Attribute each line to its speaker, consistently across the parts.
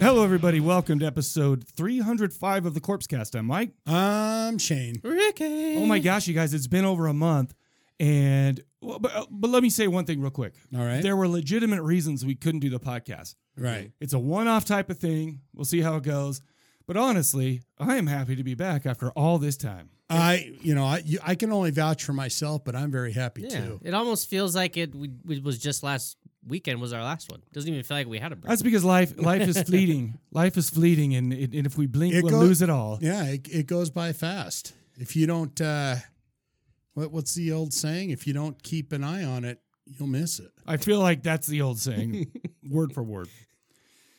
Speaker 1: Hello, everybody. Welcome to episode 305 of the Corpse Cast. I'm Mike.
Speaker 2: I'm Shane.
Speaker 3: Ricky.
Speaker 1: Oh my gosh, you guys, it's been over a month. And, well, but, uh, but let me say one thing real quick.
Speaker 2: All right.
Speaker 1: There were legitimate reasons we couldn't do the podcast.
Speaker 2: Right.
Speaker 1: It's a one off type of thing. We'll see how it goes. But honestly, I am happy to be back after all this time.
Speaker 2: I, you know, I you, I can only vouch for myself, but I'm very happy
Speaker 3: Yeah.
Speaker 2: too.
Speaker 3: It almost feels like it, we, it was just last weekend was our last one. Doesn't even feel like we had a break.
Speaker 1: That's because life life is fleeting. Life is fleeting, and, it, and if we blink,
Speaker 2: It
Speaker 1: we'll
Speaker 2: go-
Speaker 1: lose it all.
Speaker 2: Yeah, it, it goes by fast. If you don't, uh, what what's the old saying? If you don't keep an eye on it, you'll miss it.
Speaker 1: I feel like that's the old saying, word for word.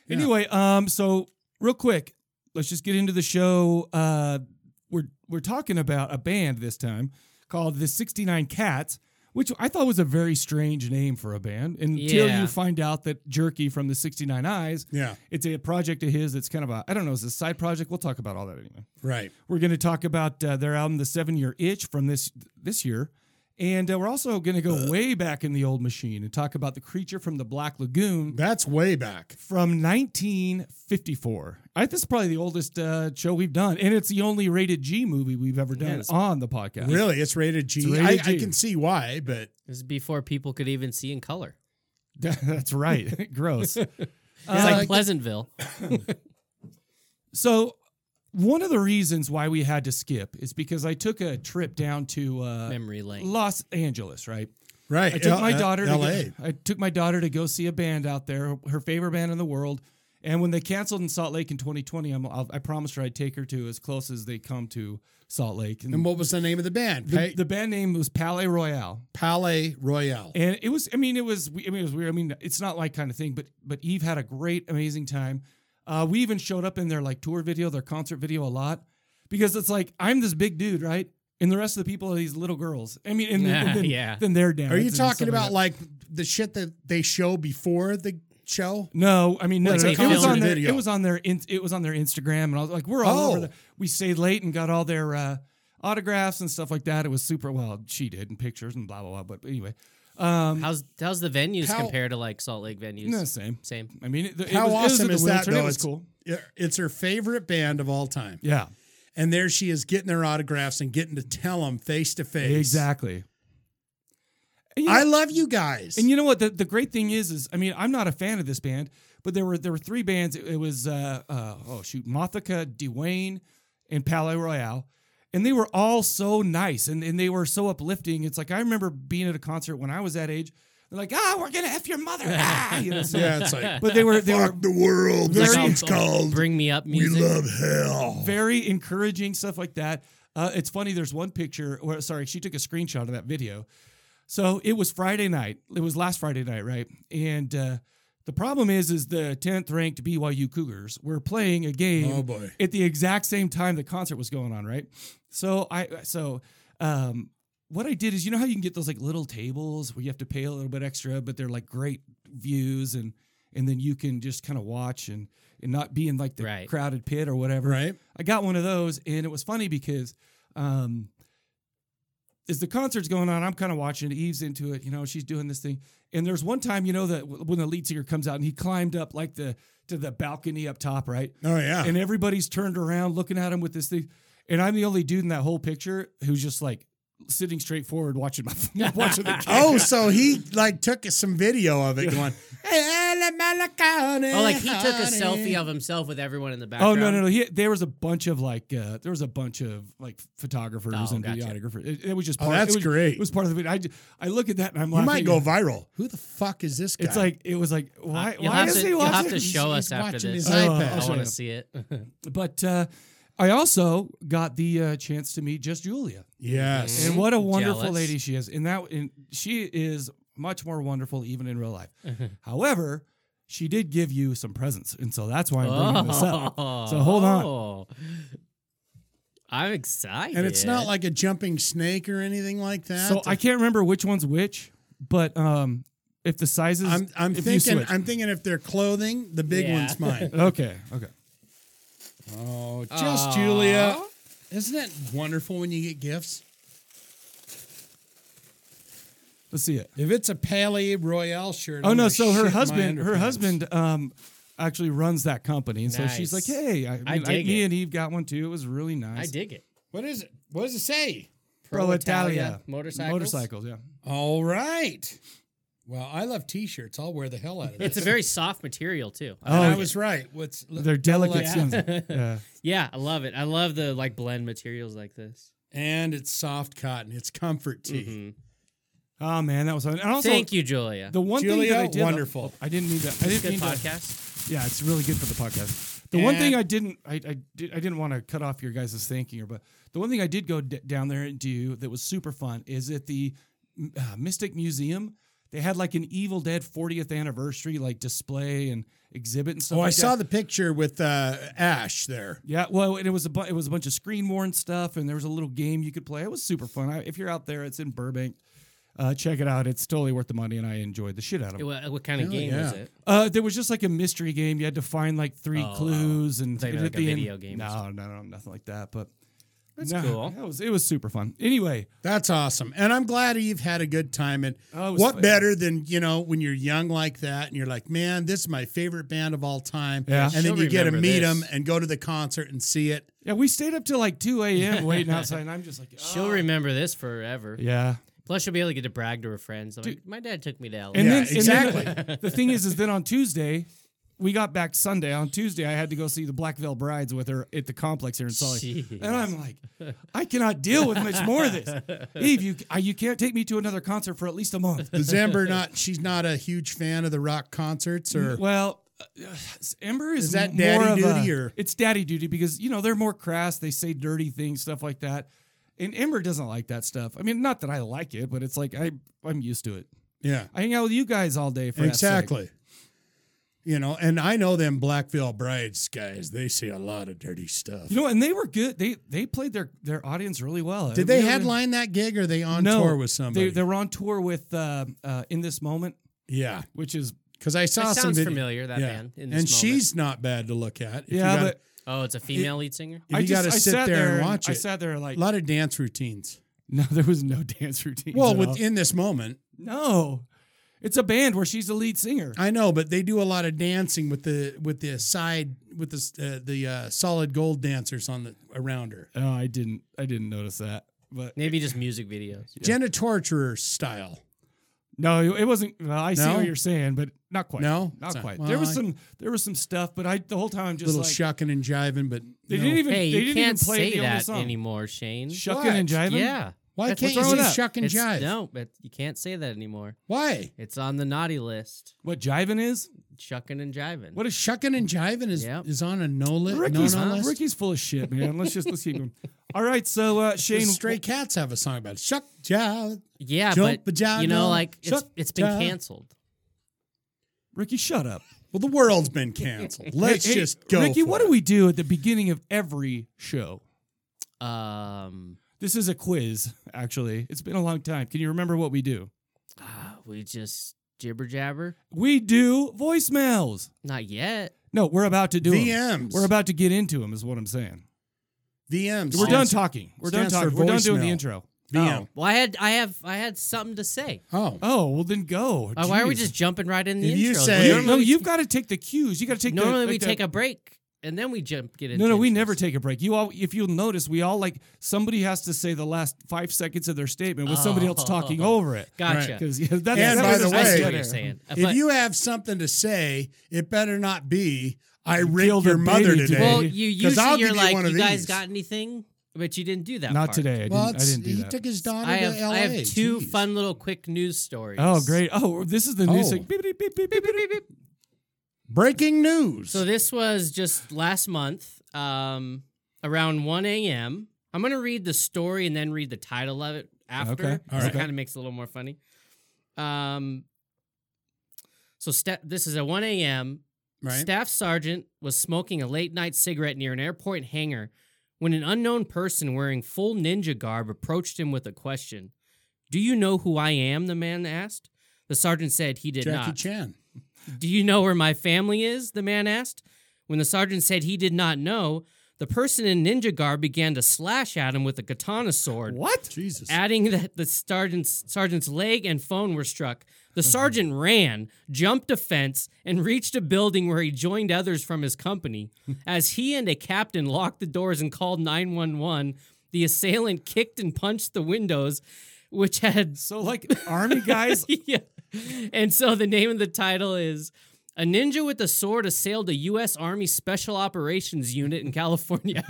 Speaker 1: Anyway, um, so real quick, let's just get into the show. Uh, we're we're talking about a band this time called the Sixty Nine Cats, which I thought was a very strange name for a band until
Speaker 3: Yeah.
Speaker 1: you find out that Jerky from the Sixty Nine Eyes,
Speaker 2: Yeah.
Speaker 1: it's a project of his. It's kind of a I don't know, it's a side project. We'll talk about all that anyway.
Speaker 2: Right.
Speaker 1: We're going to talk about uh, their album, The Seven Year Itch, from this this year, and uh, we're also going to go way back in the old machine and talk about the Creature from the Black Lagoon
Speaker 2: That's way back.
Speaker 1: from 1954. I, this is probably the oldest uh, show we've done, and it's the only rated G movie we've ever done
Speaker 3: Yes.
Speaker 1: on the podcast.
Speaker 2: Really, it's rated G. I
Speaker 1: It's rated
Speaker 2: I
Speaker 1: G.
Speaker 2: can see why, but
Speaker 3: This is before people could even see in color.
Speaker 1: That's right. Gross.
Speaker 3: It's
Speaker 2: Uh,
Speaker 3: like Pleasantville.
Speaker 1: So. One of the reasons why we had to skip is because I took a trip down to uh,
Speaker 3: Memory lane.
Speaker 1: Los Angeles, right?
Speaker 2: right.
Speaker 1: I took
Speaker 2: L-
Speaker 1: my
Speaker 2: uh,
Speaker 1: daughter to
Speaker 2: L.A.
Speaker 1: go, I took my daughter to go see a band out there, her favorite band in the world. And when they canceled in Salt Lake in 2020, I'm, I'll, I promised her I'd take her to as close as they come to Salt Lake. And,
Speaker 2: And what was the name of the band?
Speaker 1: the,
Speaker 2: The,
Speaker 1: the band name was Palais Royale,
Speaker 2: Palais Royale.
Speaker 1: and it was. I mean, it was. I mean, it was weird. I mean, it's not like kind of thing, but but Eve had a great, amazing time. Uh, we even showed up in their like tour video, their concert video, a lot because it's like I'm this big dude, right? And the rest of the people are these little girls. I mean, and, then- and then,
Speaker 3: Yeah.
Speaker 1: then they're down.
Speaker 2: Are you
Speaker 1: It's just
Speaker 2: talking
Speaker 1: something
Speaker 2: about
Speaker 1: that-
Speaker 2: like the shit that they show before the show?
Speaker 1: No, Oh, I mean no.
Speaker 2: Like
Speaker 1: no, no.
Speaker 2: a
Speaker 1: It was
Speaker 2: concert
Speaker 1: on their.
Speaker 2: video.
Speaker 1: It was on their. In, it was on their Instagram, and I was like, we're all
Speaker 2: Oh.
Speaker 1: over. The, we stayed late and got all their uh, autographs and stuff like that. It was super. Well, she did and pictures and blah blah blah. But anyway, um,
Speaker 3: How's how's the venues
Speaker 2: How-
Speaker 3: compare to like Salt Lake venues?
Speaker 1: no, same.
Speaker 3: Same.
Speaker 1: I mean, it, it
Speaker 2: How
Speaker 1: was,
Speaker 2: awesome
Speaker 1: it was
Speaker 2: is
Speaker 1: in the
Speaker 2: that
Speaker 1: winter, and
Speaker 2: though?
Speaker 1: It was
Speaker 2: It's-
Speaker 1: cool.
Speaker 2: It's her favorite band of all time.
Speaker 1: Yeah,
Speaker 2: And there she is getting their autographs and getting to tell them face to face.
Speaker 1: exactly. And you
Speaker 2: I
Speaker 1: know-
Speaker 2: love you guys.
Speaker 1: And you know what? The, the great thing is, is I mean, I'm not a fan of this band, but there were there were three bands. It, it was uh, uh, oh shoot, Mothica, Dwayne, and Palais Royale, and they were all so nice and and they were so uplifting. It's like I remember being at a concert when I was that age. They're like, ah, we're gonna f your mother. Ah, you know, so-
Speaker 2: yeah, it's like
Speaker 1: But they were they were
Speaker 4: Fuck the world. This
Speaker 1: Very-
Speaker 4: one's called
Speaker 3: Bring me up
Speaker 4: We
Speaker 3: music.
Speaker 4: Love Hell.
Speaker 1: very encouraging stuff like that. Uh, it's funny. There's one picture. Or, sorry, she took a screenshot of that video. So it was Friday night. It was last Friday night, right? And uh, the problem is, is the 10th ranked BYU Cougars were playing a game
Speaker 2: Oh, boy.
Speaker 1: at the exact same time the concert was going on, right? So I so um, what I did is, you know how you can get those like little tables where you have to pay a little bit extra, but they're like great views and and then you can just kind of watch and and not be in like the
Speaker 3: Right.
Speaker 1: crowded pit or whatever.
Speaker 2: right.
Speaker 1: I got one of those, and it was funny because um, as the concert's going on, I'm kind of watching. Eve's into it, you know. She's doing this thing, and there's one time, you know, that w- when the lead singer comes out and he climbed up like the to the balcony up top, right?
Speaker 2: Oh yeah.
Speaker 1: And everybody's turned around looking at him with this thing, and I'm the only dude in that whole picture who's just like sitting straight forward watching my watching the game.
Speaker 2: Oh, so he like took some video of it going. Oh,
Speaker 3: Oh, like he took a selfie of himself with everyone in the
Speaker 1: Oh
Speaker 3: background.
Speaker 1: no no no! He, there was a bunch of like uh, there was a bunch of like photographers
Speaker 3: Oh,
Speaker 1: and
Speaker 3: gotcha.
Speaker 1: videographers. It, it was just
Speaker 2: Oh,
Speaker 1: part.
Speaker 2: that's
Speaker 1: it was,
Speaker 2: great.
Speaker 1: It was part of the video. I, ju- I look at that and I'm
Speaker 2: You
Speaker 1: like,
Speaker 2: might go viral. Who the fuck is this guy?
Speaker 1: It's like it was like why
Speaker 3: Uh, You'll,
Speaker 1: why
Speaker 3: have
Speaker 1: is
Speaker 3: to,
Speaker 1: he
Speaker 3: you'll
Speaker 1: watching?
Speaker 3: have to
Speaker 2: He's-
Speaker 3: show
Speaker 2: he's
Speaker 3: us after
Speaker 2: watching
Speaker 3: this.
Speaker 2: his
Speaker 1: Oh,
Speaker 2: iPad.
Speaker 1: I'll
Speaker 3: I
Speaker 1: show
Speaker 3: want
Speaker 1: you.
Speaker 3: to see it.
Speaker 1: But uh, I also got the uh, chance to meet just Julia,
Speaker 2: Yes.
Speaker 1: and what a wonderful
Speaker 3: Jealous.
Speaker 1: lady she is. And that and she is much more wonderful even in real life. However, she did give you some presents, and so that's why I'm bringing this up.
Speaker 3: Oh.
Speaker 1: So hold on.
Speaker 3: on. I'm excited.
Speaker 2: And it's not like a jumping snake or anything like
Speaker 3: Oh.
Speaker 2: that.
Speaker 1: So I can't remember which one's which, but um, if the sizes,
Speaker 2: I'm, I'm
Speaker 1: if you
Speaker 2: thinking.
Speaker 1: switch-
Speaker 2: I'm thinking if they're clothing, the big
Speaker 3: Yeah.
Speaker 2: one's mine.
Speaker 1: okay, okay.
Speaker 2: Oh, just Julia. Isn't it wonderful when you get gifts?
Speaker 1: Let's see it.
Speaker 2: If it's a Palais Royale shirt.
Speaker 1: Oh
Speaker 2: I'm
Speaker 1: no!
Speaker 2: gonna
Speaker 1: So her
Speaker 2: shit my
Speaker 1: husband, her
Speaker 2: underpants.
Speaker 1: husband, um, actually runs that company, and so she's like,
Speaker 3: Nice.
Speaker 1: "Hey, I, mean, I
Speaker 3: dig
Speaker 1: me
Speaker 3: it.
Speaker 1: and Eve got one too. It was really nice.
Speaker 3: I dig it.
Speaker 2: What is it? What does it say?
Speaker 1: Pro Italia
Speaker 3: motorcycles.
Speaker 1: Motorcycles, yeah.
Speaker 2: All right. Well, I love T-shirts. I'll wear the hell out of it.
Speaker 3: It's a very soft material too.
Speaker 2: and I
Speaker 1: Oh, yeah.
Speaker 2: was right. What's
Speaker 1: They're delicate
Speaker 2: Yeah.
Speaker 1: skins. Yeah.
Speaker 3: Yeah, I love it. I love the like blend materials like this. Mm-hmm.
Speaker 2: and it's soft cotton. It's comfort tea.
Speaker 1: Oh man, that was fun. And also,
Speaker 3: Thank you, Julia.
Speaker 1: The one thing
Speaker 2: Julia,
Speaker 1: that I did,
Speaker 2: wonderful.
Speaker 1: I didn't mean that. I didn't
Speaker 3: Good
Speaker 1: mean to.
Speaker 3: podcast.
Speaker 1: Yeah, it's really good for the podcast. The one
Speaker 2: And-
Speaker 1: thing I didn't, I, I, did, I didn't want to cut off your guys' thinking, or but the one thing I did go d- down there and do that was super fun is at the mm, uh, Mystic Museum. They had like an Evil Dead 40th anniversary like display and exhibit and stuff.
Speaker 2: Oh, I
Speaker 1: like that.
Speaker 2: saw the picture with uh, Ash there.
Speaker 1: Yeah, well, and it was a bu- it was a bunch of screen worn stuff, and there was a little game you could play. It was super fun. I, if you're out there, it's in Burbank. Uh, check it out. It's totally worth the money, and I enjoyed the shit out of it.
Speaker 3: What, what kind of
Speaker 2: Hell
Speaker 3: game was
Speaker 2: yeah.
Speaker 3: it?
Speaker 1: Uh, there was just like a mystery game. You had to find like three
Speaker 3: Oh,
Speaker 1: clues and
Speaker 3: thought you meant
Speaker 1: and
Speaker 3: like a video game or
Speaker 1: No, no, no, nothing like that. But
Speaker 3: That's
Speaker 1: no,
Speaker 3: cool.
Speaker 1: That was it was super fun. Anyway,
Speaker 2: That's awesome. And I'm glad Eve had a good time. And
Speaker 1: Oh, it was
Speaker 2: what
Speaker 1: fun.
Speaker 2: better than, you know, when you're young like that and you're like, man, this is my favorite band of all time.
Speaker 1: Yeah.
Speaker 2: And then
Speaker 3: She'll
Speaker 2: you get to
Speaker 3: remember
Speaker 2: meet
Speaker 3: this.
Speaker 2: them and go to the concert and see it.
Speaker 1: yeah, we stayed up till like two a.m. waiting outside, and I'm just like, oh.
Speaker 3: She'll remember this forever.
Speaker 1: yeah.
Speaker 3: Plus, she'll be able to get to brag to her friends. Like, my dad took me to LA.
Speaker 1: And
Speaker 2: Yeah,
Speaker 1: then And
Speaker 2: exactly.
Speaker 1: then the thing is, is then on Tuesday. We got back Sunday. On Tuesday, I had to go see the Black Veil Brides with her at the complex here in Salt Lake.
Speaker 3: Jeez.
Speaker 1: And I'm like, I cannot deal with much more of this. Eve, you uh, you can't take me to another concert for at least a month.
Speaker 2: Is Amber not, she's not a huge fan of the rock concerts or.
Speaker 1: Well, uh, Ember is,
Speaker 2: Is that
Speaker 1: m-
Speaker 2: daddy
Speaker 1: more of
Speaker 2: duty,
Speaker 1: a-
Speaker 2: or-
Speaker 1: it's daddy duty because you know they're more crass. They say dirty things, stuff like that. And Ember doesn't like that stuff. I mean, not that I like it, but it's like I I'm used to it.
Speaker 2: Yeah.
Speaker 1: I hang out with you guys all day for heck's sake.
Speaker 2: Exactly. You know, and I know them Black Veil Brides guys. They say a lot of dirty stuff.
Speaker 1: You know, and they were good. They they played their their audience really well.
Speaker 2: Did they
Speaker 1: You know,
Speaker 2: headline that gig or are they on
Speaker 1: No,
Speaker 2: tour with somebody?
Speaker 1: They, they were on tour with uh, uh, in this moment,
Speaker 2: yeah.
Speaker 1: which is
Speaker 2: Because I saw
Speaker 3: that
Speaker 2: some
Speaker 3: sounds
Speaker 2: video.
Speaker 3: familiar. That
Speaker 2: yeah.
Speaker 3: band. In this
Speaker 2: and
Speaker 3: moment.
Speaker 2: she's not bad to look at. If you
Speaker 1: yeah.
Speaker 2: gotta-
Speaker 1: But
Speaker 3: Oh, it's a female lead singer.
Speaker 2: If
Speaker 1: I
Speaker 2: you
Speaker 1: just
Speaker 2: gotta
Speaker 1: I
Speaker 2: sit
Speaker 1: sat
Speaker 2: there and watch
Speaker 1: I
Speaker 2: it.
Speaker 1: sat there like
Speaker 2: A lot of dance routines.
Speaker 1: no, there was no dance routine.
Speaker 2: Well, within this moment,
Speaker 1: no, it's a band where she's the lead singer.
Speaker 2: I know, but they do a lot of dancing with the with the side with the uh, the uh, solid gold dancers on the around her,
Speaker 1: Oh, I didn't. I didn't notice that. But
Speaker 3: Maybe just music videos.
Speaker 2: Jenna Torturer style.
Speaker 1: no, it it wasn't. Well, I see
Speaker 2: No?
Speaker 1: what you're saying, but not quite.
Speaker 2: No?
Speaker 1: not
Speaker 2: So-
Speaker 1: quite.
Speaker 2: well,
Speaker 1: there was
Speaker 2: I-
Speaker 1: some. There was some stuff, but I the whole time I'm just
Speaker 2: little
Speaker 1: like
Speaker 2: shucking and jiving, but
Speaker 1: they
Speaker 2: no.
Speaker 1: didn't even.
Speaker 3: Hey,
Speaker 1: they
Speaker 3: you
Speaker 1: didn't
Speaker 3: can't
Speaker 1: even play
Speaker 3: say
Speaker 1: the only
Speaker 3: that
Speaker 1: song.
Speaker 3: anymore, Shane.
Speaker 1: Shucking
Speaker 2: What?
Speaker 1: and jiving.
Speaker 3: Yeah.
Speaker 2: Why
Speaker 3: That's
Speaker 1: what's
Speaker 2: can't you
Speaker 1: wrong
Speaker 2: say
Speaker 1: with that?
Speaker 2: shuck and
Speaker 3: It's-
Speaker 2: jive?
Speaker 3: No, but you can't say that anymore.
Speaker 2: Why?
Speaker 3: It's on the naughty list.
Speaker 1: What jiving is?
Speaker 3: Shucking and jiving.
Speaker 2: What is shucking and jiving is
Speaker 3: Yep.
Speaker 2: is on a no list. No, no
Speaker 1: Ricky's,
Speaker 2: list.
Speaker 1: Ricky's full of shit, man. Let's just let's keep him. All right, so uh,
Speaker 2: The
Speaker 1: Shane.
Speaker 2: Stray Cats have a song about it. shuck jive.
Speaker 3: Yeah,
Speaker 2: Jump
Speaker 3: but
Speaker 2: a
Speaker 3: you know,
Speaker 2: jive,
Speaker 3: like it's,
Speaker 2: shuck
Speaker 3: it's been
Speaker 2: jive.
Speaker 3: canceled.
Speaker 1: Ricky, shut up.
Speaker 2: Well, the world's been canceled. Let's
Speaker 1: Hey, hey,
Speaker 2: just go.
Speaker 1: Ricky,
Speaker 2: for
Speaker 1: what
Speaker 2: it.
Speaker 1: do we do at the beginning of every show?
Speaker 3: Um,
Speaker 1: This is a quiz, actually. It's been a long time. Can you remember what we do?
Speaker 3: ah, we just jibber jabber.
Speaker 1: We do voicemails.
Speaker 3: Not yet.
Speaker 1: No, we're about to do 'em.
Speaker 2: VMs.
Speaker 1: We're about to get into them, is what I'm saying.
Speaker 2: VMs?
Speaker 1: We're done
Speaker 2: Stands-
Speaker 1: talking. We're done
Speaker 2: stands for
Speaker 1: talking. We're done doing the
Speaker 2: voicemail.
Speaker 1: intro.
Speaker 2: VM.
Speaker 3: Oh. Well, I had, I have, I had something to say.
Speaker 2: Oh.
Speaker 1: Oh well, then go.
Speaker 3: Uh, why are we
Speaker 1: Jeez.
Speaker 3: just jumping right in the
Speaker 2: If
Speaker 3: intro?
Speaker 2: you
Speaker 3: We
Speaker 2: say-
Speaker 1: You don't
Speaker 3: normally,
Speaker 1: know, you've got to take the cues. You got to take.
Speaker 3: normally
Speaker 1: the,
Speaker 3: we
Speaker 1: the-
Speaker 3: take a break and then we jump get into.
Speaker 1: No, no, we
Speaker 3: intros.
Speaker 1: never take a break. You all, if you'll notice, we all like somebody has to say the last five seconds of their statement with somebody else talking
Speaker 3: Oh.
Speaker 1: over it.
Speaker 3: Gotcha.
Speaker 1: Because yeah, that's,
Speaker 2: And
Speaker 1: that
Speaker 2: by
Speaker 1: was
Speaker 2: the
Speaker 1: a
Speaker 3: I
Speaker 1: nice
Speaker 3: see
Speaker 2: way-
Speaker 3: what
Speaker 1: getter.
Speaker 3: you're saying.
Speaker 2: If
Speaker 3: But-
Speaker 2: you have something to say, it better not be I raped
Speaker 1: killed
Speaker 2: your
Speaker 1: a
Speaker 2: mother
Speaker 1: baby
Speaker 2: today.
Speaker 1: today."
Speaker 3: well,
Speaker 1: Hey,
Speaker 3: you
Speaker 2: 'cause I'll
Speaker 3: usually you're
Speaker 2: give you
Speaker 3: like,
Speaker 2: one
Speaker 3: you,
Speaker 2: of
Speaker 3: guys
Speaker 2: these."
Speaker 3: got anything? But you didn't do that.
Speaker 1: Not
Speaker 3: part.
Speaker 1: today. I didn't,
Speaker 2: Well,
Speaker 1: I
Speaker 2: it's-
Speaker 1: didn't do
Speaker 2: he
Speaker 1: that.
Speaker 2: took his daughter
Speaker 3: I have
Speaker 2: to LA.
Speaker 3: I have two
Speaker 2: Jeez.
Speaker 3: fun little quick news stories.
Speaker 1: Oh, great. Oh, this is the
Speaker 2: Oh.
Speaker 1: news. thing. Beep, beep, beep, beep, beep, beep, beep.
Speaker 2: breaking news.
Speaker 3: So this was just last month, um, around 1 a.m. I'm going to read the story and then read the title of it after.
Speaker 1: Okay. All
Speaker 3: 'cause
Speaker 2: right.
Speaker 3: It kind of makes it a little more funny. Um, so sta this is at 1 a.m.
Speaker 2: right?
Speaker 3: Staff sergeant was smoking a late night cigarette near an airport hangar when an unknown person wearing full ninja garb approached him with a question. Do you know who I am? The man asked. The sergeant said he did
Speaker 2: Jackie
Speaker 3: not.
Speaker 2: Chan.
Speaker 3: Do you know where my family is? The man asked. When the sergeant said he did not know, the person in ninja garb began to slash at him with a katana sword,
Speaker 1: What?
Speaker 2: Jesus.
Speaker 3: adding that the sergeant's, sergeant's leg and phone were struck. The
Speaker 1: Uh-huh.
Speaker 3: sergeant ran, jumped a fence, and reached a building where he joined others from his company. As he and a captain locked the doors and called 911, the assailant kicked and punched the windows, which had
Speaker 1: So like army guys.
Speaker 3: yeah. And so the name of the title is A Ninja with a Sword Assailed a U.S. Army Special Operations Unit in California.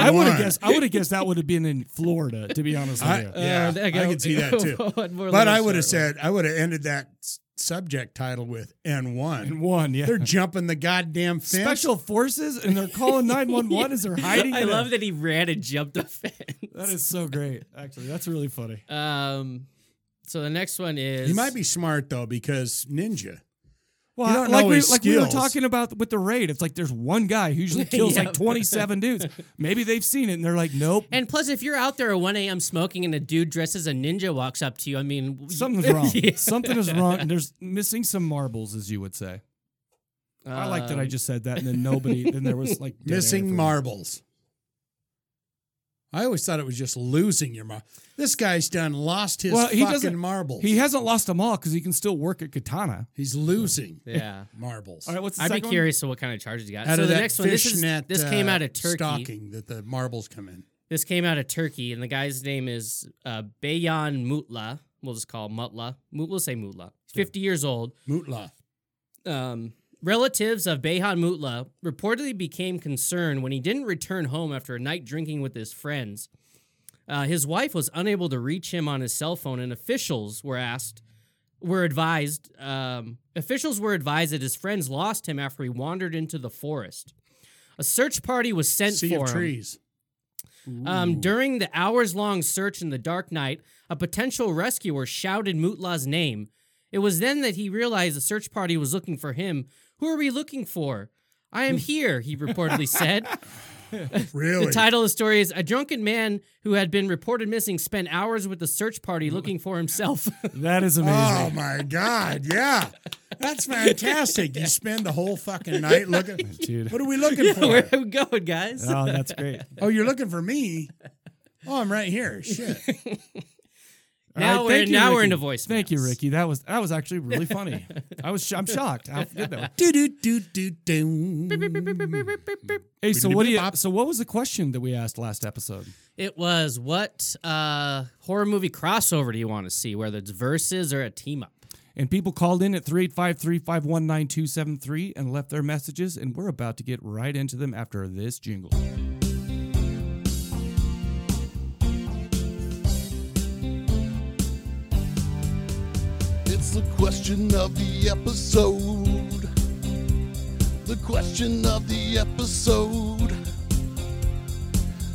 Speaker 1: I would have
Speaker 2: won.
Speaker 1: guessed. I would have guessed that would have been in Florida. To be honest with
Speaker 2: I-
Speaker 1: you.
Speaker 3: Uh,
Speaker 2: yeah, I could see that too. But I would have said I would have ended that s- subject title with "and
Speaker 1: And
Speaker 2: one."
Speaker 1: one, yeah.
Speaker 2: They're jumping the goddamn fence.
Speaker 1: Special forces, and they're calling nine one one as they're hiding.
Speaker 3: I
Speaker 1: in a-
Speaker 3: love that he ran and jumped a fence.
Speaker 1: That is so great. Actually, that's really funny.
Speaker 3: Um, so the next one is
Speaker 2: He might be smart though because ninja.
Speaker 1: Well,
Speaker 2: You don't
Speaker 1: like
Speaker 2: know
Speaker 1: we
Speaker 2: his
Speaker 1: like we were
Speaker 2: skills.
Speaker 1: talking about with the raid. It's like there's one guy who usually kills
Speaker 3: Yeah.
Speaker 1: like 27 dudes. Maybe they've seen it and they're like, nope,
Speaker 3: And plus, if you're out there at 1 a.m. smoking and a dude dressed as a ninja walks up to you, I mean,
Speaker 1: something's wrong.
Speaker 3: Yeah.
Speaker 1: Something is wrong. And there's missing some marbles, as you would say. I like that I
Speaker 3: Um,
Speaker 1: just said that, and then nobody. then there was like dead air for
Speaker 2: missing
Speaker 1: a
Speaker 2: marbles. I always thought it was just losing your marble. This guy's done lost his
Speaker 1: Well, he
Speaker 2: fucking
Speaker 1: doesn't-
Speaker 2: marbles.
Speaker 1: minute. He hasn't lost them all because he can still work at katana.
Speaker 2: He's losing
Speaker 3: Yeah.
Speaker 2: marbles.
Speaker 1: All right, what's the
Speaker 3: I'd be
Speaker 1: second one?
Speaker 3: curious of what kind of charges you got.
Speaker 2: Out
Speaker 3: so
Speaker 2: of
Speaker 3: the
Speaker 2: that
Speaker 3: next one, this is
Speaker 2: fishnet,
Speaker 3: this came
Speaker 2: uh,
Speaker 3: out of Turkey.
Speaker 2: stocking that the marbles come in.
Speaker 3: This came out of Turkey, and the guy's name is uh, Bayan Mutla. We'll just call him Mutla. Mut- We'll say Mutla. He's 50 years old.
Speaker 2: Mutla.
Speaker 3: Um, relatives of Behan Mutla reportedly became concerned when he didn't return home after a night drinking with his friends. Uh, his wife was unable to reach him on his cell phone, and officials were asked, were advised, um, officials were advised that his friends lost him after he wandered into the forest. A search party was sent
Speaker 2: Sea
Speaker 3: for
Speaker 2: of
Speaker 3: him.
Speaker 2: trees.
Speaker 3: Um, during the hours long search in the dark night, a potential rescuer shouted Mutla's name. It was then that he realized the search party was looking for him. Who are we looking for? I am here, he reportedly said.
Speaker 2: Really?
Speaker 3: The title of the story is A Drunken Man Who Had Been Reported Missing Spent Hours with the Search Party Looking for Himself.
Speaker 1: That is amazing.
Speaker 2: Oh my God! Yeah, that's fantastic. You spend the whole fucking night looking.
Speaker 1: Dude.
Speaker 2: What are we looking
Speaker 3: Where
Speaker 2: for?
Speaker 3: are we going, guys?
Speaker 1: Oh, that's great.
Speaker 2: Oh, you're looking for me. Oh, I'm right here. Shit.
Speaker 3: now
Speaker 1: All right,
Speaker 3: we're,
Speaker 1: thank you,
Speaker 3: now we're
Speaker 1: Ricky.
Speaker 3: into voicemails.
Speaker 1: Thank you, Ricky. That was that was actually really funny. I was sh- I'm shocked how good that was.
Speaker 2: Do do do do do.
Speaker 1: Hey, so what do you? So what was the question that we asked last episode?
Speaker 3: It was what uh, horror movie crossover do you want to see, whether it's versus or a team up?
Speaker 1: And people called in at 385 351 and left their messages, and we're about to get right into them after this jingle.
Speaker 4: It's the question of the episode. The question of the episode.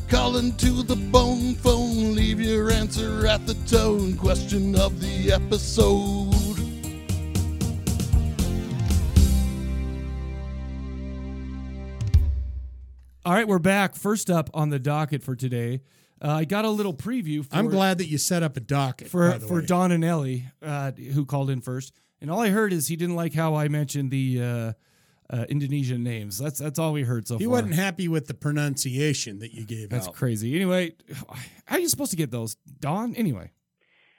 Speaker 4: Calling to the bone phone, leave your answer at the tone. Question of the episode.
Speaker 1: All right, we're back. First up on the docket for today, uh, I got a little preview for
Speaker 2: I'm glad that you set up a docket.
Speaker 1: for,
Speaker 2: by the
Speaker 1: for
Speaker 2: way.
Speaker 1: Don and Ellie, uh, who called in first. And all I heard is he didn't like how I mentioned the uh, uh, Indonesian names. That's that's all we heard so
Speaker 2: he
Speaker 1: far.
Speaker 2: wasn't happy with the pronunciation that you gave
Speaker 1: that's
Speaker 2: out.
Speaker 1: crazy. Anyway, how are you supposed to get those, Don? Anyway,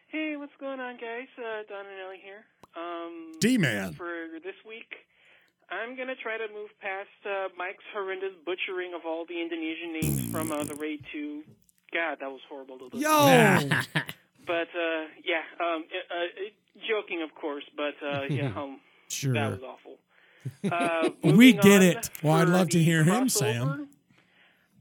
Speaker 5: Hey, what's going on, guys? Uh, Don and Ellie here. Um,
Speaker 2: D-Man.
Speaker 5: For this week, I'm going to try to move past uh, Mike's horrendous butchering of all the Indonesian names from uh, the Raid 2. God, that was horrible. To listen to.
Speaker 1: Yo,
Speaker 5: But, uh, yeah, um, uh, uh, joking, of course, but, uh, yeah, um, that
Speaker 1: sure.
Speaker 5: was awful. Uh,
Speaker 1: We
Speaker 5: moving
Speaker 1: get
Speaker 5: on
Speaker 1: it.
Speaker 2: Well, I'd
Speaker 5: for
Speaker 2: love to
Speaker 5: the
Speaker 2: hear him,
Speaker 5: crossover,
Speaker 2: Sam.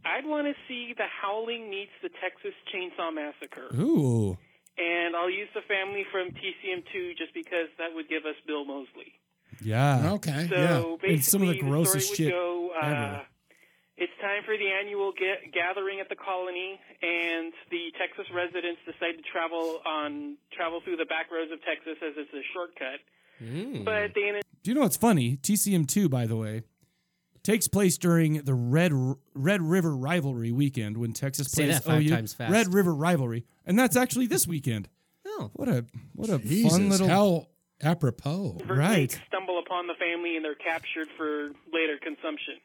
Speaker 5: I'd want to see The Howling meets The Texas Chainsaw Massacre.
Speaker 1: Ooh,
Speaker 5: And I'll use the family from TCM2 just because that would give us Bill Mosley.
Speaker 1: Uh, yeah.
Speaker 2: Okay.
Speaker 5: So
Speaker 2: yeah.
Speaker 5: basically,
Speaker 1: And some of the grossest
Speaker 5: story
Speaker 1: shit
Speaker 5: would go, uh,
Speaker 1: ever.
Speaker 5: It's time for the annual ga- gathering at the colony, and the Texas residents decide to travel on travel through the back roads of Texas as it's a shortcut.
Speaker 1: Hmm.
Speaker 5: But they end
Speaker 1: Do you know what's funny? TCM2, by the way, takes place during the Red Red River Rivalry weekend when Texas
Speaker 3: Say
Speaker 1: plays
Speaker 3: that five
Speaker 1: OU.
Speaker 3: times fast.
Speaker 1: Red River Rivalry, and that's actually this weekend.
Speaker 3: Oh.
Speaker 1: What a what a
Speaker 2: Jesus,
Speaker 1: fun little
Speaker 2: how apropos.
Speaker 5: inadvertently
Speaker 1: Oh, Right.
Speaker 5: stumble upon the family, and they're captured for later consumption.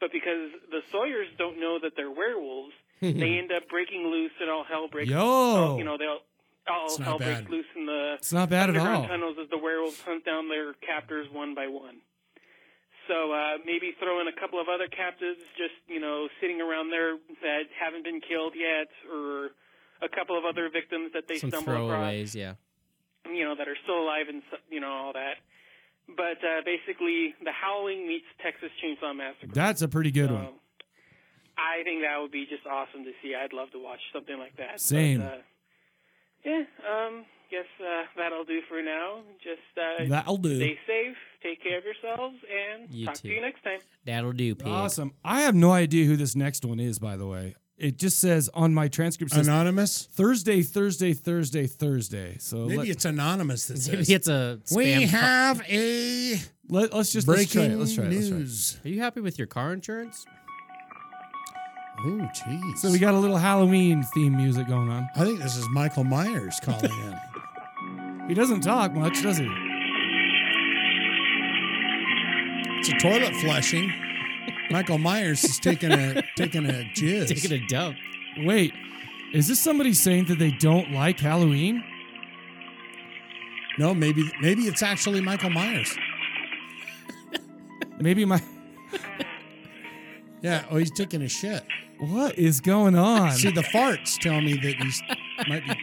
Speaker 5: But because the Sawyers don't know that they're werewolves, they end up breaking loose, and all hell breaks.
Speaker 1: Yo.
Speaker 5: all- you know they'll all
Speaker 2: It's not
Speaker 5: hell
Speaker 2: bad.
Speaker 5: breaks loose in the
Speaker 1: It's not bad at
Speaker 5: underground
Speaker 1: all.
Speaker 5: tunnels as the werewolves hunt down their captors one by one. So uh, maybe throw in a couple of other captives just, you know, sitting around there that haven't been killed yet or a couple of other victims that they
Speaker 3: Some
Speaker 5: stumble across,
Speaker 3: throwaways, yeah.
Speaker 5: you know, that are still alive and, so- you know, all that. But uh, basically, The Howling meets Texas Chainsaw Massacre.
Speaker 1: That's a pretty good
Speaker 3: Um,
Speaker 1: one.
Speaker 5: So, I think that would be just awesome to see. I'd love to watch something like that.
Speaker 1: Same.
Speaker 5: But, uh, yeah, um, guess uh, that'll do for now. Just uh,
Speaker 1: That'll do.
Speaker 5: stay safe, take care of yourselves, and
Speaker 3: You
Speaker 5: talk
Speaker 3: too.
Speaker 5: to you next time.
Speaker 3: That'll do, pig.
Speaker 1: Awesome. I have no idea who this next one is, by the way. It just says on my transcript says
Speaker 2: Anonymous?
Speaker 1: Thursday, Thursday, Thursday, Thursday. So
Speaker 2: Maybe
Speaker 1: let,
Speaker 2: it's anonymous that says.
Speaker 3: Maybe it's a spam.
Speaker 2: we
Speaker 3: call.
Speaker 2: have a
Speaker 1: let, us just let's try
Speaker 2: breaking
Speaker 1: it. Let's try it. Let's try it.
Speaker 2: news.
Speaker 3: Are you happy with your car insurance?
Speaker 2: Oh, jeez.
Speaker 1: So we got a little Halloween theme music going on.
Speaker 2: I think this is Michael Myers calling in.
Speaker 1: He doesn't talk much, does he?
Speaker 2: It's a toilet flushing. Michael Myers is taking a taking a jizz.
Speaker 3: Taking a dump.
Speaker 1: Wait, is this somebody saying that they don't like Halloween?
Speaker 2: no, maybe maybe it's actually Michael Myers.
Speaker 1: Maybe my
Speaker 2: Yeah. Oh, he's taking a shit.
Speaker 1: what is going on?
Speaker 2: See, the farts tell me that he's might be.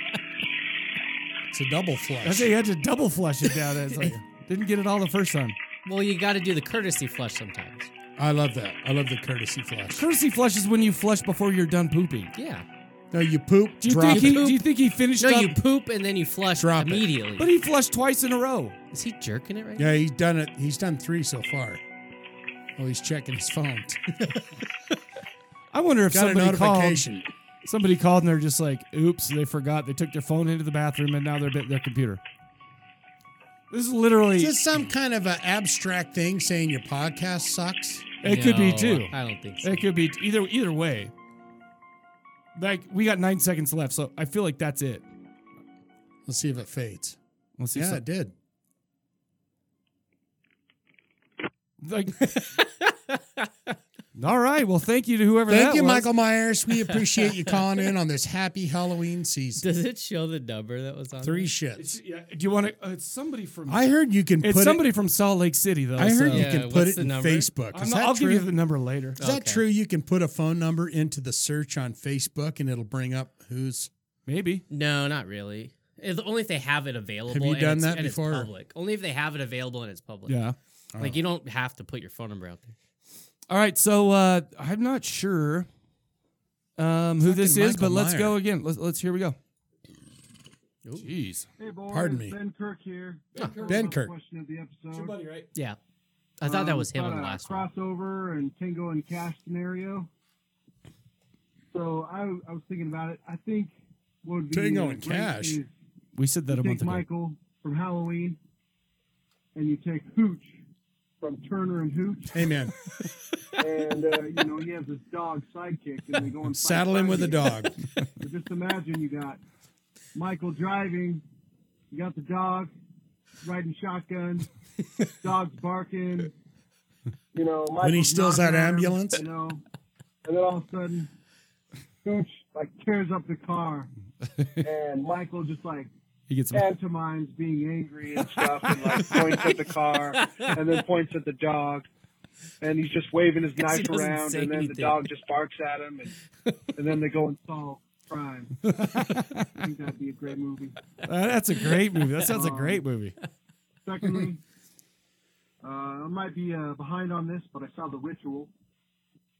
Speaker 2: It's a double
Speaker 1: I
Speaker 2: flush.
Speaker 1: say you had to double flush it down. It's like didn't get it all the first time.
Speaker 3: Well, you got to do the courtesy flush sometimes.
Speaker 2: I love that. I love the courtesy flush.
Speaker 1: Courtesy flush is when you flush before you're done pooping.
Speaker 3: Yeah.
Speaker 2: No, you poop.
Speaker 1: Do you
Speaker 2: drop
Speaker 1: think he?
Speaker 2: it.
Speaker 1: Do you think he finished
Speaker 3: No,
Speaker 1: up?
Speaker 3: you poop and then you flush
Speaker 2: Drop it.
Speaker 3: immediately.
Speaker 1: but he flushed twice in a row.
Speaker 3: Is he jerking it right
Speaker 2: Yeah, he's done it. He's done three so far. Oh, he's checking his phone.
Speaker 1: I wonder if
Speaker 2: Got a
Speaker 1: somebody called.
Speaker 2: notification.
Speaker 1: Somebody called and they're just like, "Oops, they forgot. They took their phone into the bathroom and now they're bit their computer." This is literally.
Speaker 2: Just some kind of an abstract thing saying your podcast sucks.
Speaker 3: now?
Speaker 1: it could be
Speaker 3: No,
Speaker 1: too.
Speaker 3: I don't think so.
Speaker 1: It could be either either way. Like we got nine seconds left, so I feel like that's it.
Speaker 2: Let's see if it fades.
Speaker 1: Let's see. if
Speaker 2: Yeah,
Speaker 1: some-
Speaker 2: it did.
Speaker 1: Like, all right. Well, thank you to whoever.
Speaker 2: Thank
Speaker 1: that
Speaker 2: you,
Speaker 1: was.
Speaker 2: Michael Myers. We appreciate you calling in on this happy Halloween season.
Speaker 3: Does it show the number that was on
Speaker 2: Three
Speaker 3: there?
Speaker 2: shits.
Speaker 1: It's- yeah, do you want to? Uh, it's somebody from.
Speaker 2: I heard you can
Speaker 1: it's
Speaker 2: put
Speaker 1: somebody
Speaker 2: it.
Speaker 1: from Salt Lake City, though.
Speaker 2: I heard
Speaker 1: so-
Speaker 2: you
Speaker 3: Yeah,
Speaker 2: can put
Speaker 3: what's
Speaker 2: it
Speaker 3: the
Speaker 2: in
Speaker 3: number?
Speaker 2: Facebook.
Speaker 1: I'm
Speaker 2: Is
Speaker 1: not-
Speaker 2: that
Speaker 1: I'll
Speaker 2: true?
Speaker 1: give you the number later.
Speaker 2: Is that
Speaker 3: Okay.
Speaker 2: true? You can put a phone number into the search on Facebook and it'll bring up who's.
Speaker 1: Maybe.
Speaker 3: No, not really. If- only if they have it available.
Speaker 2: you
Speaker 3: and
Speaker 2: done
Speaker 3: it's-
Speaker 2: that
Speaker 3: and it's
Speaker 2: before?
Speaker 3: public. Only if they have it available and it's public.
Speaker 1: Yeah. Oh.
Speaker 3: Like you don't have to put your phone number out there.
Speaker 1: All right. So uh, I'm not sure um, who
Speaker 2: Fucking
Speaker 1: this is,
Speaker 2: Michael
Speaker 1: but let's
Speaker 2: Meyer.
Speaker 1: go again. Let's, let's here we go. Jeez.
Speaker 6: Hey, boys.
Speaker 2: Pardon me.
Speaker 6: Ben Kirk here.
Speaker 2: Ben Kirk.
Speaker 6: Question of the episode.
Speaker 1: right?
Speaker 3: Yeah. I thought that
Speaker 6: Um,
Speaker 3: was him on
Speaker 6: about
Speaker 3: the
Speaker 6: a
Speaker 3: last one.
Speaker 6: crossover and Tango and Cash scenario. So I, I was thinking about it. I think what would be
Speaker 2: Tango
Speaker 6: uh,
Speaker 2: and
Speaker 6: great
Speaker 2: Cash.
Speaker 6: is
Speaker 1: We said that
Speaker 6: you
Speaker 1: a month
Speaker 6: take
Speaker 1: ago.
Speaker 6: Michael from Halloween, and you take Hooch from Turner and Hooch,
Speaker 2: Amen.
Speaker 6: and uh, you know he has this dog sidekick, and they go and fight
Speaker 2: Saddle him with a
Speaker 6: crime.
Speaker 2: dog.
Speaker 6: So just imagine you got Michael driving, you got the dog riding shotgun, dog's barking. You know, Michael's
Speaker 2: When he steals that
Speaker 6: knocking at him,
Speaker 2: ambulance?
Speaker 6: You know, and then all of a sudden, Gooch like tears up the car, and Michael just like
Speaker 1: He gets
Speaker 6: pantomimes being angry and stuff, and like points at the car and then points at the dog, and he's just waving his
Speaker 3: Yes, he
Speaker 6: knife
Speaker 3: doesn't
Speaker 6: around,
Speaker 3: say
Speaker 6: and then
Speaker 3: anything.
Speaker 6: the dog just barks at him, and, and then they go and solve crime. I think that'd be a great movie. Um,
Speaker 1: Uh, that's a great movie. That sounds a great movie.
Speaker 6: Secondly, uh, I might be uh, behind on this, but I saw The Ritual.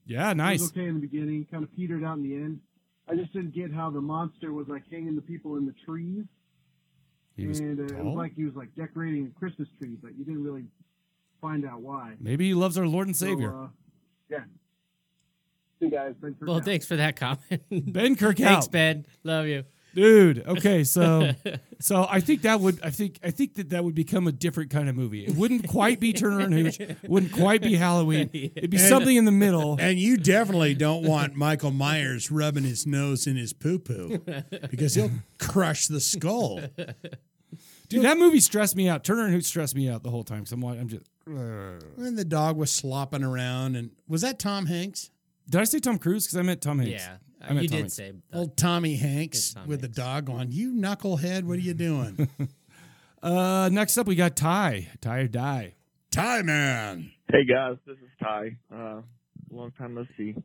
Speaker 1: Yeah,
Speaker 6: It was
Speaker 1: Ah, nice.
Speaker 6: okay in the beginning, kind of petered out in the end. I just didn't get how the monster was like hanging the people in the trees,
Speaker 1: He was
Speaker 6: and uh, it
Speaker 1: tall?
Speaker 6: was like he was like decorating a Christmas tree, but you didn't really find out why.
Speaker 1: Maybe he loves our Lord and
Speaker 6: So,
Speaker 1: Savior.
Speaker 6: uh, yeah. See you guys. Thanks for
Speaker 3: Well,
Speaker 6: now.
Speaker 3: thanks for that comment.
Speaker 1: ben Kirk
Speaker 3: Thanks,
Speaker 1: out.
Speaker 3: Ben. Love you.
Speaker 1: dude. Okay, so so I think that would I think I think that that would become a different kind of movie. It wouldn't quite be Turner and Hooch. It Wouldn't quite be Halloween. It'd be
Speaker 2: And-
Speaker 1: something in the middle.
Speaker 2: And you definitely don't want Michael Myers rubbing his nose in his poo poo because he'll crush the skull.
Speaker 1: Dude, that movie stressed me out. Turner and Hooch stressed me out the whole time. So I'm, like- I'm just.
Speaker 2: And the dog was slopping around. And was that Tom Hanks?
Speaker 1: Did I say Tom Cruise? Because I meant Tom Hanks.
Speaker 3: Yeah,
Speaker 1: I meant
Speaker 3: you
Speaker 1: Tom
Speaker 3: did
Speaker 1: Hanks.
Speaker 3: say.
Speaker 2: Old Tommy Hanks
Speaker 3: It's Tom
Speaker 2: with the dog on. You knucklehead, what are you doing?
Speaker 1: Uh, next up we got Ty. Ty or die.
Speaker 2: Tie man.
Speaker 7: Hey guys, this is Ty. Uh, long time no see,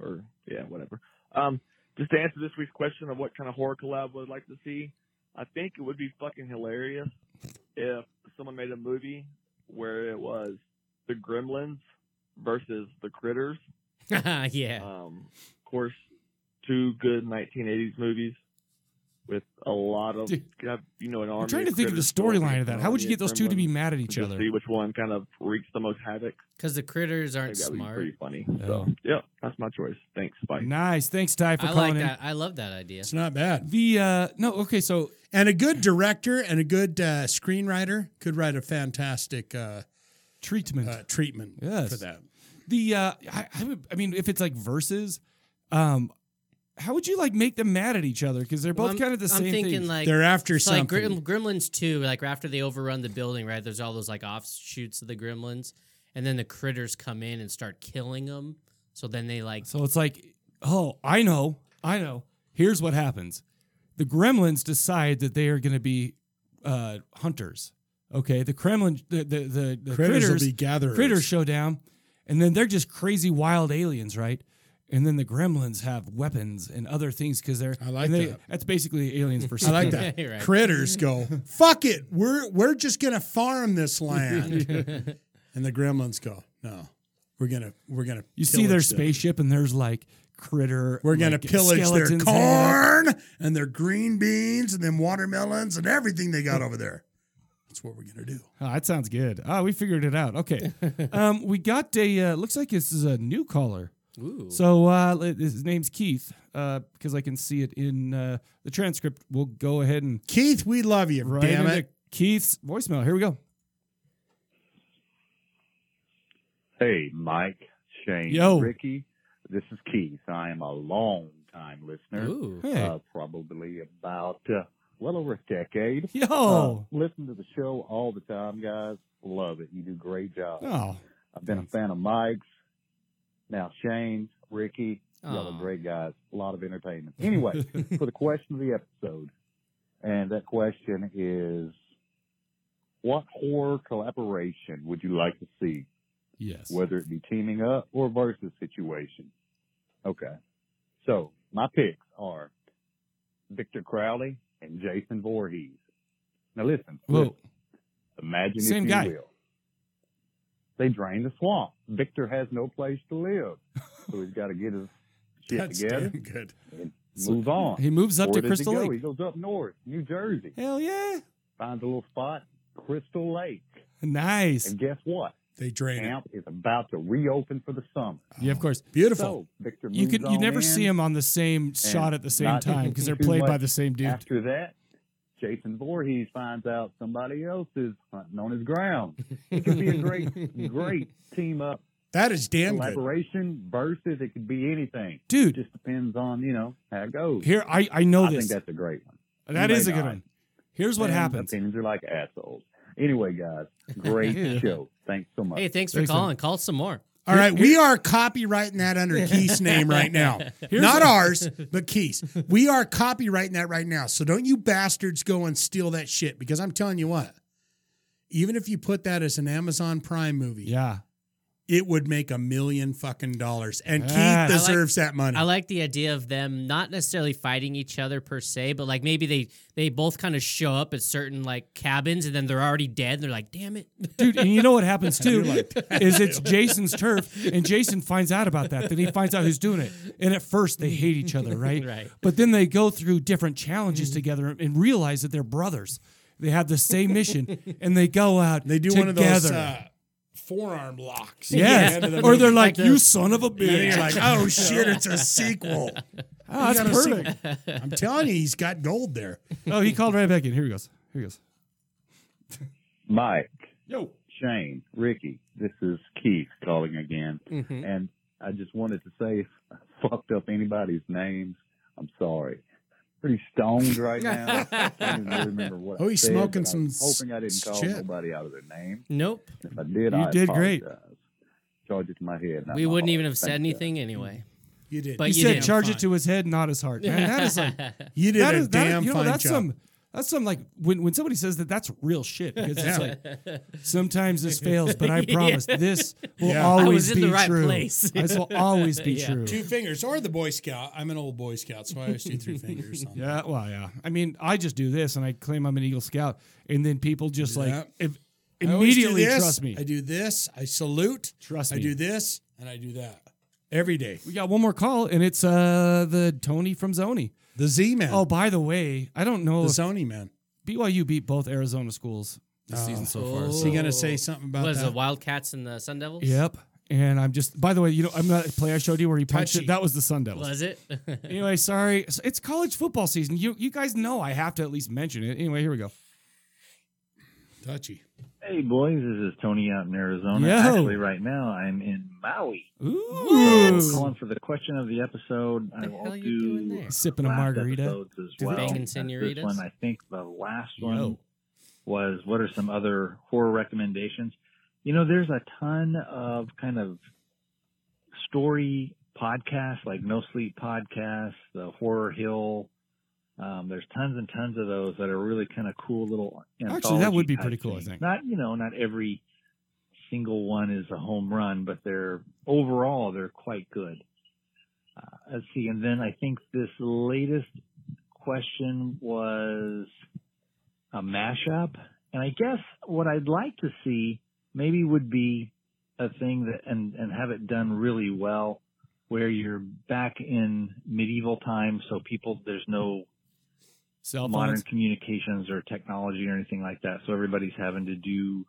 Speaker 7: or yeah, whatever. Um, just to answer this week's question of what kind of horror collab would I like to see, I think it would be fucking hilarious if someone made a movie where it was the Gremlins versus the Critters.
Speaker 3: yeah,
Speaker 7: Um, of course, two good 1980s movies with a lot of
Speaker 1: Dude.
Speaker 7: you know an army.
Speaker 1: I'm trying to think of the
Speaker 7: critters going
Speaker 1: storyline of that. How would you
Speaker 7: around
Speaker 1: get those two to be
Speaker 7: Gremlins
Speaker 1: mad at
Speaker 7: and
Speaker 1: each
Speaker 7: just
Speaker 1: other?
Speaker 7: See which one kind of wreaks the most havoc.
Speaker 3: because the critters
Speaker 7: I
Speaker 3: aren't
Speaker 7: think that would be
Speaker 3: smart.
Speaker 7: pretty funny.
Speaker 1: Oh.
Speaker 7: So, yeah, that's my choice. Thanks. Bye.
Speaker 1: Nice. Thanks, Ty, for
Speaker 3: I
Speaker 1: calling
Speaker 3: like
Speaker 1: in.
Speaker 3: that. I love that idea.
Speaker 2: It's not bad.
Speaker 1: The uh, no, okay, so
Speaker 2: And a good director and a good uh, screenwriter could write a fantastic uh,
Speaker 1: treatment.
Speaker 2: uh, treatment
Speaker 1: Yes.
Speaker 2: for that.
Speaker 1: The uh, I, I, would, I mean, if it's like verses, um, how would you like make them mad at each other because they're
Speaker 3: Well,
Speaker 1: both
Speaker 3: I'm-
Speaker 1: kind of the
Speaker 3: I'm
Speaker 1: same
Speaker 3: thinking
Speaker 1: thing?
Speaker 3: like
Speaker 2: They're after
Speaker 3: it's like
Speaker 2: something.
Speaker 3: Grim, Gremlins two. Like after they overrun the building, right? There's all those like offshoots of the Gremlins, and then the critters come in and start killing them. So then they like
Speaker 1: so it's like, oh, I know, I know. Here's what happens: the Gremlins decide that they are going to be uh, hunters. Okay, the Kremlin, the the the, the
Speaker 2: critters,
Speaker 1: critters,
Speaker 2: will be gatherers.
Speaker 1: critters show down, and then they're just crazy wild aliens, right? And then the Gremlins have weapons and other things because they're.
Speaker 2: I like
Speaker 1: and
Speaker 2: that.
Speaker 1: That's basically aliens for.
Speaker 2: I like
Speaker 1: science.
Speaker 2: that.
Speaker 3: You're right.
Speaker 2: Critters go, fuck it. We're we're just gonna farm this land. and the gremlins go, no, we're gonna we're gonna
Speaker 1: You
Speaker 2: pillage
Speaker 1: see their
Speaker 2: them.
Speaker 1: spaceship, and there's like critter.
Speaker 2: We're gonna
Speaker 1: like,
Speaker 2: pillage their
Speaker 1: skeletons head.
Speaker 2: corn and their green beans and then watermelons and everything they got over there. That's what we're gonna do.
Speaker 1: Oh, that sounds good. Ah, we figured it out. Okay, um, we got a. Uh, looks like this is a new caller.
Speaker 3: ooh.
Speaker 1: So uh, li- his name's Keith. Uh, because I can see it in uh, the transcript. We'll go ahead and
Speaker 2: Keith, we love you.
Speaker 1: right
Speaker 2: damn
Speaker 1: into
Speaker 2: it.
Speaker 1: Keith's voicemail. Here we go.
Speaker 8: Hey, Mike, Shane,
Speaker 1: Yo.
Speaker 8: Ricky. This is Keith. I am a long time listener.
Speaker 3: Ooh.
Speaker 1: Hey.
Speaker 8: Uh, probably about uh, well over a decade.
Speaker 1: Yo.
Speaker 8: Uh, listen to the show all the time, guys. Love it. You do a great job.
Speaker 1: oh.
Speaker 8: I've been a fan of Mike's. Now Shane's, Ricky, y'all
Speaker 3: Aw.
Speaker 8: are great guys. A lot of entertainment. Anyway, for the question of the episode, and that question is, what horror collaboration would you like to see?
Speaker 1: Yes.
Speaker 8: whether it be teaming up or versus situation. Okay. So my picks are Victor Crowley and Jason Voorhees. Now listen, listen.
Speaker 1: Whoa.
Speaker 8: imagine
Speaker 1: Same
Speaker 8: if you
Speaker 1: guy.
Speaker 8: will. They drain the swamp. Victor has no place to live. So he's got to get his shit
Speaker 2: That's
Speaker 8: together
Speaker 2: damn good.
Speaker 8: and move on.
Speaker 1: He moves up to
Speaker 8: Where does
Speaker 1: Crystal
Speaker 8: he go? He
Speaker 1: Lake.
Speaker 8: goes up north, New Jersey.
Speaker 1: Hell yeah.
Speaker 8: Finds a little spot, Crystal Lake.
Speaker 1: Nice.
Speaker 8: And guess what?
Speaker 2: They drain it.
Speaker 8: Camp is about to reopen for the summer. Oh.
Speaker 1: Yeah, of course.
Speaker 2: Beautiful.
Speaker 8: So Victor
Speaker 1: You
Speaker 8: moves
Speaker 1: could you
Speaker 8: on
Speaker 1: never
Speaker 8: in.
Speaker 1: see them on the same shot at the same
Speaker 8: not
Speaker 1: time because they're
Speaker 8: too
Speaker 1: played by
Speaker 8: much
Speaker 1: the same dude.
Speaker 8: After that, Jason Voorhees finds out somebody else is hunting on his ground. It could be a great, great team up
Speaker 2: that is damn good.
Speaker 8: collaboration versus it could be anything. It
Speaker 1: Dude,
Speaker 8: just depends on, you know, how it goes.
Speaker 1: here I I know
Speaker 8: I
Speaker 1: this.
Speaker 8: think that's a great one.
Speaker 1: That
Speaker 8: you
Speaker 1: is
Speaker 8: may
Speaker 1: a good
Speaker 8: not.
Speaker 1: one. Here's what
Speaker 8: And
Speaker 1: happens.
Speaker 8: Opinions are like assholes. Anyway, guys, great show. Thanks so much.
Speaker 3: Hey, thanks for
Speaker 1: Thanks, man.
Speaker 3: calling. Call some more.
Speaker 2: All right, we are copywriting that under Keith's name right now. Not ours, but Keith's. We are copywriting that right now. So don't you bastards go and steal that shit because I'm telling you what. Even if you put that as an Amazon Prime movie,
Speaker 1: Yeah.
Speaker 2: it would make a million fucking dollars. And
Speaker 1: Ah.
Speaker 2: Keith deserves that money.
Speaker 3: I like the idea of them not necessarily fighting each other per se, but like maybe they they both kind of show up at certain like cabins and then they're already dead. And they're like, damn it,
Speaker 1: Dude, and you know what happens too is it's Jason's turf, and Jason finds out about that. Then he finds out who's doing it, and at first they hate each other, right?
Speaker 3: Right.
Speaker 1: But then they go through different
Speaker 2: Mm-hmm.
Speaker 1: challenges together and realize that they're brothers. They have the same mission, and they go out.
Speaker 2: they do
Speaker 1: together.
Speaker 2: one of those uh, forearm locks.
Speaker 1: yes,
Speaker 2: At the end of the
Speaker 1: or they're
Speaker 2: movie.
Speaker 1: like,
Speaker 2: this.
Speaker 1: "You son of a
Speaker 2: And then
Speaker 1: bitch!"
Speaker 2: you're like, oh shit, it's a sequel.
Speaker 1: oh, that's
Speaker 2: You got a
Speaker 1: perfect.
Speaker 2: sequel. I'm telling you, he's got gold there.
Speaker 1: Oh, he called right back in. Here he goes. Here he goes.
Speaker 8: Mike,
Speaker 1: Yo.
Speaker 8: Shane, Ricky, this is Keith calling again.
Speaker 3: Mm-hmm.
Speaker 8: And I just wanted to say if I fucked up anybody's names, I'm sorry. Pretty stoned right now. I don't even remember what. I
Speaker 2: Oh, he's
Speaker 8: said,
Speaker 2: smoking
Speaker 8: but I was
Speaker 2: some s-
Speaker 8: Hoping I didn't call
Speaker 2: shit.
Speaker 8: nobody out of their name.
Speaker 3: nope.
Speaker 8: If I did,
Speaker 1: You
Speaker 8: I
Speaker 1: did
Speaker 8: apologize.
Speaker 1: great.
Speaker 8: Charge it to my head. not
Speaker 3: We
Speaker 8: my
Speaker 3: wouldn't
Speaker 8: heart.
Speaker 3: even have said
Speaker 8: Thank you.
Speaker 3: anything anyway.
Speaker 2: You did.
Speaker 3: But
Speaker 1: He
Speaker 3: you
Speaker 1: said,
Speaker 3: did.
Speaker 1: "Charge it to his head, not his heart." Man, that is like
Speaker 2: you did
Speaker 1: that
Speaker 2: a
Speaker 1: is that,
Speaker 2: damn
Speaker 1: you know
Speaker 2: fine
Speaker 1: that's
Speaker 2: job.
Speaker 1: some that's some like when when somebody says that that's real shit because it's like sometimes this fails but I promise this will
Speaker 2: Yeah. I
Speaker 3: was
Speaker 1: always
Speaker 3: in
Speaker 1: be
Speaker 3: the right
Speaker 1: true.
Speaker 3: place.
Speaker 1: this will always be
Speaker 3: Yeah.
Speaker 1: true.
Speaker 2: two fingers or the Boy Scout. I'm an old Boy Scout, so I always do three fingers. On
Speaker 1: Yeah, well, yeah. I mean, I just do this and I claim I'm an Eagle Scout, and then people just
Speaker 2: Yeah.
Speaker 1: like if,
Speaker 2: I always do
Speaker 1: immediately
Speaker 2: this,
Speaker 1: trust me.
Speaker 2: I do this. I salute.
Speaker 1: Trust
Speaker 2: I
Speaker 1: me.
Speaker 2: do this and I do that every day.
Speaker 1: we got one more call, and it's uh the Tony from Zoni.
Speaker 2: The Z man.
Speaker 1: Oh, by the way, I don't know
Speaker 2: the
Speaker 1: if
Speaker 2: Sony man.
Speaker 1: BYU beat both Arizona schools this
Speaker 2: Oh.
Speaker 1: season so far.
Speaker 2: Is
Speaker 1: So.
Speaker 2: he gonna say something about
Speaker 3: Was
Speaker 2: that?
Speaker 3: the Wildcats and the Sun Devils?
Speaker 1: Yep. And I'm just, by the way, you know, I'm not a play I showed you where he punched
Speaker 2: Touchy.
Speaker 1: it. That was the Sun Devils.
Speaker 3: Was it?
Speaker 1: Anyway, sorry. So It's college football season. You you guys know I have to at least mention it. Anyway, here we go.
Speaker 2: Touchy.
Speaker 9: Hey boys, this is Tony out in Arizona.
Speaker 1: Yo.
Speaker 9: Actually, right now I'm in Maui. I'm
Speaker 1: Ooh.
Speaker 9: calling for the question of the episode. I
Speaker 3: the
Speaker 9: will
Speaker 3: hell you doing
Speaker 9: do
Speaker 3: there?
Speaker 1: Sipping a
Speaker 9: last
Speaker 1: margarita.
Speaker 9: episodes as
Speaker 1: Do
Speaker 9: well.
Speaker 3: banging
Speaker 9: That's
Speaker 3: senoritas?
Speaker 9: This one, I think the last one
Speaker 1: Yo.
Speaker 9: was what are some other horror recommendations? You know, there's a ton of kind of story podcasts like No Sleep Podcast, the Horror Hill. Um, there's tons and tons of those that are really kind of cool little.
Speaker 1: Actually, that would be
Speaker 9: anthology-type
Speaker 1: pretty cool, I
Speaker 9: things.
Speaker 1: think.
Speaker 9: Not you know, not every single one is a home run, but they're overall they're quite good. Uh, let's see, and then I think this latest question was a mashup. And I guess what I'd like to see maybe would be a thing that and, and have it done really well where you're back in medieval times so people there's no
Speaker 1: Cell
Speaker 9: modern
Speaker 1: phones.
Speaker 9: communications or technology or anything like that. So everybody's having to do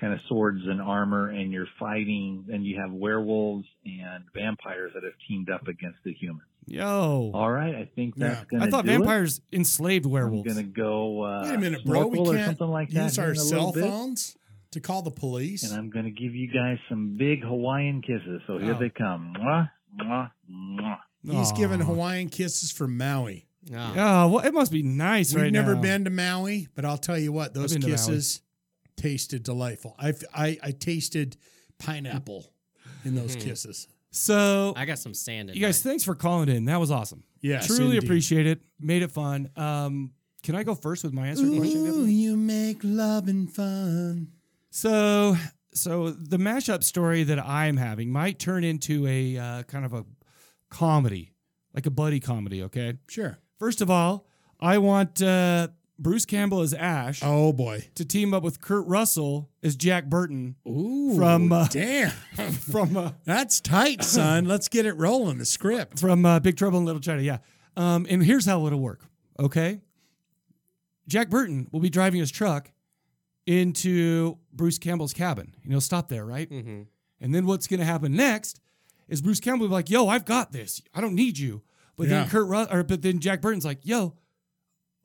Speaker 9: kind of swords and armor and you're fighting and you have werewolves and vampires that have teamed up against the humans.
Speaker 1: Yo.
Speaker 9: All right, I think that's
Speaker 2: Yeah.
Speaker 9: gonna
Speaker 1: I thought
Speaker 9: do it.
Speaker 1: vampires enslaved
Speaker 9: I'm
Speaker 1: werewolves.
Speaker 9: gonna go. Uh,
Speaker 2: Wait a minute, bro. We
Speaker 9: snorkel or
Speaker 2: can't
Speaker 9: something like that
Speaker 2: use
Speaker 9: here
Speaker 2: our
Speaker 9: in a
Speaker 2: cell
Speaker 9: little bit.
Speaker 2: phones to call the police.
Speaker 9: And I'm gonna give you guys some big Hawaiian kisses. So here
Speaker 1: Oh.
Speaker 9: they come. Mwah, mwah, mwah.
Speaker 2: He's
Speaker 1: Aw.
Speaker 2: giving Hawaiian kisses from Maui.
Speaker 3: No.
Speaker 1: Oh, well, it must be nice
Speaker 2: We've
Speaker 1: right
Speaker 2: never
Speaker 1: now.
Speaker 2: been to Maui, but I'll tell you what, those
Speaker 1: been to Maui.
Speaker 2: kisses tasted delightful. I've, I I tasted pineapple in
Speaker 3: Hmm.
Speaker 2: those kisses.
Speaker 1: So,
Speaker 3: I got some sand in
Speaker 1: you guys,
Speaker 3: mine.
Speaker 1: thanks for calling in. That was awesome.
Speaker 2: Yes,
Speaker 1: Truly
Speaker 2: indeed.
Speaker 1: appreciate it. Made it fun. Um, can I go first with my
Speaker 2: Mm-hmm.
Speaker 1: answer question?
Speaker 2: Ooh, you make love and fun.
Speaker 1: So, so the mashup story that I'm having might turn into a uh, kind of a comedy, like a buddy comedy. Okay.
Speaker 2: Sure.
Speaker 1: First of all, I want uh, Bruce Campbell as Ash
Speaker 2: Oh boy.
Speaker 1: to team up with Kurt Russell as Jack Burton
Speaker 2: Ooh.
Speaker 1: From, uh,
Speaker 2: damn.
Speaker 1: from uh,
Speaker 2: That's tight, son. Let's get it rolling. The script.
Speaker 1: from uh, Big Trouble in Little China. Yeah. Um, and here's how it'll work. Okay. Jack Burton will be driving his truck into Bruce Campbell's cabin, and he'll stop there, right?
Speaker 3: Mhm.
Speaker 1: And then what's going to happen next is Bruce Campbell will be like, "Yo, I've got this. I don't need you." But
Speaker 2: Yeah.
Speaker 1: then Kurt Ru- or but then Jack Burton's like, "Yo,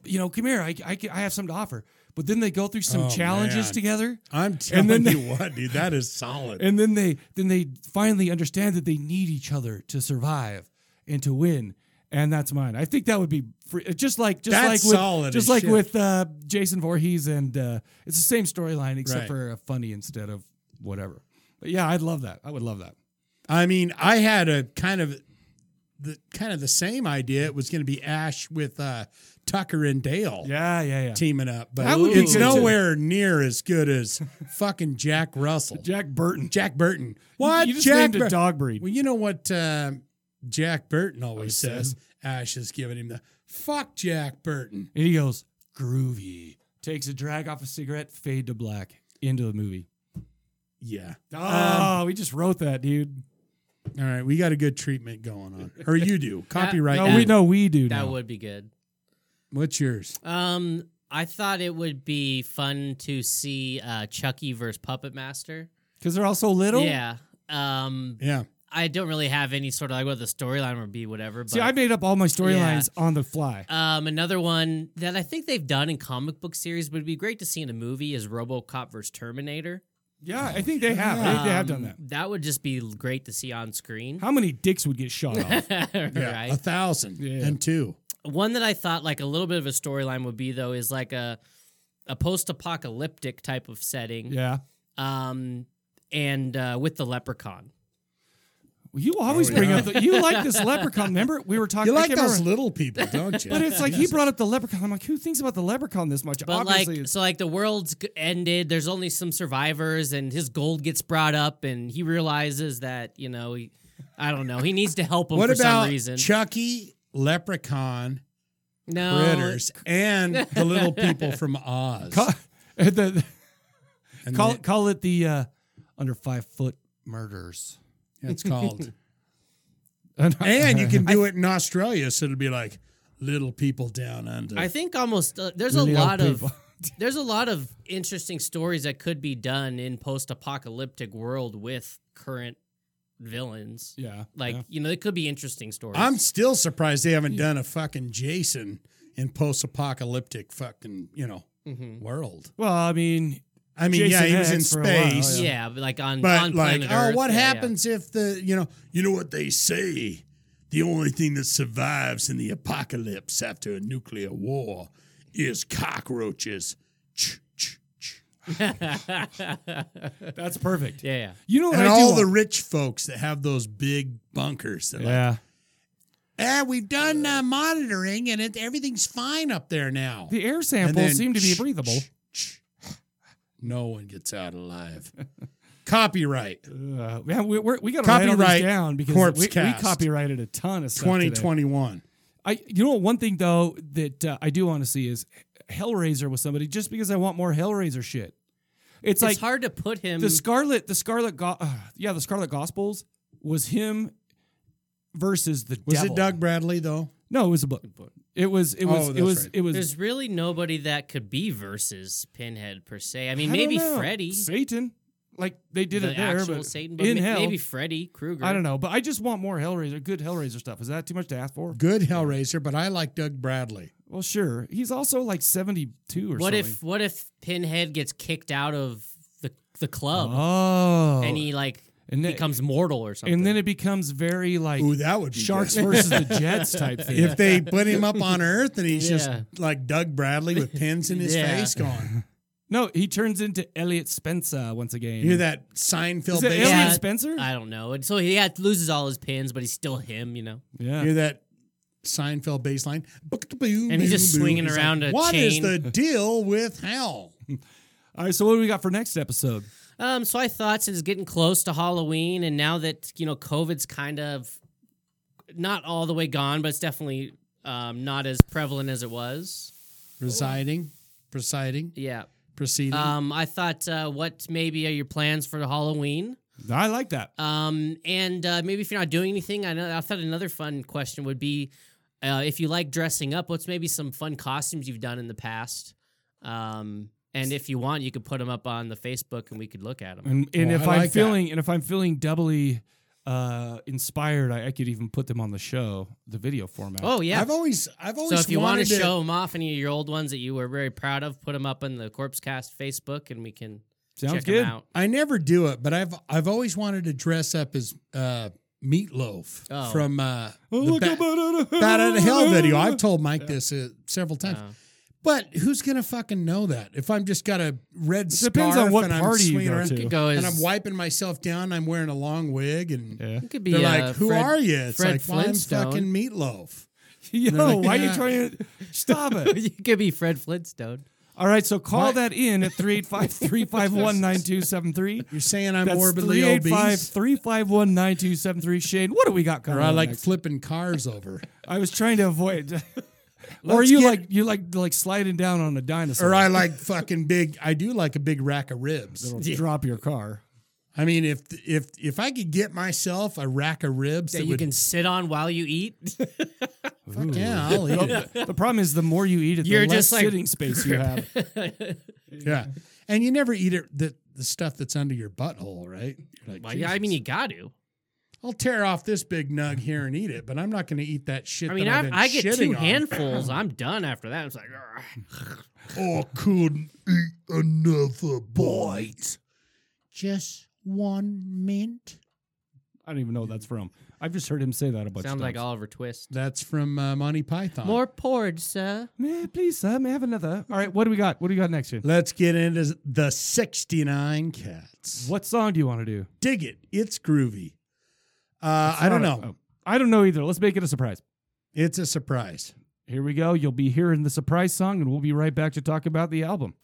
Speaker 1: you know, come here. I I, can- I have something to offer." But then they go through some
Speaker 2: Oh,
Speaker 1: challenges
Speaker 2: man.
Speaker 1: together,
Speaker 2: I'm telling
Speaker 1: then-
Speaker 2: you what, dude. That is solid.
Speaker 1: and then they then they finally understand that they need each other to survive and to win. And that's mine. I think that would be free, just like just
Speaker 2: That's
Speaker 1: like with
Speaker 2: solid
Speaker 1: just
Speaker 2: as
Speaker 1: like
Speaker 2: shit.
Speaker 1: with uh, Jason Voorhees and uh, it's the same storyline except
Speaker 2: Right.
Speaker 1: for uh, funny instead of whatever. But yeah, I'd love that. I would love that.
Speaker 2: I mean, I had a kind of the kind of the same idea. It was going to be Ash with uh, Tucker and Dale
Speaker 1: Yeah, yeah, yeah.
Speaker 2: teaming up, but
Speaker 1: That would be
Speaker 2: it's
Speaker 1: good, too.
Speaker 2: nowhere near as good as fucking Jack Russell,
Speaker 1: Jack Burton.
Speaker 2: Jack Burton. What
Speaker 1: You just
Speaker 2: Jack
Speaker 1: named a
Speaker 2: Bur-
Speaker 1: dog breed.
Speaker 2: Well, you know what uh, Jack Burton always
Speaker 1: Always
Speaker 2: says. Ash is giving him the fuck Jack Burton.
Speaker 1: And he goes, groovy. Takes a drag off a cigarette, fade to black. Into the movie.
Speaker 2: Yeah.
Speaker 1: Oh, we just wrote that, dude.
Speaker 2: All right, we got a good treatment going on, or you do. Copyright.
Speaker 1: No,
Speaker 3: that-
Speaker 1: we no, we do.
Speaker 3: That
Speaker 1: now.
Speaker 3: would be good.
Speaker 2: What's yours?
Speaker 3: Um, I thought it would be fun to see uh, Chucky versus Puppet Master.
Speaker 1: because they're all so little.
Speaker 3: Yeah. Um,
Speaker 2: Yeah.
Speaker 3: I don't really have any sort of like what the storyline would be, whatever. But
Speaker 1: See, I made up all my storylines on the fly.
Speaker 3: um, another one that I think they've done in comic book series would be great to see in a movie is RoboCop versus Terminator.
Speaker 1: Yeah, I think they have. I think they have done
Speaker 3: Um,
Speaker 1: that.
Speaker 3: That would just be great to see on screen.
Speaker 1: How many dicks would get shot off?
Speaker 2: Yeah.
Speaker 3: right.
Speaker 2: A thousand
Speaker 1: Yeah.
Speaker 2: and two.
Speaker 3: One that I thought like a little bit of a storyline would be though is like a a post-apocalyptic type of setting.
Speaker 1: yeah.
Speaker 3: Um and uh, with the leprechaun.
Speaker 1: Well, you always bring up the, you like this leprechaun. Remember we were talking.
Speaker 2: You
Speaker 1: I
Speaker 2: like
Speaker 1: can't
Speaker 2: those
Speaker 1: remember-
Speaker 2: little people, don't you?
Speaker 1: but it's like he brought up the leprechaun. I'm like, who thinks about the leprechaun this much?
Speaker 3: But
Speaker 1: Obviously,
Speaker 3: like
Speaker 1: it's,
Speaker 3: so like the world's g- ended, there's only some survivors and his gold gets brought up and he realizes that, you know, he I don't know, he needs to help him
Speaker 2: what
Speaker 3: for
Speaker 2: about
Speaker 3: some reason.
Speaker 2: Chucky, Leprechaun,
Speaker 3: no.
Speaker 2: Critters, and the little people from Oz?
Speaker 1: Ca- the-
Speaker 2: And
Speaker 1: call
Speaker 2: then-
Speaker 1: call it the uh, under five foot murders.
Speaker 2: It's called. and you can do it in Australia, so it'll be like little people down under.
Speaker 3: I think almost uh, there's a
Speaker 1: Little
Speaker 3: lot
Speaker 1: people.
Speaker 3: of there's a lot of interesting stories that could be done in post-apocalyptic world with current villains.
Speaker 1: yeah,
Speaker 3: Like
Speaker 1: yeah.
Speaker 3: you know, it could be interesting stories.
Speaker 2: I'm still surprised they haven't done a fucking Jason in post-apocalyptic fucking you know
Speaker 3: Mhm.
Speaker 2: world.
Speaker 1: Well, I mean,
Speaker 2: I mean,
Speaker 1: Jason
Speaker 2: yeah, he was in
Speaker 1: X for a while,
Speaker 2: space.
Speaker 1: yeah.
Speaker 3: yeah, but like on
Speaker 2: But
Speaker 3: on
Speaker 2: like,
Speaker 3: planet
Speaker 2: oh,
Speaker 3: Earth,
Speaker 2: what
Speaker 3: yeah, yeah.
Speaker 2: happens if the you know you know what they say? The only thing that survives in the apocalypse after a nuclear war is cockroaches. Ch- ch- ch.
Speaker 1: that's perfect.
Speaker 3: Yeah, yeah.
Speaker 1: You know what
Speaker 2: And
Speaker 1: I do
Speaker 2: all the
Speaker 1: want-
Speaker 2: rich folks that have those big bunkers. They're like,
Speaker 1: yeah.
Speaker 2: ah, we've done uh, monitoring and it, everything's fine up there now.
Speaker 1: The air
Speaker 2: And
Speaker 1: samples
Speaker 2: then
Speaker 1: seem to be
Speaker 2: ch-
Speaker 1: breathable.
Speaker 2: ch- ch. No one gets out alive. Copyright
Speaker 1: Uh, man, we, we're, we got to write all this
Speaker 2: Copyright
Speaker 1: down because
Speaker 2: Corpse
Speaker 1: we, we
Speaker 2: Cast.
Speaker 1: copyrighted a ton of stuff. today.
Speaker 2: 2021.
Speaker 1: I, you know, what, one thing though that uh, I do want to see is Hellraiser with somebody, just because I want more Hellraiser shit.
Speaker 3: It's,
Speaker 1: It's, like
Speaker 3: hard to put him.
Speaker 1: the Scarlet, the Scarlet, Go- uh, yeah, the Scarlet Gospels was him versus the
Speaker 2: Was
Speaker 1: devil.
Speaker 2: it Doug Bradley though?
Speaker 1: No, it was a book. It was, it
Speaker 2: Oh,
Speaker 1: was, it
Speaker 2: that's
Speaker 1: was,
Speaker 2: right.
Speaker 1: it was.
Speaker 3: there's really nobody that could be versus Pinhead per se. I
Speaker 1: I
Speaker 3: mean,
Speaker 1: don't
Speaker 3: maybe
Speaker 1: know.
Speaker 3: Freddy,
Speaker 1: Satan, like they did
Speaker 3: the
Speaker 1: it there,
Speaker 3: actual
Speaker 1: but
Speaker 3: Satan, but
Speaker 1: in
Speaker 3: ma-
Speaker 1: hell,
Speaker 3: maybe Freddy Krueger.
Speaker 1: I don't know. But I just want more Hellraiser, good Hellraiser stuff. Is that too much to ask for?
Speaker 2: Good Hellraiser, but I like Doug Bradley.
Speaker 1: Well, sure. He's also like 72 or
Speaker 3: What
Speaker 1: something.
Speaker 3: if what if Pinhead gets kicked out of the the club
Speaker 1: Oh.
Speaker 3: and he like
Speaker 1: And then-
Speaker 3: becomes mortal or something?
Speaker 1: and then it becomes very like
Speaker 2: Ooh, that would be
Speaker 1: Sharks
Speaker 2: good.
Speaker 1: versus the Jets type thing.
Speaker 2: if they put him up on Earth and he's
Speaker 3: Yeah.
Speaker 2: just like Doug Bradley with pins in his
Speaker 3: Yeah.
Speaker 2: face going.
Speaker 1: no, he turns into Elliot Spencer once again.
Speaker 2: You hear that Seinfeld
Speaker 1: Is it
Speaker 2: bass?
Speaker 1: Elliot
Speaker 3: Yeah.
Speaker 1: Spencer?
Speaker 3: I don't know. And so he yeah, loses all his pins, but he's still him, you know.
Speaker 1: yeah.
Speaker 2: You hear that Seinfeld bass line?
Speaker 3: And he's just swinging around a
Speaker 2: What is
Speaker 3: chain." Um,
Speaker 2: the deal with hell?
Speaker 1: All right. So what do we got for next episode?
Speaker 3: Um, so I thought since it's getting close to Halloween, and now that you know COVID's kind of not all the way gone, but it's definitely um, not as prevalent as it was.
Speaker 2: Residing, presiding,
Speaker 3: Yeah.
Speaker 2: proceeding.
Speaker 3: Um, I thought, uh, what maybe are your plans for Halloween?
Speaker 1: I like that.
Speaker 3: Um, and uh, maybe if you're not doing anything, I know I thought another fun question would be, uh, if you like dressing up, what's maybe some fun costumes you've done in the past? Um, and if you want, you could put them up on the Facebook, and we could look at them.
Speaker 1: And and
Speaker 2: Oh,
Speaker 1: if
Speaker 2: I
Speaker 1: I'm
Speaker 2: like that.
Speaker 1: feeling and if I'm feeling doubly uh inspired, I, I could even put them on the show, the video format.
Speaker 3: Oh yeah,
Speaker 2: I've always, I've always
Speaker 3: So if you want
Speaker 2: wanted
Speaker 3: to show them off, any of your old ones that you were very proud of, put them up on the Corpse Cast Facebook, and we can
Speaker 1: sounds
Speaker 3: check
Speaker 1: good.
Speaker 3: them out.
Speaker 2: I never do it, but I've, I've always wanted to dress up as uh, Meatloaf
Speaker 3: Oh.
Speaker 2: from uh,
Speaker 1: Oh,
Speaker 2: the
Speaker 1: look
Speaker 2: Ba-
Speaker 1: up, out of
Speaker 2: Bat Out of Hell video. I've
Speaker 1: told
Speaker 2: told Mike this uh, several times.
Speaker 3: Uh,
Speaker 2: But who's gonna fucking know that if I'm just got a red
Speaker 1: It
Speaker 2: scarf
Speaker 1: depends on what
Speaker 2: and I'm
Speaker 1: party you
Speaker 2: swinging
Speaker 1: go
Speaker 2: around
Speaker 1: to.
Speaker 3: Could go as,
Speaker 2: and I'm wiping myself down. I'm wearing a long wig and
Speaker 1: Yeah.
Speaker 3: it could be
Speaker 2: they're
Speaker 3: uh,
Speaker 2: like, "Who
Speaker 3: Fred-
Speaker 2: are you?" It's
Speaker 3: Fred
Speaker 2: like, well, "I'm
Speaker 3: Flintstone.
Speaker 2: fucking meatloaf."
Speaker 1: Yo, why are you
Speaker 2: Yeah.
Speaker 1: trying to stop it?
Speaker 3: you could be Fred Flintstone.
Speaker 1: All right, so call
Speaker 2: Why-
Speaker 1: that in at 385 351 9273.
Speaker 2: You're saying I'm
Speaker 1: That's
Speaker 2: morbidly obese,
Speaker 1: 351 9273. Shane, what do we got
Speaker 2: or
Speaker 1: coming
Speaker 2: I
Speaker 1: up
Speaker 2: like
Speaker 1: next?
Speaker 2: flipping cars over,
Speaker 1: I was trying to avoid. or
Speaker 2: Let's
Speaker 1: you
Speaker 2: get-
Speaker 1: like you like like sliding down on a dinosaur.
Speaker 2: or I like fucking big. I do like a big rack of ribs.
Speaker 1: It'll drop your car.
Speaker 2: I mean, if if if I could get myself a rack of ribs,
Speaker 3: That
Speaker 2: that
Speaker 3: you
Speaker 2: would,
Speaker 3: can sit on while you eat.
Speaker 2: fuck yeah, I'll eat it.
Speaker 1: The problem is the more you eat it, the
Speaker 3: You're
Speaker 1: less
Speaker 3: just like-
Speaker 1: sitting space you have.
Speaker 2: Yeah, and you never eat it the the stuff that's under your butthole, right? You're like,
Speaker 3: Well, yeah, I mean,
Speaker 2: "Jesus,
Speaker 3: you got to.
Speaker 2: I'll tear off this big nug here and eat it, but I'm not going to eat that shit.
Speaker 3: I mean,
Speaker 2: that I've
Speaker 3: I,
Speaker 2: been
Speaker 3: I get
Speaker 2: shitting
Speaker 3: two
Speaker 2: on.
Speaker 3: handfuls. I'm done after that. It's like, "Argh."
Speaker 2: I couldn't eat another bite. Just one mint.
Speaker 1: I don't even know what that's from. I've just heard him say that a bunch
Speaker 3: sounds
Speaker 1: of
Speaker 3: like
Speaker 1: times.
Speaker 3: Oliver Twist.
Speaker 2: That's from uh, Monty Python.
Speaker 3: More porridge, sir.
Speaker 1: May I please, sir, may I have another? All right, what do we got? What do we got next? Shane?
Speaker 2: Let's get into the 69 Cats.
Speaker 1: What song do you want to do?
Speaker 2: Dig it. It's groovy. Uh, I don't
Speaker 1: Not a-
Speaker 2: know.
Speaker 1: oh, I don't know either. Let's make it a surprise.
Speaker 2: It's a surprise.
Speaker 1: Here we go. You'll be hearing the surprise song, and we'll be right back to talk about the album.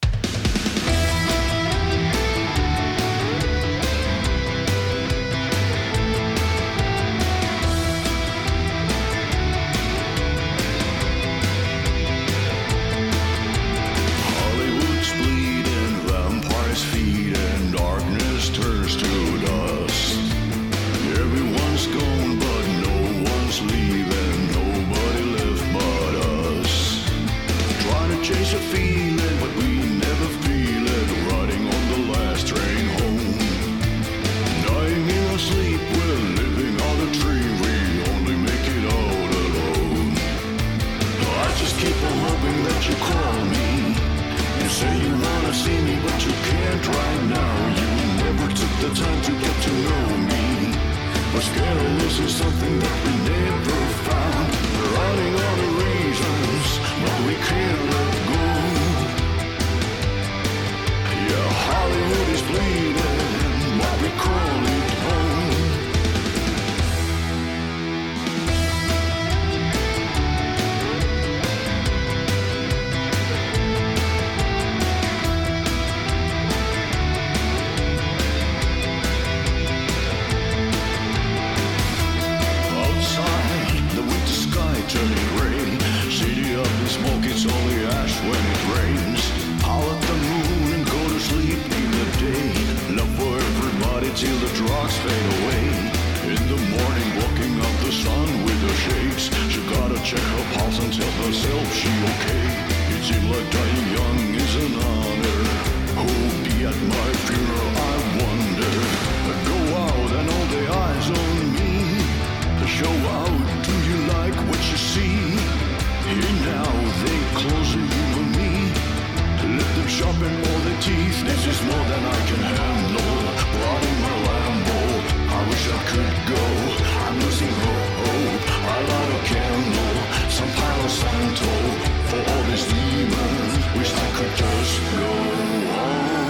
Speaker 4: Hollywood's bleeding, vampires feed, and darkness turns to dust. Everyone's gone, but no one's leaving, nobody left but us. Trying to chase a feeling, but we never feel it, riding on the last train home. Dying in our sleep, we're living on a dream, we only make it out alone. I just keep on hoping that you call me. You say you wanna see me, but you can't right now. You never took the time to get to know me. We're scared of losing something that we never found. We're running out of reasons, but we can't let go. Yeah, Hollywood is bleeding, but we call it home. Outside, the winter sky turning gray. City up in smoke, it's only ash when it rains. Howl at the moon and go to sleep in the day. Love for everybody till the drugs fade away. In the morning, walking up the sun with her shakes. She gotta check her pulse and tell herself she okay. It seems like dying young is an honor. Who'll be at my funeral, I wonder. I go out and all the eyes on me. Show out, do you like what you see? Here now, they closer you and me. Let them sharpen all their teeth. This is more than I can handle. Blood in my Lambo. I wish I could go. I'm losing hope. I light a candle. Some Palo Santo. For all these demons. Wish I could just go home.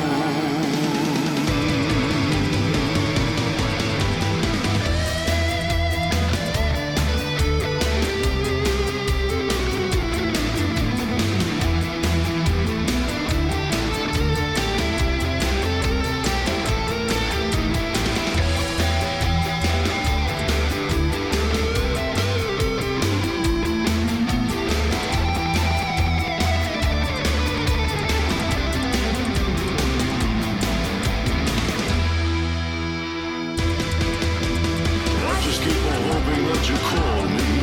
Speaker 4: I just keep on hoping that you call me.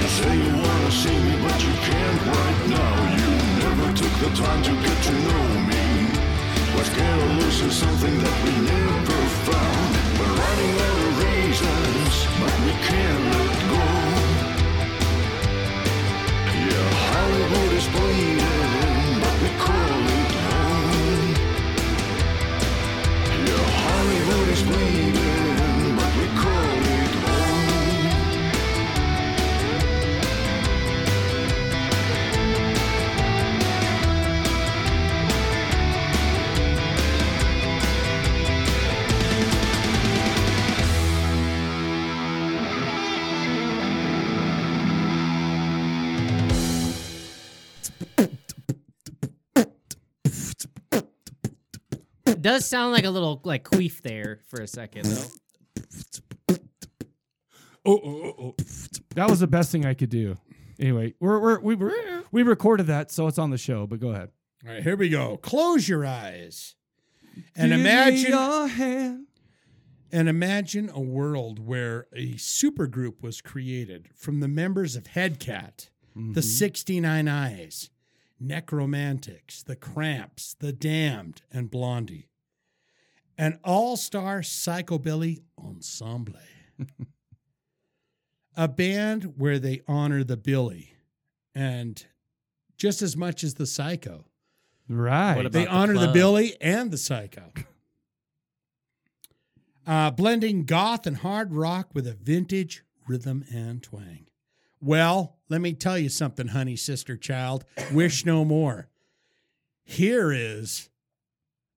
Speaker 4: You say you wanna see me, but you can't right now. You never took the time to get to know me. We're scared of losing something that we never found. We're running out of reasons, but we can't let go. Yeah, Hollywood is bleeding, but we call it home. Yeah, Hollywood is bleeding, but we call it home.
Speaker 3: That does sound like a little like queef there for a second though.
Speaker 1: Oh, oh, oh, oh. That was the best thing I could do. Anyway, we're, we're, we, were, we recorded that, so it's on the show, but go ahead.
Speaker 2: All right, here we go. Close your eyes and
Speaker 1: Give me
Speaker 2: imagine
Speaker 1: your hand.
Speaker 2: and imagine a world where a supergroup was created from the members of Headcat, the 69 Eyes, Necromantics, the Cramps, the Damned, and Blondie. An all-star psychobilly ensemble. a band where they honor the Billy and just as much as the psycho.
Speaker 1: Right.
Speaker 3: What about-
Speaker 2: They
Speaker 3: the
Speaker 2: honor the
Speaker 3: club.
Speaker 2: Billy and the Psycho. Uh, blending goth and hard rock with a vintage rhythm and twang. Well, let me tell you something, honey, sister, child. Wish no more. Here is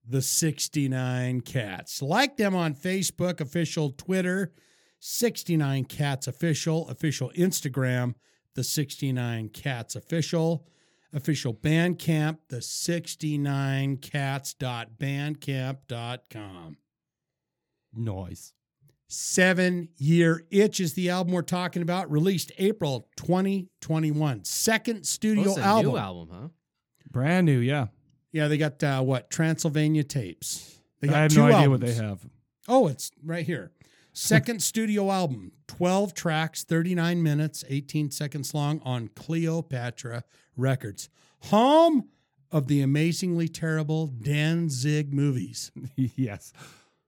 Speaker 2: the 69 Cats. Like them on Facebook, official Twitter, 69 Cats official, official Instagram, the 69 Cats official official bandcamp the 69cats.bandcamp.com
Speaker 1: Noise.
Speaker 2: seven year itch is the album we're talking about released april 2021 second
Speaker 3: Oh,
Speaker 2: studio
Speaker 3: it's a
Speaker 2: album.
Speaker 3: new album, huh?
Speaker 1: Brand new, yeah.
Speaker 2: yeah they got uh, what transylvania tapes they got
Speaker 1: I have
Speaker 2: two
Speaker 1: no idea what
Speaker 2: albums.
Speaker 1: they have.
Speaker 2: Oh, it's right here. Second studio album, 12 tracks, 39 minutes, 18 seconds long on Cleopatra Records. Home of the amazingly terrible Danzig movies.
Speaker 1: yes.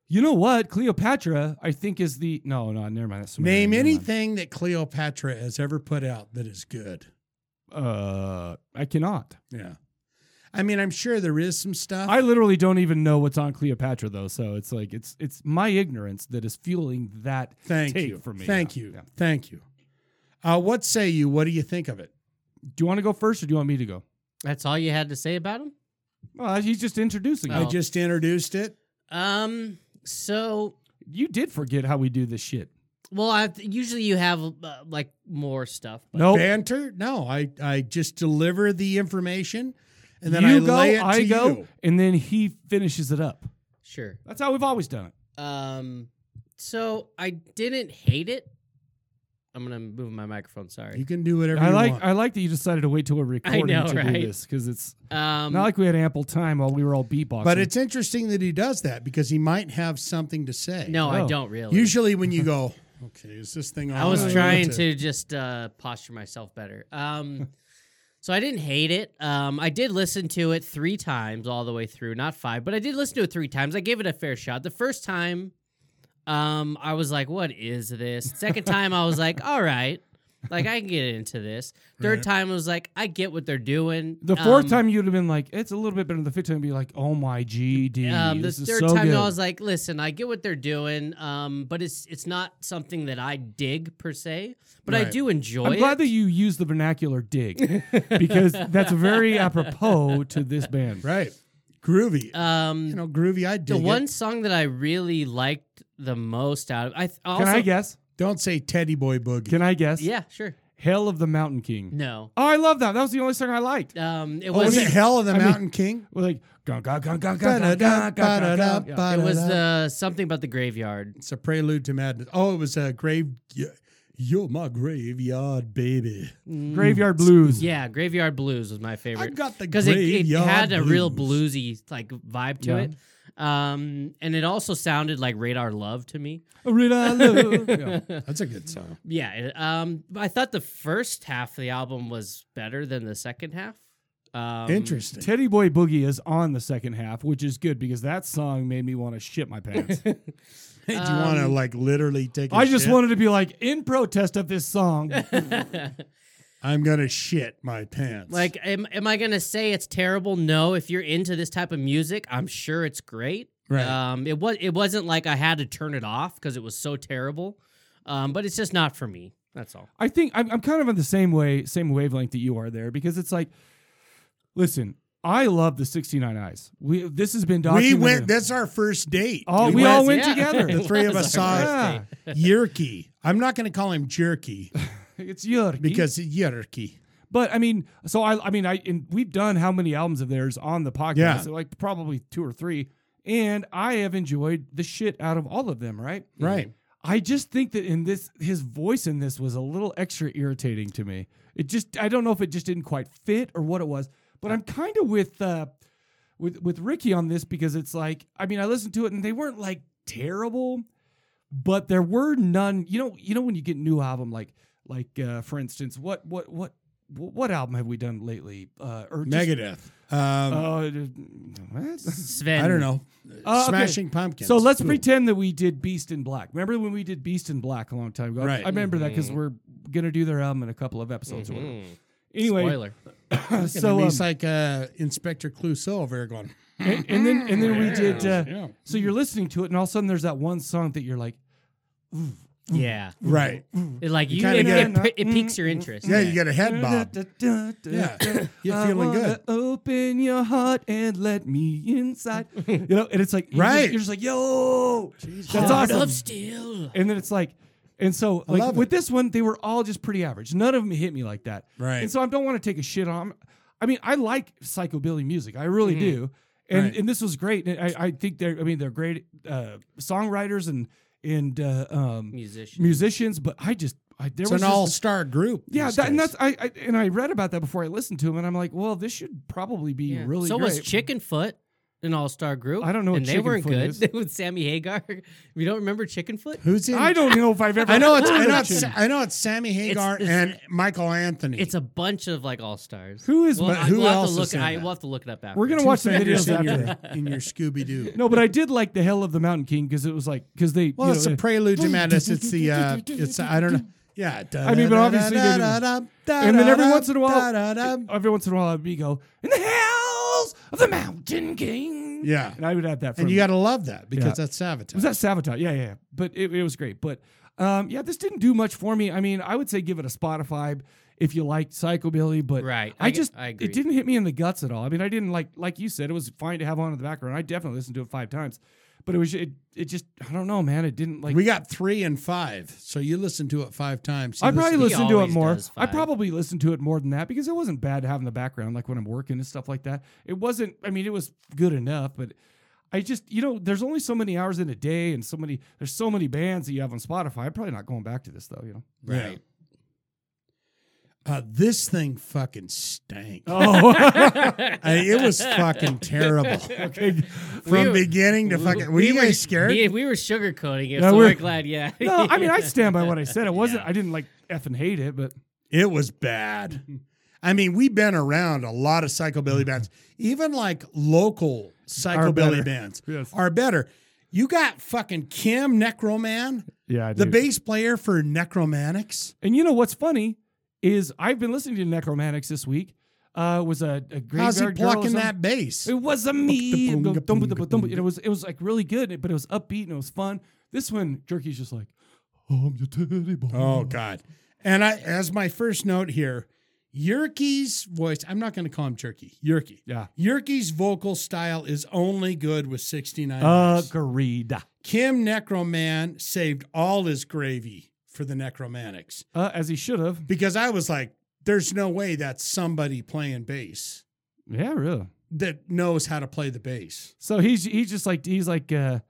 Speaker 1: You know what? Cleopatra, I think, is the. No, no, never mind. That's somebody
Speaker 2: Name
Speaker 1: else. Never mind.
Speaker 2: anything that Cleopatra has ever put out that is good.
Speaker 1: Uh, I cannot.
Speaker 2: Yeah. I mean, I'm sure there is some stuff.
Speaker 1: I literally don't even know what's on Cleopatra though, so it's like it's it's my ignorance that is fueling that
Speaker 2: Thank
Speaker 1: take
Speaker 2: you.
Speaker 1: for me.
Speaker 2: Thank
Speaker 1: Yeah,
Speaker 2: you.
Speaker 1: yeah.
Speaker 2: Thank you. Uh, what say you? What do you think of it?
Speaker 1: Do you want to go first, or do you want me to go?
Speaker 3: That's all you had to say about him?
Speaker 1: Well, he's just introducing.
Speaker 3: Oh.
Speaker 1: you.
Speaker 2: I just introduced it.
Speaker 3: Um so
Speaker 1: You did forget how we do this shit.
Speaker 3: well, I usually you have uh, like more stuff. But
Speaker 1: No,
Speaker 2: banter. No, I, I just deliver the information and then
Speaker 1: you
Speaker 2: I
Speaker 1: go,
Speaker 2: lay it
Speaker 1: I
Speaker 2: to
Speaker 1: go,
Speaker 2: you.
Speaker 1: and then he finishes it up.
Speaker 3: Sure.
Speaker 1: That's how we've always done it.
Speaker 3: Um so I didn't hate it. I'm going to move my microphone, sorry.
Speaker 2: You can do whatever
Speaker 1: I
Speaker 2: you
Speaker 1: like
Speaker 2: want.
Speaker 1: I like that you decided to wait till we're recording
Speaker 3: know,
Speaker 1: to
Speaker 3: right?
Speaker 1: do this because it's
Speaker 3: Um
Speaker 1: not like we had ample time while we were all beatboxing.
Speaker 2: but it's interesting that he does that because he might have something to say.
Speaker 3: No, I
Speaker 1: Oh.
Speaker 3: don't really.
Speaker 2: Usually when you go, okay, is this thing on?
Speaker 3: I was
Speaker 2: I'll
Speaker 3: trying
Speaker 2: go
Speaker 3: to just uh, posture myself better. Um, so I didn't hate it. Um, I did listen to it three times all the way through, not five, but I did listen to it three times. I gave it a fair shot. The first time, um, I was like, "What is this?" Second time, I was like, "All right." Like I can get into this. Third time I was like, I get what they're doing.
Speaker 1: the fourth
Speaker 3: Um,
Speaker 1: time you'd have been like, it's a little bit better. than The fifth time, you'd be like, oh my GD,
Speaker 3: Um, the
Speaker 1: this is
Speaker 3: third
Speaker 1: so
Speaker 3: time
Speaker 1: good.
Speaker 3: I was like, "Listen, I get what they're doing, um, but it's it's not something that I dig per se, but I
Speaker 2: Right.
Speaker 3: do enjoy."
Speaker 1: I'm
Speaker 3: it.
Speaker 1: glad that you use the vernacular dig because that's very apropos to this band.
Speaker 2: Right. Groovy.
Speaker 3: Um,
Speaker 2: you know, groovy. I dig
Speaker 3: the one
Speaker 2: it.
Speaker 3: song that I really liked the most out of I th- also
Speaker 1: Can I guess?
Speaker 2: Don't say Teddy Boy Boogie.
Speaker 1: Can I guess?
Speaker 3: yeah sure
Speaker 1: Hail of the Mountain King.
Speaker 3: no
Speaker 1: Oh, I love that. That was the only song I liked.
Speaker 3: um it
Speaker 2: oh, was
Speaker 3: was
Speaker 2: it Hell of the
Speaker 1: I mean-
Speaker 2: Mountain King?
Speaker 1: We're like, gun, gun, gun, gun, gun, gun, gun, gun, gun, gun. Yeah.
Speaker 3: it
Speaker 2: It
Speaker 3: was the uh, something about the graveyard
Speaker 2: It's a prelude to madness. Oh, it was a grave. You're my graveyard baby.
Speaker 1: Graveyard Blues.
Speaker 3: Mm. yeah graveyard blues was my
Speaker 2: I
Speaker 3: favorite
Speaker 2: got the
Speaker 3: because it, it
Speaker 2: graveyard
Speaker 3: had a real
Speaker 2: blues.
Speaker 3: bluesy like vibe to
Speaker 1: Yeah.
Speaker 3: it um and it also sounded like radar love to me
Speaker 2: Oh,
Speaker 1: Rita Lou. Yeah.
Speaker 2: That's a good song.
Speaker 3: yeah it- um I thought the first half of the album was better than the second half um,
Speaker 2: Interesting.
Speaker 1: Teddy Boy Boogie is on the second half, which is good because that song made me want to shit my pants.
Speaker 2: Hey, do you want to
Speaker 3: Um,
Speaker 2: like literally take? a
Speaker 1: I just
Speaker 2: shit?
Speaker 1: wanted to be like, in protest of this song,
Speaker 2: I'm gonna shit my pants.
Speaker 3: Like, am, am I going to say it's terrible? No. If you're into this type of music, I'm sure it's great.
Speaker 2: Right.
Speaker 3: Um, it was. It wasn't like I had to turn it off because it was so terrible. Um, but it's just not for me. That's all.
Speaker 1: I think I'm, I'm kind of on the same way, same wavelength that you are there because it's like, listen, I love the 69 Eyes. We this has been
Speaker 2: we
Speaker 1: documented.
Speaker 2: went. That's our first date.
Speaker 1: all, Oh, we,
Speaker 2: Oh, went-
Speaker 1: all went
Speaker 3: yeah.
Speaker 1: together.
Speaker 2: The three of
Speaker 3: was
Speaker 2: us
Speaker 3: our
Speaker 2: saw Yerky. I'm not gonna call him Jerky
Speaker 1: it's your
Speaker 2: because Yerky.
Speaker 1: but I mean, so I I mean I and we've done how many albums of theirs on the podcast?
Speaker 2: Yeah.
Speaker 1: Like probably two or three, And I have enjoyed the shit out of all of them, right?
Speaker 2: Right.
Speaker 1: I just think that in this, his voice in this was a little extra irritating to me. It just, I don't know if it just didn't quite fit or what it was, but I'm kind of with, uh, with, with Ricky on this because it's like, I mean, I listened to it and they weren't like terrible, but there were none. You know, you know when you get new album, like, like uh, for instance, what, what, what, what album have we done lately? Uh, or just-
Speaker 2: Megadeth. Um,
Speaker 1: Oh, it is- what?
Speaker 3: Sven.
Speaker 2: I don't know.
Speaker 1: Uh, okay.
Speaker 2: Smashing Pumpkins.
Speaker 1: So let's pretend that we did Beast in Black. Remember when we did Beast in Black a long time ago? I-
Speaker 2: Right.
Speaker 1: I remember that
Speaker 3: Mm-hmm.
Speaker 1: that because we're gonna do their album in a couple of episodes or whatever. Anyway,
Speaker 3: Spoiler.
Speaker 1: so um,
Speaker 2: he's like uh, Inspector Clouseau over there going.
Speaker 1: and, and then and then we did. Uh,
Speaker 2: Yeah.
Speaker 1: So you're listening to it, and all of a sudden there's that one song that you're like,
Speaker 3: Yeah.
Speaker 2: Right.
Speaker 3: It, like you,
Speaker 2: kinda
Speaker 3: it,
Speaker 2: get-
Speaker 3: it, pi- it piques your interest.
Speaker 2: Yeah, you got a head bob.
Speaker 1: yeah,
Speaker 2: Yeah. You're feeling good.
Speaker 1: Open your heart and let me inside. You know, and it's like you're just-
Speaker 2: Right.
Speaker 1: you're just like, yo, Oh, that's
Speaker 3: Heart
Speaker 1: awesome.
Speaker 3: of steel.
Speaker 1: And then it's like, and so
Speaker 2: I
Speaker 1: like
Speaker 2: love
Speaker 1: with
Speaker 2: it.
Speaker 1: this one, they were all just pretty average. None of them hit me like that.
Speaker 2: Right.
Speaker 1: And so I don't want to take a shit on. I mean, I like psychobilly music. I really
Speaker 3: Mm-hmm.
Speaker 1: do. And
Speaker 2: Right.
Speaker 1: and this was great. And I, I think they're I mean they're great uh, songwriters and and uh, um,
Speaker 3: Musician.
Speaker 1: musicians. But I just I, there
Speaker 2: It's
Speaker 1: was
Speaker 2: an
Speaker 1: just-
Speaker 2: all star group.
Speaker 1: yeah.
Speaker 2: these
Speaker 1: That, and
Speaker 2: days.
Speaker 1: that's I, I and I read about that before I listened to him, and I'm like, well, this should probably be
Speaker 3: Yeah.
Speaker 1: really.
Speaker 3: so
Speaker 1: great.
Speaker 3: was Chickenfoot an all-star group?
Speaker 1: I don't know what
Speaker 3: and they weren't
Speaker 1: Chickenfoot
Speaker 3: good
Speaker 1: is.
Speaker 3: with Sammy Hagar. you don't remember Chickenfoot?
Speaker 2: who's in.
Speaker 1: I don't know if I've ever.
Speaker 2: I know it's. I know
Speaker 1: heard
Speaker 2: it's.
Speaker 1: him.
Speaker 2: I know it's Sammy Hagar
Speaker 3: it's-
Speaker 2: and Michael Anthony.
Speaker 3: It's a bunch of like all-stars.
Speaker 1: Who is?
Speaker 3: Well,
Speaker 2: But
Speaker 3: I-
Speaker 2: who
Speaker 3: we'll
Speaker 2: else
Speaker 3: Have
Speaker 2: is
Speaker 3: to look,
Speaker 2: in
Speaker 3: I,
Speaker 2: that?
Speaker 3: we'll have to look it up after.
Speaker 1: We're gonna
Speaker 2: Two
Speaker 1: watch the
Speaker 2: fingers
Speaker 1: videos
Speaker 2: in
Speaker 1: after.
Speaker 2: your, in your Scooby Doo.
Speaker 1: No, but I did like the hell of the Mountain King because it was like because they.
Speaker 2: Well,
Speaker 1: you
Speaker 2: it's
Speaker 1: know,
Speaker 2: a prelude to madness. It's the. Uh, it's. I don't know. Yeah.
Speaker 1: I mean, but obviously they didn't- and then every once in a while, every once in a while, I'd be go in the hells of the Mountain King.
Speaker 2: Yeah.
Speaker 1: and I would have that. For
Speaker 2: And you
Speaker 1: me.
Speaker 2: got to love that because
Speaker 1: Yeah.
Speaker 2: that's sabotage.
Speaker 1: was that Sabotage? Yeah, yeah, yeah. But it, it was great. But um, yeah, this didn't do much for me. I mean, I would say give it a Spotify if you liked psychobilly, but
Speaker 3: Right.
Speaker 1: I,
Speaker 3: I g-
Speaker 1: just
Speaker 3: I agree.
Speaker 1: it didn't hit me in the guts at all. I mean, I didn't like like you said, it was fine to have on in the background. I definitely listened to it five times, but it was it, it just I don't know, man. It didn't like
Speaker 2: we got three and five, so you listened to it five times.
Speaker 1: I probably
Speaker 3: He
Speaker 1: listened to it
Speaker 3: always
Speaker 1: more.
Speaker 3: does
Speaker 1: I
Speaker 3: five.
Speaker 1: probably listened to it more than that because it wasn't bad to have in the background, like when I'm working and stuff like that. It wasn't. I mean, it was good enough, but I just, you know, there's only so many hours in a day, and so many. There's so many bands that you have on Spotify. I'm probably not going back to this though. You know.
Speaker 2: Right. Uh, this thing fucking stank.
Speaker 1: Oh,
Speaker 2: I- it was fucking terrible from
Speaker 3: were-
Speaker 2: beginning to fucking. Were you guys scared?
Speaker 3: Yeah, we were sugarcoating it,
Speaker 1: No,
Speaker 3: so
Speaker 1: we're-
Speaker 3: we're, glad. Yeah.
Speaker 1: no. I mean, I stand by what I said. It wasn't.
Speaker 3: Yeah.
Speaker 1: I didn't like effing hate it, but
Speaker 2: It was bad. I mean, we've been around a lot of psychobilly bands, even like
Speaker 1: better.
Speaker 2: local psychobilly bands
Speaker 1: Yes.
Speaker 2: are better. You got fucking Kim Necroman,
Speaker 1: yeah, I
Speaker 2: the bass player for Necromantics.
Speaker 1: And you know what's funny is I've been listening to Necromantics this week. Uh, was a, a graveyard
Speaker 2: How's he
Speaker 1: Girl or
Speaker 2: plucking
Speaker 1: something.
Speaker 2: that bass?
Speaker 1: It was a me.
Speaker 2: boom, ga- boom, ga- boom,
Speaker 1: It was it was like really good, but it was upbeat and it was fun. This one, Jerky's just like, "Mm-hmm." I'm your teddy bear.
Speaker 2: Oh God! And I, as my first note here, Yerke's voice. I'm not going to call him Jerky. Yerke.
Speaker 1: Yeah.
Speaker 2: Yerke's vocal style is only good with 69.
Speaker 1: Uh,
Speaker 2: eyes.
Speaker 1: Agreed.
Speaker 2: Kim Necroman saved all his gravy for the Necromantics
Speaker 1: Uh, as he should have.
Speaker 2: because I was like, "There's no way that's somebody playing bass
Speaker 1: Yeah, really.
Speaker 2: that knows how to play the bass."
Speaker 1: So he's he's just like he's like uh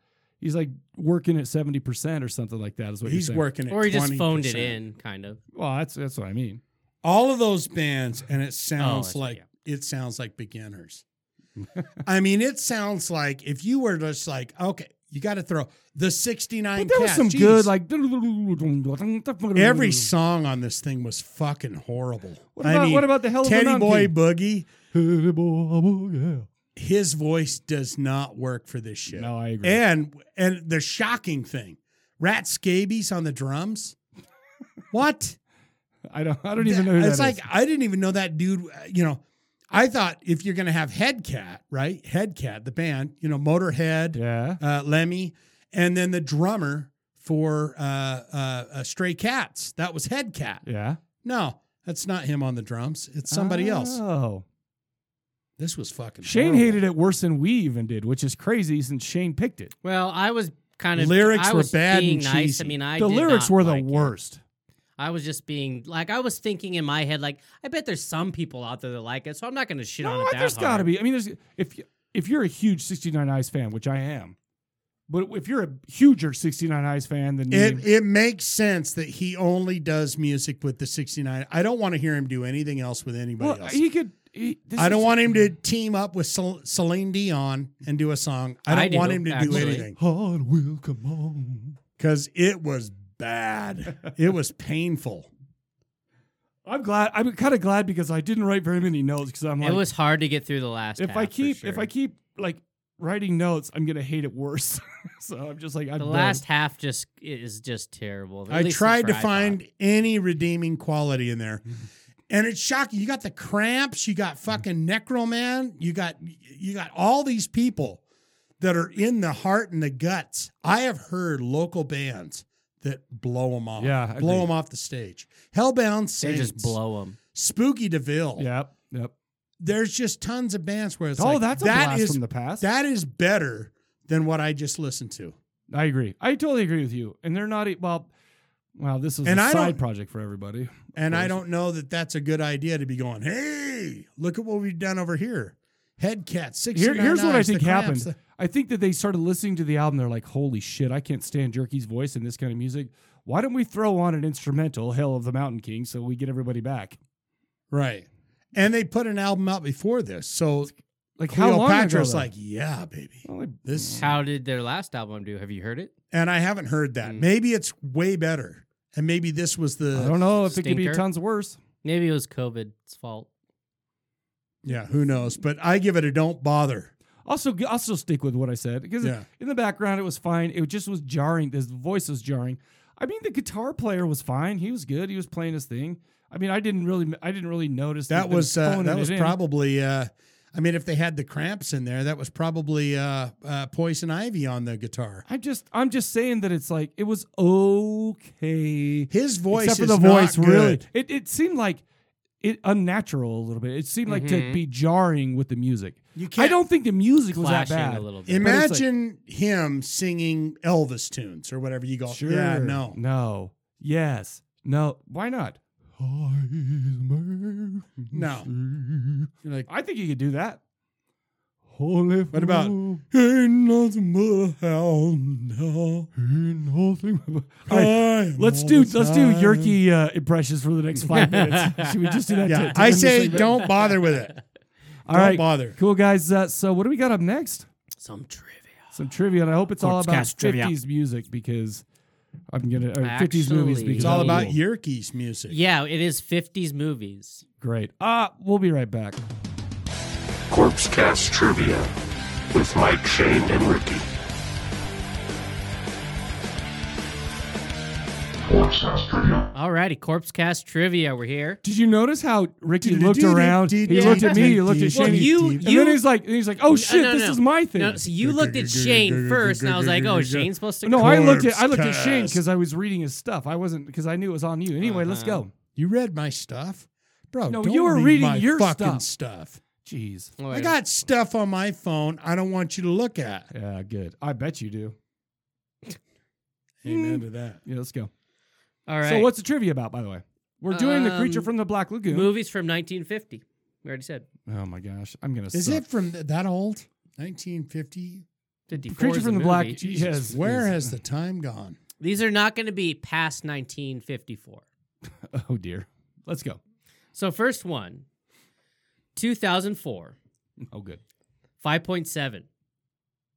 Speaker 1: he's like working at seventy percent or something like that. Is what you're
Speaker 2: He's
Speaker 1: saying.
Speaker 2: working. At
Speaker 3: or he just phoned it
Speaker 2: 20%.
Speaker 3: in, kind of.
Speaker 1: Well, that's that's what I mean.
Speaker 2: all of those bands and it sounds
Speaker 3: Oh, I see,
Speaker 2: like it sounds like beginners i mean it sounds like if you were just like okay you got to throw the 69
Speaker 1: But there was
Speaker 2: Cats,
Speaker 1: some
Speaker 2: geez.
Speaker 1: good like
Speaker 2: every song on this thing was fucking horrible
Speaker 1: Mm. What about,
Speaker 2: I mean,
Speaker 1: what about the hell of
Speaker 2: teddy
Speaker 1: an
Speaker 2: boy
Speaker 1: Unking?
Speaker 2: boogie
Speaker 1: Teddy boy, yeah.
Speaker 2: his voice does not work for this shit
Speaker 1: No, I agree.
Speaker 2: and and the shocking thing rat scabies on the drums what
Speaker 1: I don't. I don't even know. Who
Speaker 2: it's
Speaker 1: that
Speaker 2: like
Speaker 1: is.
Speaker 2: I didn't even know that dude. uh, You know, I thought if you're gonna have Headcat, right? Headcat, the band, you know, Motorhead,
Speaker 1: yeah.
Speaker 2: uh, Lemmy, and then the drummer for uh, uh, uh, Stray Cats. That was Headcat.
Speaker 1: Yeah.
Speaker 2: No, that's not him on the drums. It's somebody else.
Speaker 1: Oh.
Speaker 2: This was fucking.
Speaker 1: Shane
Speaker 2: horrible.
Speaker 1: hated it worse than we even did, which is crazy since Shane picked it.
Speaker 3: Well, I was kind of
Speaker 2: Lyrics
Speaker 3: I
Speaker 2: were
Speaker 3: was
Speaker 2: bad
Speaker 3: being
Speaker 2: and
Speaker 3: nice.
Speaker 2: cheesy.
Speaker 3: I mean, I
Speaker 1: the
Speaker 3: did
Speaker 1: lyrics
Speaker 3: not
Speaker 1: were the
Speaker 3: like it.
Speaker 1: worst.
Speaker 3: I was just being like I was thinking in my head like I bet there's some people out there that like it, so I'm not going to shit on
Speaker 1: No,
Speaker 3: it.
Speaker 1: there's
Speaker 3: got
Speaker 1: got to be. I mean, there's if you, if you're a huge 69 Eyes fan, which I am, but if you're a huger 69 Eyes fan than me,
Speaker 2: It it makes sense that he only does music with the 69. I don't want to hear him do anything else with anybody
Speaker 1: well,
Speaker 2: else.
Speaker 1: he could. He, this
Speaker 2: I don't
Speaker 1: is- Mm.
Speaker 2: want him to team up with Cel- Celine Dion and do a song. I don't
Speaker 3: I do,
Speaker 2: want him to
Speaker 3: actually.
Speaker 2: do anything
Speaker 1: Heart will come on.
Speaker 2: because it was bad. it was painful.
Speaker 1: I'm glad. I'm kind of glad because I didn't write very many notes because I'm like,
Speaker 3: it was hard to get through the last.
Speaker 1: if
Speaker 3: half,
Speaker 1: I
Speaker 3: for
Speaker 1: keep if
Speaker 3: sure.
Speaker 1: I keep like writing notes, I'm gonna hate it worse. so I'm just like, I'm
Speaker 3: the
Speaker 1: done.
Speaker 3: last half just is just terrible. At
Speaker 2: I
Speaker 3: least it's
Speaker 2: tried
Speaker 3: for
Speaker 2: to
Speaker 3: iPod.
Speaker 2: find any redeeming quality in there.
Speaker 1: Mm-hmm.
Speaker 2: And it's shocking. You got the cramps, you got fucking Necroman, you got you got all these people that are in the heart and the guts. I have heard local bands that blow them off.
Speaker 1: Yeah, I
Speaker 2: blow
Speaker 1: agree.
Speaker 2: them off the stage. Hellbound
Speaker 3: they
Speaker 2: Saints,
Speaker 3: just blow them.
Speaker 2: Spooky DeVille.
Speaker 1: Yep. Yep.
Speaker 2: There's just tons of bands where it's
Speaker 1: oh,
Speaker 2: like
Speaker 1: that's a
Speaker 2: that
Speaker 1: blast
Speaker 2: is
Speaker 1: from the past.
Speaker 2: that is better than what I just listened to.
Speaker 1: I agree. I totally agree with you. And they're not e- well. Wow, this is
Speaker 2: And
Speaker 1: a
Speaker 2: I
Speaker 1: side
Speaker 2: don't-
Speaker 1: project for everybody.
Speaker 2: And I
Speaker 1: course.
Speaker 2: don't know that that's a good idea to be going, hey, look at what we've done over here. Headcat, six.
Speaker 1: Here, here's what I think happened. I think that they started listening to the album. They're like, "Holy shit! I can't stand Jerky's voice and this kind of music. Why don't we throw on an instrumental, Hell of the Mountain King, so we get everybody back?"
Speaker 2: right. And they put an album out before this. So
Speaker 1: Like how long ago?
Speaker 2: Cleopatra's
Speaker 1: though?
Speaker 2: like, yeah, baby.
Speaker 1: Well, Mm. like,
Speaker 2: This
Speaker 3: How did their last album do? Have you heard it?
Speaker 2: and I haven't heard that.
Speaker 3: Mm.
Speaker 2: Maybe it's way better. And maybe this was
Speaker 1: Hmm. I
Speaker 2: the
Speaker 1: don't know if it could
Speaker 3: Stinker.
Speaker 1: be tons worse.
Speaker 3: Maybe it was COVID's fault.
Speaker 2: yeah, who knows? But I give it a don't bother.
Speaker 1: Also, I'll still stick with what I said because
Speaker 2: Yeah.
Speaker 1: in the background it was fine. It just was jarring. His voice was jarring. I mean, the guitar player was fine. He was good. He was playing his thing. I mean, I didn't really, I didn't really notice
Speaker 2: That
Speaker 1: them
Speaker 2: was uh,
Speaker 1: phoning
Speaker 2: that
Speaker 1: it
Speaker 2: was
Speaker 1: in.
Speaker 2: probably uh I mean if they had the cramps in there, that was probably uh, uh poison ivy on the guitar.
Speaker 1: I'm just, I'm just saying that it's like it was okay.
Speaker 2: His voice
Speaker 1: Except for
Speaker 2: is
Speaker 1: the
Speaker 2: not
Speaker 1: voice,
Speaker 2: good.
Speaker 1: really, it it seemed like it unnatural a little bit. It seemed like to
Speaker 2: Mm-hmm.
Speaker 3: Mhm.
Speaker 1: be jarring with the music.
Speaker 2: You
Speaker 1: I don't think the music was that
Speaker 3: Clashing
Speaker 1: bad.
Speaker 3: a little bit.
Speaker 1: But it's like-
Speaker 2: Imagine him singing Elvis tunes or whatever you go.
Speaker 1: Sure.
Speaker 2: Yeah, no.
Speaker 1: No. Yes. No. Why not? No.
Speaker 2: You're like,
Speaker 1: I think you could do that. Holy
Speaker 2: What about-
Speaker 1: fool,
Speaker 2: ain't nothing but a hound dog.
Speaker 1: ain't nothing but- All right,
Speaker 2: I am
Speaker 1: let's
Speaker 2: all
Speaker 1: do
Speaker 2: the
Speaker 1: let's do
Speaker 2: time.
Speaker 1: Yerky uh, impressions for the next five minutes. Should we just do that?
Speaker 2: Yeah,
Speaker 1: to- to
Speaker 2: I
Speaker 1: end this
Speaker 2: say
Speaker 1: segment?
Speaker 2: don't bother with it.
Speaker 1: All
Speaker 2: don't
Speaker 1: right,
Speaker 2: bother.
Speaker 1: cool guys. Uh, so what do we got up next?
Speaker 3: Some trivia.
Speaker 1: Some trivia, and I hope it's all about
Speaker 3: Corpscast trivia.
Speaker 1: fifties music because I'm gonna or fifties movies
Speaker 3: Actually-
Speaker 1: because
Speaker 2: It's
Speaker 1: I'm
Speaker 2: all about
Speaker 1: old.
Speaker 2: Yerkes music.
Speaker 3: Yeah, it is 50s movies.
Speaker 1: Great. Uh we'll be right back.
Speaker 4: Corpse Cast Trivia with Mike, Shane, and Ricky. Corpse Cast Trivia.
Speaker 3: Alrighty, Corpse Cast trivia. We're here.
Speaker 1: Did you notice how Ricky looked around? He looked at me. He looked at
Speaker 3: Well,
Speaker 1: Shane.
Speaker 3: you-
Speaker 1: and then he's like, and he's like, oh shit,
Speaker 3: Uh, no,
Speaker 1: this
Speaker 3: no.
Speaker 1: is my thing.
Speaker 3: No,
Speaker 1: No,
Speaker 3: so you looked at Shane first, and I was like, "Oh, is Shane's supposed to."
Speaker 1: I looked at I looked at
Speaker 2: Corpsecast.
Speaker 1: Shane because I was reading his stuff. I wasn't because I knew it was on you. Anyway, let's
Speaker 3: Uh-huh.
Speaker 1: go.
Speaker 2: You read my stuff? Bro,
Speaker 1: No,
Speaker 2: don't
Speaker 1: you were
Speaker 2: read
Speaker 1: reading
Speaker 2: my
Speaker 1: your
Speaker 2: fucking
Speaker 1: stuff.
Speaker 2: stuff.
Speaker 1: Jeez.
Speaker 3: Oh,
Speaker 2: I
Speaker 3: wait.
Speaker 2: got stuff on my phone I don't want you to look at.
Speaker 1: Yeah, good. I bet you do.
Speaker 2: Amen to that.
Speaker 1: Yeah, let's go.
Speaker 3: All right.
Speaker 1: So what's the trivia about, by the way? We're doing the creature
Speaker 3: Um,
Speaker 1: from the Black Lagoon.
Speaker 3: movies from 1950? We already said
Speaker 1: Oh my gosh, I'm gonna.
Speaker 2: Is
Speaker 1: suck.
Speaker 2: it from th- that old? 1950?
Speaker 3: 54.
Speaker 1: creature
Speaker 3: is
Speaker 1: from
Speaker 3: a
Speaker 1: the Black?
Speaker 3: movie.
Speaker 1: Yes.
Speaker 2: Where
Speaker 1: yes.
Speaker 2: has the time gone?
Speaker 3: These are not going to be past 1954.
Speaker 1: Oh dear. Let's go.
Speaker 3: So first one, 2004,
Speaker 1: Oh good.
Speaker 3: 5.7.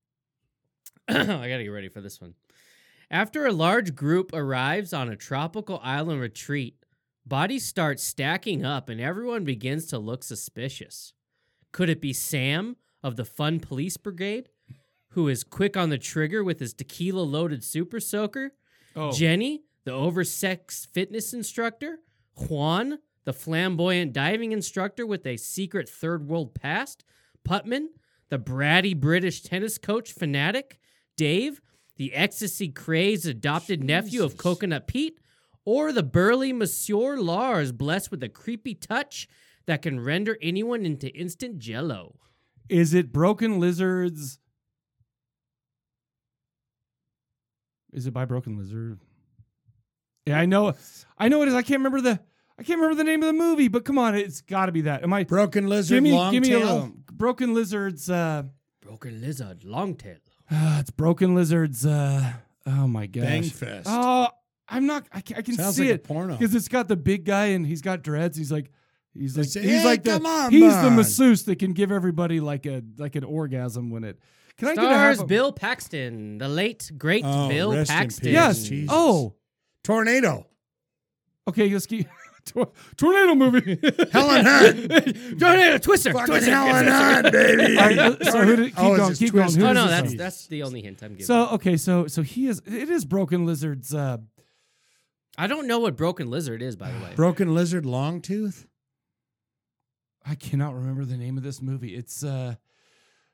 Speaker 3: I got to get ready for this one. After a large group arrives on a tropical island retreat, bodies start stacking up and everyone begins to look suspicious. Could it be Sam of the Fun Police Brigade, who is quick on the trigger with his tequila loaded super soaker?
Speaker 1: Oh.
Speaker 3: Jenny, the oversexed fitness instructor, Juan, the flamboyant diving instructor with a secret third world past, Putman, the bratty British tennis coach fanatic, Dave, the ecstasy crazed adopted nephew of Coconut Pete, or the burly Monsieur Lars blessed with a creepy touch that can render anyone into instant jello.
Speaker 1: Is it Broken Lizards? Is it by Broken Lizard? Yeah, I know. I know it is. I can't remember the. I can't remember the name of the movie, but come on, it's got to be that. Am I?
Speaker 2: Broken lizard,
Speaker 1: Give me,
Speaker 2: long
Speaker 1: give me a
Speaker 2: tail.
Speaker 1: little Broken Lizards. Uh,
Speaker 3: Broken lizard, long tail.
Speaker 1: Ah, it's Broken Lizards. Uh, oh my gosh.
Speaker 2: Bangfest.
Speaker 1: Oh, I'm not. I can, I can
Speaker 2: Sounds
Speaker 1: see
Speaker 2: like a
Speaker 1: it
Speaker 2: porno.
Speaker 1: because it's got the big guy and he's got dreads. He's like, he's like,
Speaker 2: It's-
Speaker 1: he's
Speaker 2: "Hey,
Speaker 1: like the
Speaker 2: come on,
Speaker 1: he's the
Speaker 2: man."
Speaker 1: masseuse that can give everybody like a like an orgasm when it. Can I get a half
Speaker 3: Stars
Speaker 1: a-
Speaker 3: Bill Paxton, the late great
Speaker 2: Oh,
Speaker 3: Bill
Speaker 2: rest in
Speaker 3: Paxton.
Speaker 2: peace.
Speaker 1: Yes.
Speaker 2: Jesus.
Speaker 1: Oh,
Speaker 2: Tornado.
Speaker 1: okay. Let's keep. Tor- Tornado movie.
Speaker 2: Helen Hunt.
Speaker 3: Tornado Twister.
Speaker 2: Fucking
Speaker 3: Twister.
Speaker 2: Helen Hunt, baby.
Speaker 1: All right, so who did- keep
Speaker 2: Oh, it's
Speaker 1: going,
Speaker 2: his
Speaker 1: keep going.
Speaker 2: twist.
Speaker 1: Who
Speaker 3: Oh
Speaker 1: does
Speaker 3: no,
Speaker 1: this
Speaker 3: that's
Speaker 1: sound?
Speaker 3: that's the only hint I'm giving.
Speaker 1: so okay. So so he is. It is Broken Lizards. Uh,
Speaker 3: I don't know what Broken Lizard is, by the way.
Speaker 2: Broken Lizard Longtooth.
Speaker 1: I cannot remember the name of this movie. It's uh,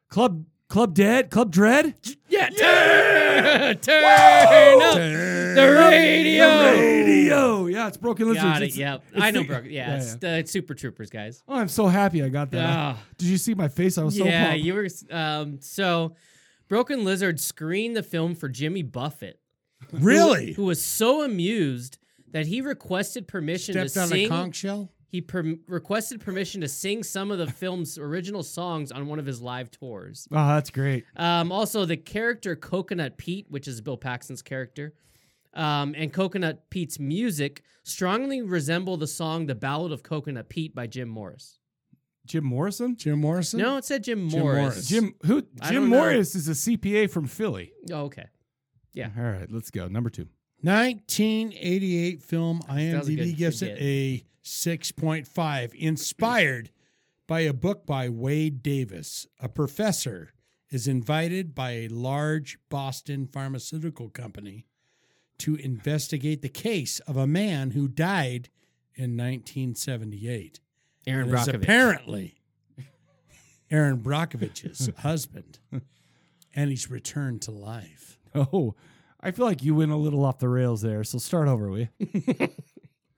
Speaker 1: Club Club Dead Club Dread.
Speaker 3: yeah, turn, turn up the
Speaker 1: The
Speaker 3: radio.
Speaker 1: radio. Yeah, it's Broken Lizards.
Speaker 3: Got it.
Speaker 1: It's-
Speaker 3: Yep,
Speaker 1: it's
Speaker 3: I know
Speaker 1: the-
Speaker 3: Broken. Yeah,
Speaker 1: yeah,
Speaker 3: it's the it's Super Troopers guys.
Speaker 1: Oh, I'm so happy I got that.
Speaker 3: Ah.
Speaker 1: Did you see my face? I was so
Speaker 3: yeah,
Speaker 1: pumped.
Speaker 3: you were. Um, so, Broken Lizard screened the film for Jimmy Buffett,
Speaker 2: Really?
Speaker 3: who was so amused that he requested permission
Speaker 2: Stepped
Speaker 3: to
Speaker 2: on
Speaker 3: sing.
Speaker 2: a conch shell.
Speaker 3: He perm requested permission to sing some of the film's original songs on one of his live tours.
Speaker 1: oh, that's great.
Speaker 3: Um, also, the character Coconut Pete, which is Bill Paxton's character, um, and Coconut Pete's music strongly resemble the song "The Ballad of Coconut Pete" by Jim Morris.
Speaker 1: Jim Morrison?
Speaker 2: Jim Morrison.
Speaker 3: No, it said Jim,
Speaker 2: Jim
Speaker 3: Morris.
Speaker 2: Morris.
Speaker 1: Jim who
Speaker 3: I
Speaker 1: Jim
Speaker 3: don't know.
Speaker 1: Morris is a CPA from Philly.
Speaker 3: Oh, okay. Yeah.
Speaker 1: All right, let's go. Number two.
Speaker 2: 1988 film
Speaker 3: was a
Speaker 2: IMDb
Speaker 3: good-
Speaker 2: gives
Speaker 3: good
Speaker 2: it
Speaker 3: get.
Speaker 2: a 6.5, inspired by a book by Wade Davis. A professor is invited by a large Boston pharmaceutical company to investigate the case of a man who died in 1978.
Speaker 3: Aaron
Speaker 2: It is
Speaker 3: Brockovich.
Speaker 2: apparently Aaron Brockovich's husband, and he's returned to life.
Speaker 1: Oh, I feel like you went a little off the rails there, so start over, will you?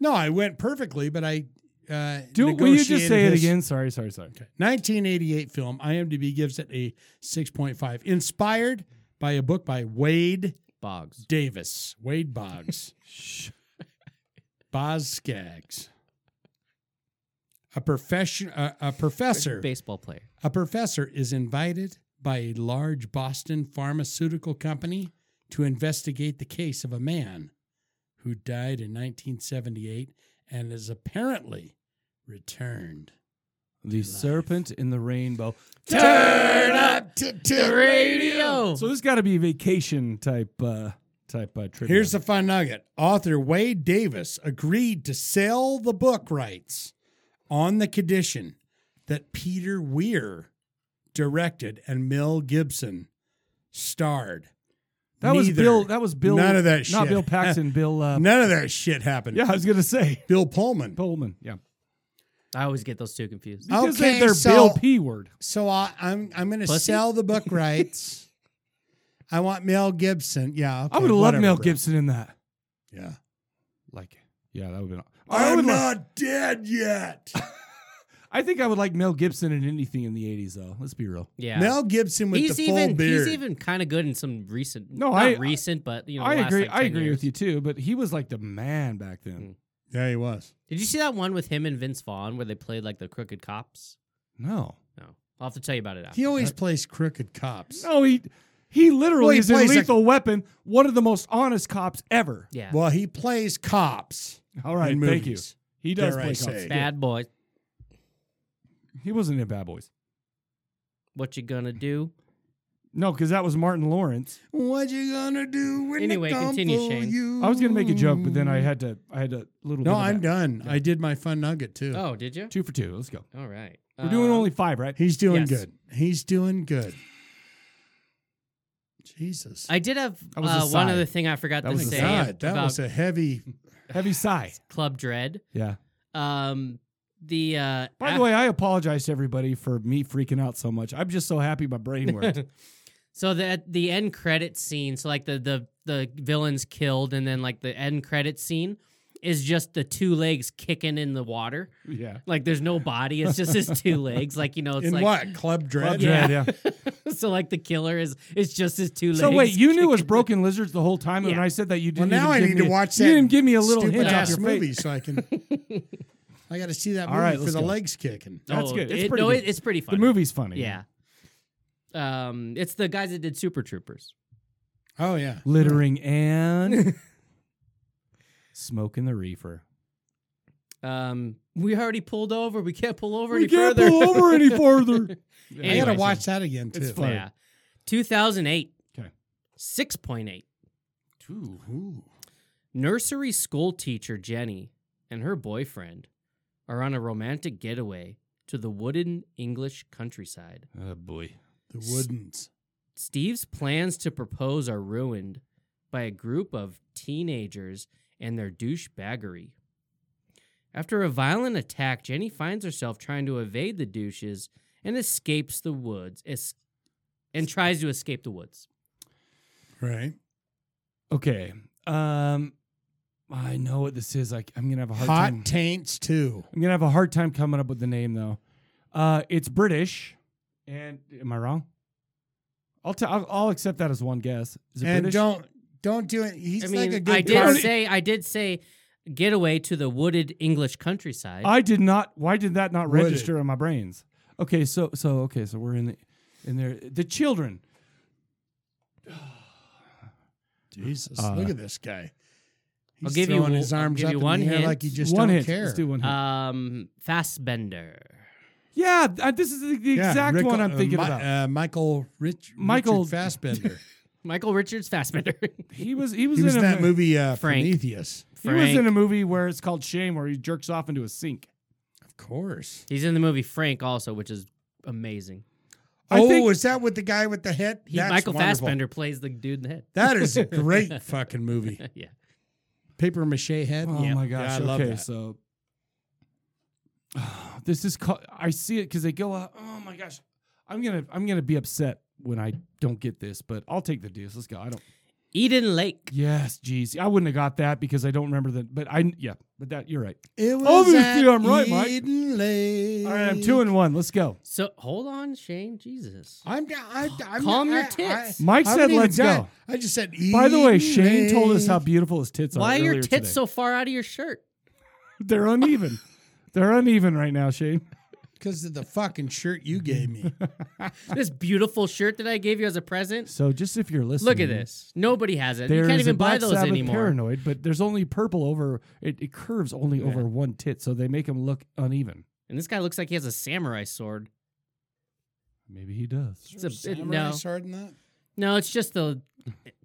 Speaker 2: No, I went perfectly, but I. Uh,
Speaker 1: Do, will you just
Speaker 2: negotiated
Speaker 1: say it
Speaker 2: his-
Speaker 1: again? Sorry, sorry, sorry.
Speaker 2: 1988 film. IMDb gives it a 6.5. Inspired by a book by Wade
Speaker 3: Boggs.
Speaker 2: Davis. Wade Boggs. Boz Skaggs. A profession, a, a professor,
Speaker 3: Baseball player.
Speaker 2: a professor is invited by a large Boston pharmaceutical company to investigate the case of a man who died in 1978 and is apparently returned.
Speaker 1: The Serpent in the Rainbow.
Speaker 2: Turn up to, the
Speaker 3: Radio.
Speaker 1: So this got to be vacation type uh type uh trivia.
Speaker 2: Here's the fun nugget. Author Wade Davis agreed to sell the book rights on the condition that Peter Weir directed and Mel Gibson starred.
Speaker 1: That was
Speaker 2: Neither.
Speaker 1: Bill that was Bill
Speaker 2: None of that shit.
Speaker 1: Not Bill Paxton, Bill uh
Speaker 2: None of that shit happened.
Speaker 1: Yeah, I was going to say
Speaker 2: Bill Pullman.
Speaker 1: Pullman. Yeah.
Speaker 3: I always get those two confused.
Speaker 1: Because
Speaker 2: Okay,
Speaker 1: they, they're
Speaker 2: so-
Speaker 1: Bill P word.
Speaker 2: So I, I'm I'm going to
Speaker 3: Pussy?
Speaker 2: sell the book rights. I want Mel Gibson. Yeah, okay,
Speaker 1: I would have loved
Speaker 2: whatever,
Speaker 1: Mel
Speaker 2: bro.
Speaker 1: Gibson in that.
Speaker 2: Yeah,
Speaker 1: Like, yeah, that would have been. I
Speaker 2: I'm
Speaker 1: would. Like,
Speaker 2: not dead yet.
Speaker 1: I think I would like Mel Gibson in anything in the '80s, though. Let's be real.
Speaker 3: Yeah.
Speaker 2: Mel Gibson with
Speaker 3: he's
Speaker 2: the full
Speaker 3: even
Speaker 2: beard.
Speaker 3: he's even kind of good in some recent.
Speaker 1: No,
Speaker 3: not
Speaker 1: I-
Speaker 3: recent, but you know.
Speaker 1: I
Speaker 3: last,
Speaker 1: agree.
Speaker 3: like,
Speaker 1: I
Speaker 3: 10
Speaker 1: agree
Speaker 3: years.
Speaker 1: with you too. But he was like the man back then.
Speaker 2: yeah, he was.
Speaker 3: Did you see that one with him and Vince Vaughn where they played like the crooked cops?
Speaker 1: No,
Speaker 3: No, I'll have to tell you about it after.
Speaker 2: He always plays crooked cops.
Speaker 1: no, he he literally
Speaker 2: Well, he
Speaker 1: is in
Speaker 2: plays like-
Speaker 1: Lethal Weapon, one of the most honest cops ever.
Speaker 3: yeah,
Speaker 2: Well, he plays cops.
Speaker 1: All right,
Speaker 2: In
Speaker 1: thank you.
Speaker 2: movies.
Speaker 1: He does
Speaker 2: Dare I
Speaker 1: play
Speaker 2: say.
Speaker 1: cops.
Speaker 3: bad boy.
Speaker 1: He wasn't in Bad Boys.
Speaker 3: What you gonna do?
Speaker 1: No, because that was Martin Lawrence.
Speaker 2: What you gonna do when
Speaker 3: Anyway,
Speaker 2: they come
Speaker 3: continue,
Speaker 2: for
Speaker 3: Shane.
Speaker 2: you?
Speaker 1: I was gonna make a joke, but then I had to. I had a little. bit
Speaker 2: No,
Speaker 1: of
Speaker 2: I'm
Speaker 1: that.
Speaker 2: done. I did my fun nugget too.
Speaker 3: Oh, did you?
Speaker 1: Two for two. Let's go.
Speaker 3: All right.
Speaker 1: We're doing
Speaker 3: Um,
Speaker 1: only five, right?
Speaker 2: He's doing
Speaker 3: Yes.
Speaker 2: good. He's doing good. Jesus.
Speaker 3: I did have
Speaker 1: That was a
Speaker 3: uh, one
Speaker 1: sigh.
Speaker 3: other thing I forgot
Speaker 1: That
Speaker 3: to
Speaker 1: was a
Speaker 3: say
Speaker 1: sigh.
Speaker 2: God, that
Speaker 3: about
Speaker 2: was a heavy.
Speaker 1: Heavy sigh.
Speaker 3: Club Dread.
Speaker 1: Yeah.
Speaker 3: Um, the uh,
Speaker 1: By
Speaker 3: af-
Speaker 1: the way, I apologize to everybody for me freaking out so much. I'm just so happy my brain worked.
Speaker 3: So the at the end credit scene, so like the the the villain's killed, and then like the end credit scene is just the two legs kicking in the water.
Speaker 1: yeah.
Speaker 3: Like there's no body, it's just his two legs. Like you know, it's
Speaker 2: in
Speaker 3: like
Speaker 2: what? Club Dread?
Speaker 1: Club
Speaker 3: Yeah.
Speaker 1: Dread, yeah.
Speaker 3: so like the killer is it's just his two legs.
Speaker 1: So wait, you knew it was
Speaker 3: kicking.
Speaker 1: Broken Lizards the whole time, and
Speaker 3: Yeah.
Speaker 1: I said that you
Speaker 2: Well,
Speaker 1: didn't.
Speaker 2: now
Speaker 1: even
Speaker 2: I
Speaker 1: give
Speaker 2: need
Speaker 1: me
Speaker 2: to
Speaker 1: a-
Speaker 2: watch that.
Speaker 1: You didn't give me a little
Speaker 2: stupid
Speaker 1: hint off
Speaker 2: ass
Speaker 1: your
Speaker 2: movie,
Speaker 1: face.
Speaker 2: so I can. I got to see that
Speaker 1: All
Speaker 2: movie
Speaker 1: right,
Speaker 2: for
Speaker 1: let's
Speaker 2: the
Speaker 1: go.
Speaker 2: legs kicking.
Speaker 1: That's
Speaker 3: Oh,
Speaker 1: good. It's
Speaker 3: it-
Speaker 1: pretty
Speaker 3: no,
Speaker 1: good.
Speaker 3: it- it's pretty
Speaker 1: The
Speaker 3: funny.
Speaker 1: movie's funny.
Speaker 3: Yeah. Um, it's the guys that did Super Troopers.
Speaker 2: Oh yeah.
Speaker 1: Littering and smoking the reefer.
Speaker 3: Um, we already pulled over. We can't pull over
Speaker 1: We
Speaker 3: any
Speaker 1: can't
Speaker 3: further.
Speaker 1: pull over any further.
Speaker 2: I gotta
Speaker 3: Anyway,
Speaker 2: watch that again too.
Speaker 1: It's fun.
Speaker 3: Yeah. 2008.
Speaker 1: Okay.
Speaker 3: 6.8.
Speaker 1: Ooh.
Speaker 3: Nursery school teacher Jenny and her boyfriend are on a romantic getaway to the wooden English countryside.
Speaker 1: Oh boy.
Speaker 2: The Woodens.
Speaker 3: Steve's plans to propose are ruined by a group of teenagers and their douchebaggery. After a violent attack, Jenny finds herself trying to evade the douches and escapes the woods es- and tries to escape the woods.
Speaker 2: Right.
Speaker 1: Okay. Um, I know what this is. Like, I'm gonna have a hard
Speaker 2: Hot
Speaker 1: time.
Speaker 2: taints too.
Speaker 1: I'm gonna have a hard time coming up with the name though. Uh, it's British, and am I wrong? I'll t- I'll, I'll accept that as one guess. Is it
Speaker 2: And
Speaker 1: British?
Speaker 2: don't don't do it. He's
Speaker 3: I mean,
Speaker 2: like a good
Speaker 3: I did
Speaker 2: car-
Speaker 3: say I did say getaway to the wooded English countryside.
Speaker 1: I did not. Why did that not
Speaker 2: Would it?
Speaker 1: register in my brains? Okay, so so okay, so we're in the in there. The children.
Speaker 2: Jesus,
Speaker 1: Uh,
Speaker 2: look at this guy. He's
Speaker 3: I'll give you one-
Speaker 2: throwing his
Speaker 3: I'll
Speaker 2: arms
Speaker 3: give
Speaker 2: up
Speaker 3: you
Speaker 2: in
Speaker 3: one
Speaker 2: the air
Speaker 3: hint.
Speaker 2: like he just
Speaker 1: one
Speaker 2: don't
Speaker 1: hint.
Speaker 2: care.
Speaker 1: Let's do one hint.
Speaker 3: um, Fassbender.
Speaker 1: yeah, th- this is the, the
Speaker 2: Yeah,
Speaker 1: exact
Speaker 2: Rick-
Speaker 1: one I'm
Speaker 2: uh,
Speaker 1: thinking
Speaker 2: Mi-
Speaker 1: about.
Speaker 2: Uh, Michael Rich
Speaker 1: Michael-
Speaker 2: Richard Fassbender.
Speaker 3: Michael Richards Fassbender.
Speaker 1: he was he was
Speaker 2: he was
Speaker 1: in
Speaker 2: in
Speaker 1: a
Speaker 2: that
Speaker 1: mo-
Speaker 2: movie uh,
Speaker 3: Frank.
Speaker 2: Prometheus.
Speaker 1: He was in
Speaker 3: Frank.
Speaker 1: a movie where it's called Shame, where he jerks off into a sink.
Speaker 2: Of course.
Speaker 3: He's in the movie Frank also, which is amazing.
Speaker 1: I
Speaker 2: oh,
Speaker 1: think-
Speaker 2: is that with the guy with the head?
Speaker 3: He,
Speaker 2: That's
Speaker 3: Michael
Speaker 2: wonderful.
Speaker 3: Fassbender plays the dude in the head.
Speaker 2: That is a great fucking movie.
Speaker 3: yeah.
Speaker 2: Paper mache head.
Speaker 1: Oh my gosh!
Speaker 2: Yeah, I love
Speaker 1: okay,
Speaker 2: that.
Speaker 1: so this is ca- I see it because they go out. Oh my gosh! I'm gonna I'm gonna be upset when I don't get this, but I'll take the deuce. Let's go. I don't.
Speaker 3: Eden Lake.
Speaker 1: Yes, geez, I wouldn't have got that because I don't remember that. But I yeah, but that you're right.
Speaker 2: It was
Speaker 1: Obviously,
Speaker 2: at
Speaker 1: I'm right, Mike.
Speaker 2: Eden Lake.
Speaker 1: All right, I'm two and one. Let's go.
Speaker 3: So hold on, Shane. Jesus.
Speaker 2: I'm, I, I'm
Speaker 3: Calm
Speaker 2: I,
Speaker 3: your
Speaker 2: I-
Speaker 3: tits.
Speaker 1: Mike
Speaker 2: I
Speaker 1: said,
Speaker 2: haven't even
Speaker 1: "Let's
Speaker 2: done-
Speaker 1: go."
Speaker 2: I just said.
Speaker 1: By the way,
Speaker 2: Eden
Speaker 1: Shane told us how
Speaker 2: Lake.
Speaker 1: beautiful his tits are.
Speaker 3: Why are your
Speaker 1: earlier
Speaker 3: tits
Speaker 1: today.
Speaker 3: so far out of your shirt?
Speaker 1: They're uneven. They're uneven right now, Shane.
Speaker 2: because of the fucking shirt you gave me.
Speaker 3: this beautiful shirt that I gave you as a present.
Speaker 1: So just if you're listening,
Speaker 3: Look at this. Nobody has it.
Speaker 1: There
Speaker 3: you can't
Speaker 1: is a
Speaker 3: even buy
Speaker 1: Black
Speaker 3: those
Speaker 1: Sabbath
Speaker 3: anymore.
Speaker 1: Paranoid, but there's only purple over. It, it curves only over one tit, so they make them look uneven.
Speaker 3: And this guy looks like he has a samurai sword.
Speaker 1: Maybe he does.
Speaker 3: It's a, it-
Speaker 2: Samurai
Speaker 3: no,
Speaker 2: sword in that?
Speaker 3: no, it's just the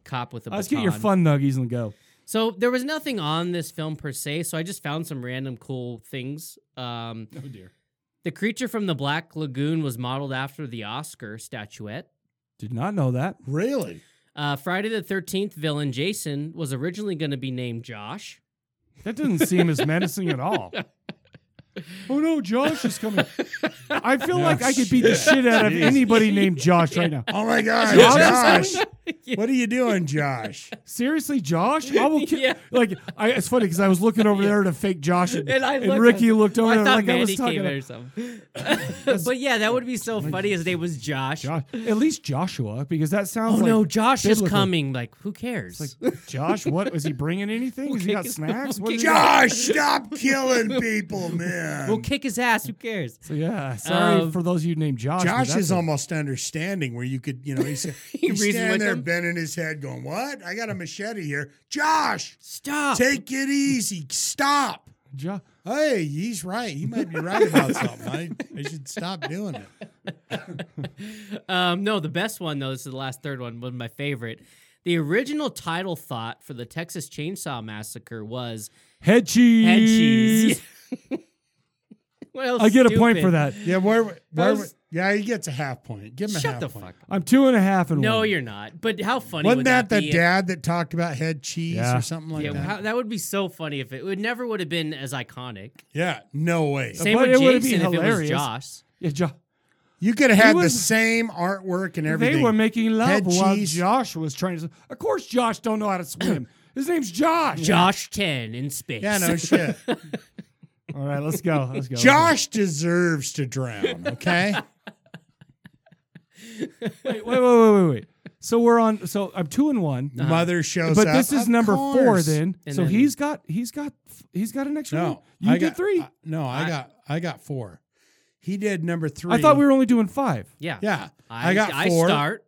Speaker 3: cop with the.
Speaker 1: Let's get your
Speaker 3: baton.
Speaker 1: fun nuggies and go.
Speaker 3: So there was nothing on this film per se, so I just found some random cool things. Um,
Speaker 1: Oh dear.
Speaker 3: the creature from the Black Lagoon was modeled after the Oscar statuette.
Speaker 1: Did not know that.
Speaker 2: Really?
Speaker 3: Uh, Friday the Thirteenth villain Jason was originally going to be named Josh.
Speaker 1: That doesn't seem as menacing at all. Oh no, Josh is coming. I feel like I could beat the shit out of anybody named Josh right now.
Speaker 2: Oh my God,
Speaker 1: Josh
Speaker 2: Josh! What are you doing, Josh?
Speaker 1: Seriously, Josh? I will kill.
Speaker 3: Yeah.
Speaker 1: Like, I, it's funny because I was looking over there to fake Josh, and,
Speaker 3: And I
Speaker 1: and
Speaker 3: looked-
Speaker 1: Ricky looked over
Speaker 3: I
Speaker 1: there
Speaker 3: thought
Speaker 1: like I
Speaker 3: Mandy
Speaker 1: was talking.
Speaker 3: came in
Speaker 1: to-
Speaker 3: or something. but yeah, that would be so funny. His name was Josh.
Speaker 1: Josh, at least Joshua, because that
Speaker 3: Oh
Speaker 1: sounds like
Speaker 3: no, Josh is
Speaker 1: biblical.
Speaker 3: coming. Like, who cares?
Speaker 1: Like, Josh, what is he bringing? Anything? Has he got snacks? What is that?
Speaker 2: Josh, stop killing people, man.
Speaker 3: we'll kick his ass. Who cares?
Speaker 1: So yeah, sorry
Speaker 3: Um,
Speaker 1: for those of you named Josh. but
Speaker 2: Josh
Speaker 1: that's
Speaker 2: is
Speaker 1: a-
Speaker 2: almost understanding where you could, you know, he's, he's
Speaker 3: reasoned
Speaker 2: standing
Speaker 3: with
Speaker 2: there
Speaker 3: them.
Speaker 2: bending his head, going, "What? I got a machete here, Josh.
Speaker 3: Stop.
Speaker 2: Take it easy. Stop."
Speaker 1: Jo-
Speaker 2: Hey, he's right. He might be right about something. I, I should stop doing it.
Speaker 3: Um, no, the best one though. This is the last third one. One of my favorite. The original title thought for the Texas Chainsaw Massacre was
Speaker 1: head cheese.
Speaker 3: head cheese. what else?
Speaker 1: I get a point
Speaker 3: stupid?
Speaker 1: for that.
Speaker 2: Yeah, where? where
Speaker 3: was-
Speaker 2: yeah, he gets a half point. Give him a
Speaker 3: Shut
Speaker 2: half
Speaker 3: the
Speaker 2: point.
Speaker 3: fuck.
Speaker 1: I'm two and a half and
Speaker 3: No,
Speaker 1: one.
Speaker 3: you're not. But how funny
Speaker 2: Wasn't
Speaker 3: would
Speaker 2: that,
Speaker 3: that,
Speaker 2: the
Speaker 3: be?
Speaker 2: dad that talked about head cheese
Speaker 1: Yeah.
Speaker 2: or something like
Speaker 3: yeah,
Speaker 2: that?
Speaker 3: how, that would be so funny if it, it never would have been as iconic.
Speaker 2: yeah, no way.
Speaker 3: Same
Speaker 1: but
Speaker 3: with
Speaker 1: it would be
Speaker 3: Jason if it was
Speaker 1: hilarious.
Speaker 3: Josh.
Speaker 1: Yeah, Jo-
Speaker 2: You could have had the
Speaker 1: was-
Speaker 2: same artwork and everything.
Speaker 1: they were making love
Speaker 2: Head
Speaker 1: while
Speaker 2: cheese.
Speaker 1: Josh was trying to. Of course, Josh don't know how to swim. His name's Josh.
Speaker 3: Josh Ten in space.
Speaker 2: yeah, no shit.
Speaker 1: All right, let's go. Let's go.
Speaker 2: Josh deserves to drown. Okay.
Speaker 1: Wait, wait, wait, wait, wait, wait. So we're on. So I'm two and one.
Speaker 2: Mother shows
Speaker 1: But
Speaker 2: up.
Speaker 1: this is
Speaker 2: Of
Speaker 1: number four.
Speaker 2: course.
Speaker 1: Then,
Speaker 3: Uh-huh. And
Speaker 1: so
Speaker 3: then-
Speaker 1: he's got, he's got, he's got an extra. one.
Speaker 2: No,
Speaker 1: you
Speaker 2: I
Speaker 1: did
Speaker 2: got-
Speaker 1: three.
Speaker 2: I- no, I, got I got four. He did number three.
Speaker 1: I thought we were only doing five.
Speaker 3: Yeah.
Speaker 2: Yeah, I, got four.
Speaker 3: I start.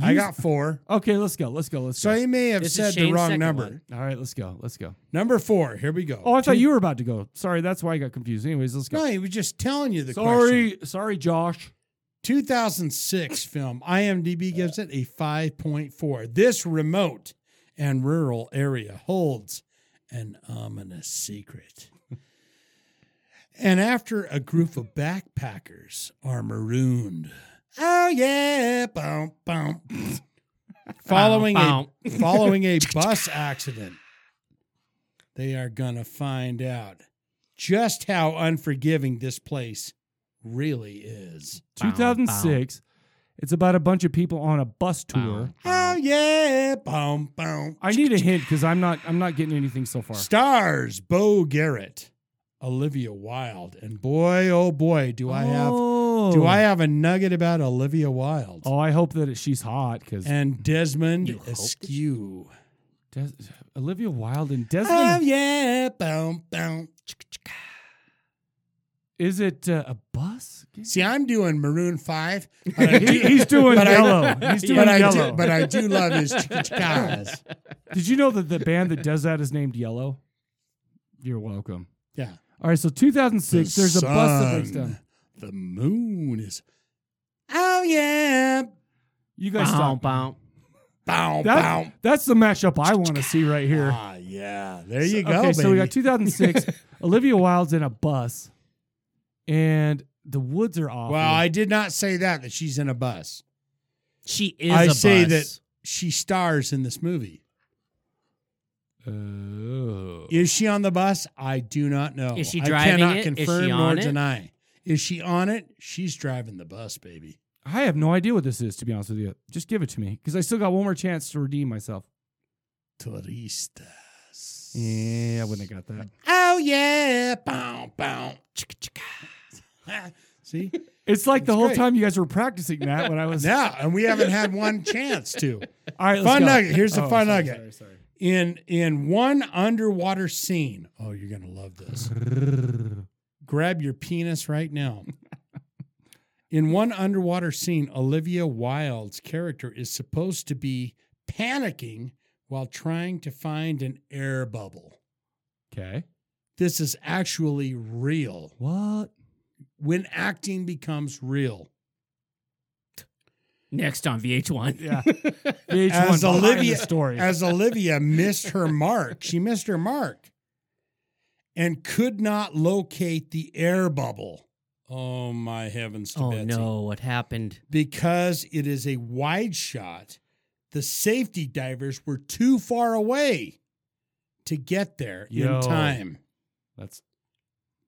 Speaker 2: I
Speaker 1: You-
Speaker 2: got four.
Speaker 1: Okay, let's go. Let's go. Let's
Speaker 2: So
Speaker 1: go.
Speaker 2: he may have
Speaker 3: This is
Speaker 2: said the
Speaker 3: Shane's
Speaker 2: wrong
Speaker 3: second
Speaker 2: number.
Speaker 3: one.
Speaker 1: All right, let's go. Let's go.
Speaker 2: Number four. Here we go.
Speaker 1: Oh, I thought
Speaker 2: Two-
Speaker 1: you were about to go. Sorry, that's why I got confused. Anyways, let's
Speaker 2: No,
Speaker 1: go.
Speaker 2: he was just telling you the question.
Speaker 1: Sorry, sorry, Josh.
Speaker 2: 2006 film. IMDb gives it a 5.4. This remote and rural area holds an ominous secret. and after a group of backpackers are marooned. Oh, yeah. Bum, bum. Following, a,
Speaker 3: Bow,
Speaker 2: following a bus accident, they are going to find out just how unforgiving this place really is.
Speaker 3: bow,
Speaker 1: 2006. It's about a bunch of people on a bus
Speaker 3: bow,
Speaker 1: tour.
Speaker 2: Oh
Speaker 3: bow.
Speaker 2: yeah, boom boom.
Speaker 1: I need a hint because I'm not. I'm not getting anything so far.
Speaker 2: Stars: Bo Garrett, Olivia Wilde, and boy, oh boy, do I have do I have a nugget about Olivia Wilde
Speaker 1: Oh, I hope that it, she's hot because
Speaker 2: and Desmond
Speaker 3: You hope it's-
Speaker 2: Askew.
Speaker 1: Olivia Wilde and
Speaker 2: Oh
Speaker 1: Desmond.
Speaker 2: yeah, boom boom.
Speaker 1: is it uh, a bus?
Speaker 2: See, I'm doing Maroon Five, but
Speaker 1: He-
Speaker 2: I do,
Speaker 1: he's doing
Speaker 2: But I-
Speaker 1: yellow. He's doing
Speaker 2: but I
Speaker 1: yellow.
Speaker 2: do, but I do love his chicas.
Speaker 1: Did you know that the band that does that is named Yellow? You're welcome.
Speaker 2: Yeah.
Speaker 1: All right, so 2006.
Speaker 2: The
Speaker 1: there's a bus that breaks
Speaker 2: sun.
Speaker 1: down.
Speaker 2: The moon is. Oh yeah,
Speaker 1: You guys
Speaker 3: Bow,
Speaker 1: stop.
Speaker 3: bow.
Speaker 2: boom
Speaker 1: That-
Speaker 2: boom.
Speaker 1: That's the matchup I want to see right here.
Speaker 2: Ah, yeah. There you go.
Speaker 1: okay, so we got
Speaker 2: baby.
Speaker 1: 2006. Olivia Wilde's in a bus, and the woods are off.
Speaker 2: Well, I did not say that that she's in a bus.
Speaker 3: She is
Speaker 2: I
Speaker 3: a
Speaker 2: say
Speaker 3: bus.
Speaker 2: that- She stars in this movie.
Speaker 1: Oh.
Speaker 2: Is she on the bus? I do not know.
Speaker 3: Is she
Speaker 2: I
Speaker 3: driving
Speaker 2: cannot
Speaker 3: it? Is
Speaker 2: confirm
Speaker 3: she
Speaker 2: nor
Speaker 3: on it?
Speaker 2: deny. Is she on it? She's driving the bus, baby.
Speaker 1: I have no idea what this is, to be honest with you. Just give it to me because I still got one more chance to redeem myself.
Speaker 2: Turistas.
Speaker 1: Yeah, I wouldn't have got that.
Speaker 2: Oh yeah. Bow bow. Chicka, chicka. See?
Speaker 1: It's like the
Speaker 2: That's
Speaker 1: whole
Speaker 2: great.
Speaker 1: time you guys were practicing that when I was.
Speaker 2: Yeah, and we haven't had one chance to.
Speaker 1: All right, let's
Speaker 2: Fun
Speaker 1: go.
Speaker 2: nugget. Here's the
Speaker 1: Oh,
Speaker 2: fun
Speaker 1: sorry,
Speaker 2: nugget.
Speaker 1: sorry, sorry.
Speaker 2: in in one underwater scene. Oh, you're gonna love this. Grab your penis right now. In one underwater scene, Olivia Wilde's character is supposed to be panicking while trying to find an air bubble.
Speaker 1: Okay.
Speaker 2: This is actually real.
Speaker 1: What?
Speaker 2: When acting becomes real.
Speaker 3: Next on VH1.
Speaker 1: Yeah. VH1
Speaker 2: As
Speaker 1: behind
Speaker 2: Olivia-
Speaker 1: the story.
Speaker 2: as Olivia missed her mark. She missed her mark and could not locate the air bubble. Oh my heavens to
Speaker 3: Oh
Speaker 2: Betsy.
Speaker 3: no, what happened?
Speaker 2: Because it is a wide shot, the safety divers were too far away to get there
Speaker 1: Yo.
Speaker 2: in time.
Speaker 1: That's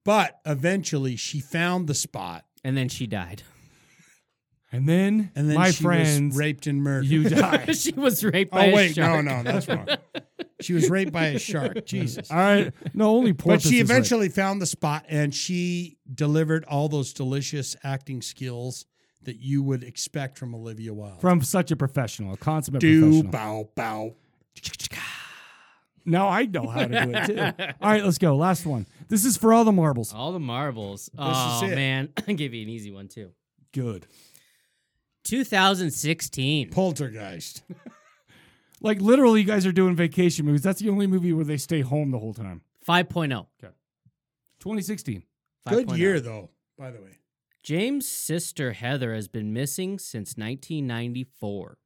Speaker 2: But eventually she found the spot
Speaker 3: And then she died.
Speaker 1: and then
Speaker 2: and then
Speaker 1: my
Speaker 2: she
Speaker 1: friends
Speaker 2: was raped and murdered.
Speaker 1: you die.
Speaker 3: she was raped by
Speaker 2: oh
Speaker 3: a
Speaker 2: wait, no,
Speaker 3: shark.
Speaker 2: no, that's wrong. She was raped by a shark. Jesus.
Speaker 1: All right. No, only poor.
Speaker 2: But she eventually found the spot and she delivered all those delicious acting skills that you would expect from Olivia Wilde.
Speaker 1: from such a professional, a consummate
Speaker 2: do
Speaker 1: professional.
Speaker 2: bow bow.
Speaker 1: Now I know how to do it too. All right, let's go. Last one. This is for all the marbles.
Speaker 3: All the marbles.
Speaker 2: is
Speaker 3: oh
Speaker 2: it.
Speaker 3: man, I gave you an easy one too.
Speaker 1: Good.
Speaker 3: 2016.
Speaker 2: Poltergeist.
Speaker 1: Like literally, you guys are doing vacation movies. That's the only movie where they stay home the whole time.
Speaker 3: 5.0.
Speaker 1: 2016.
Speaker 2: Good
Speaker 3: 5.0.
Speaker 2: year though, Oh, by the way.
Speaker 3: James' sister Heather has been missing since 1994.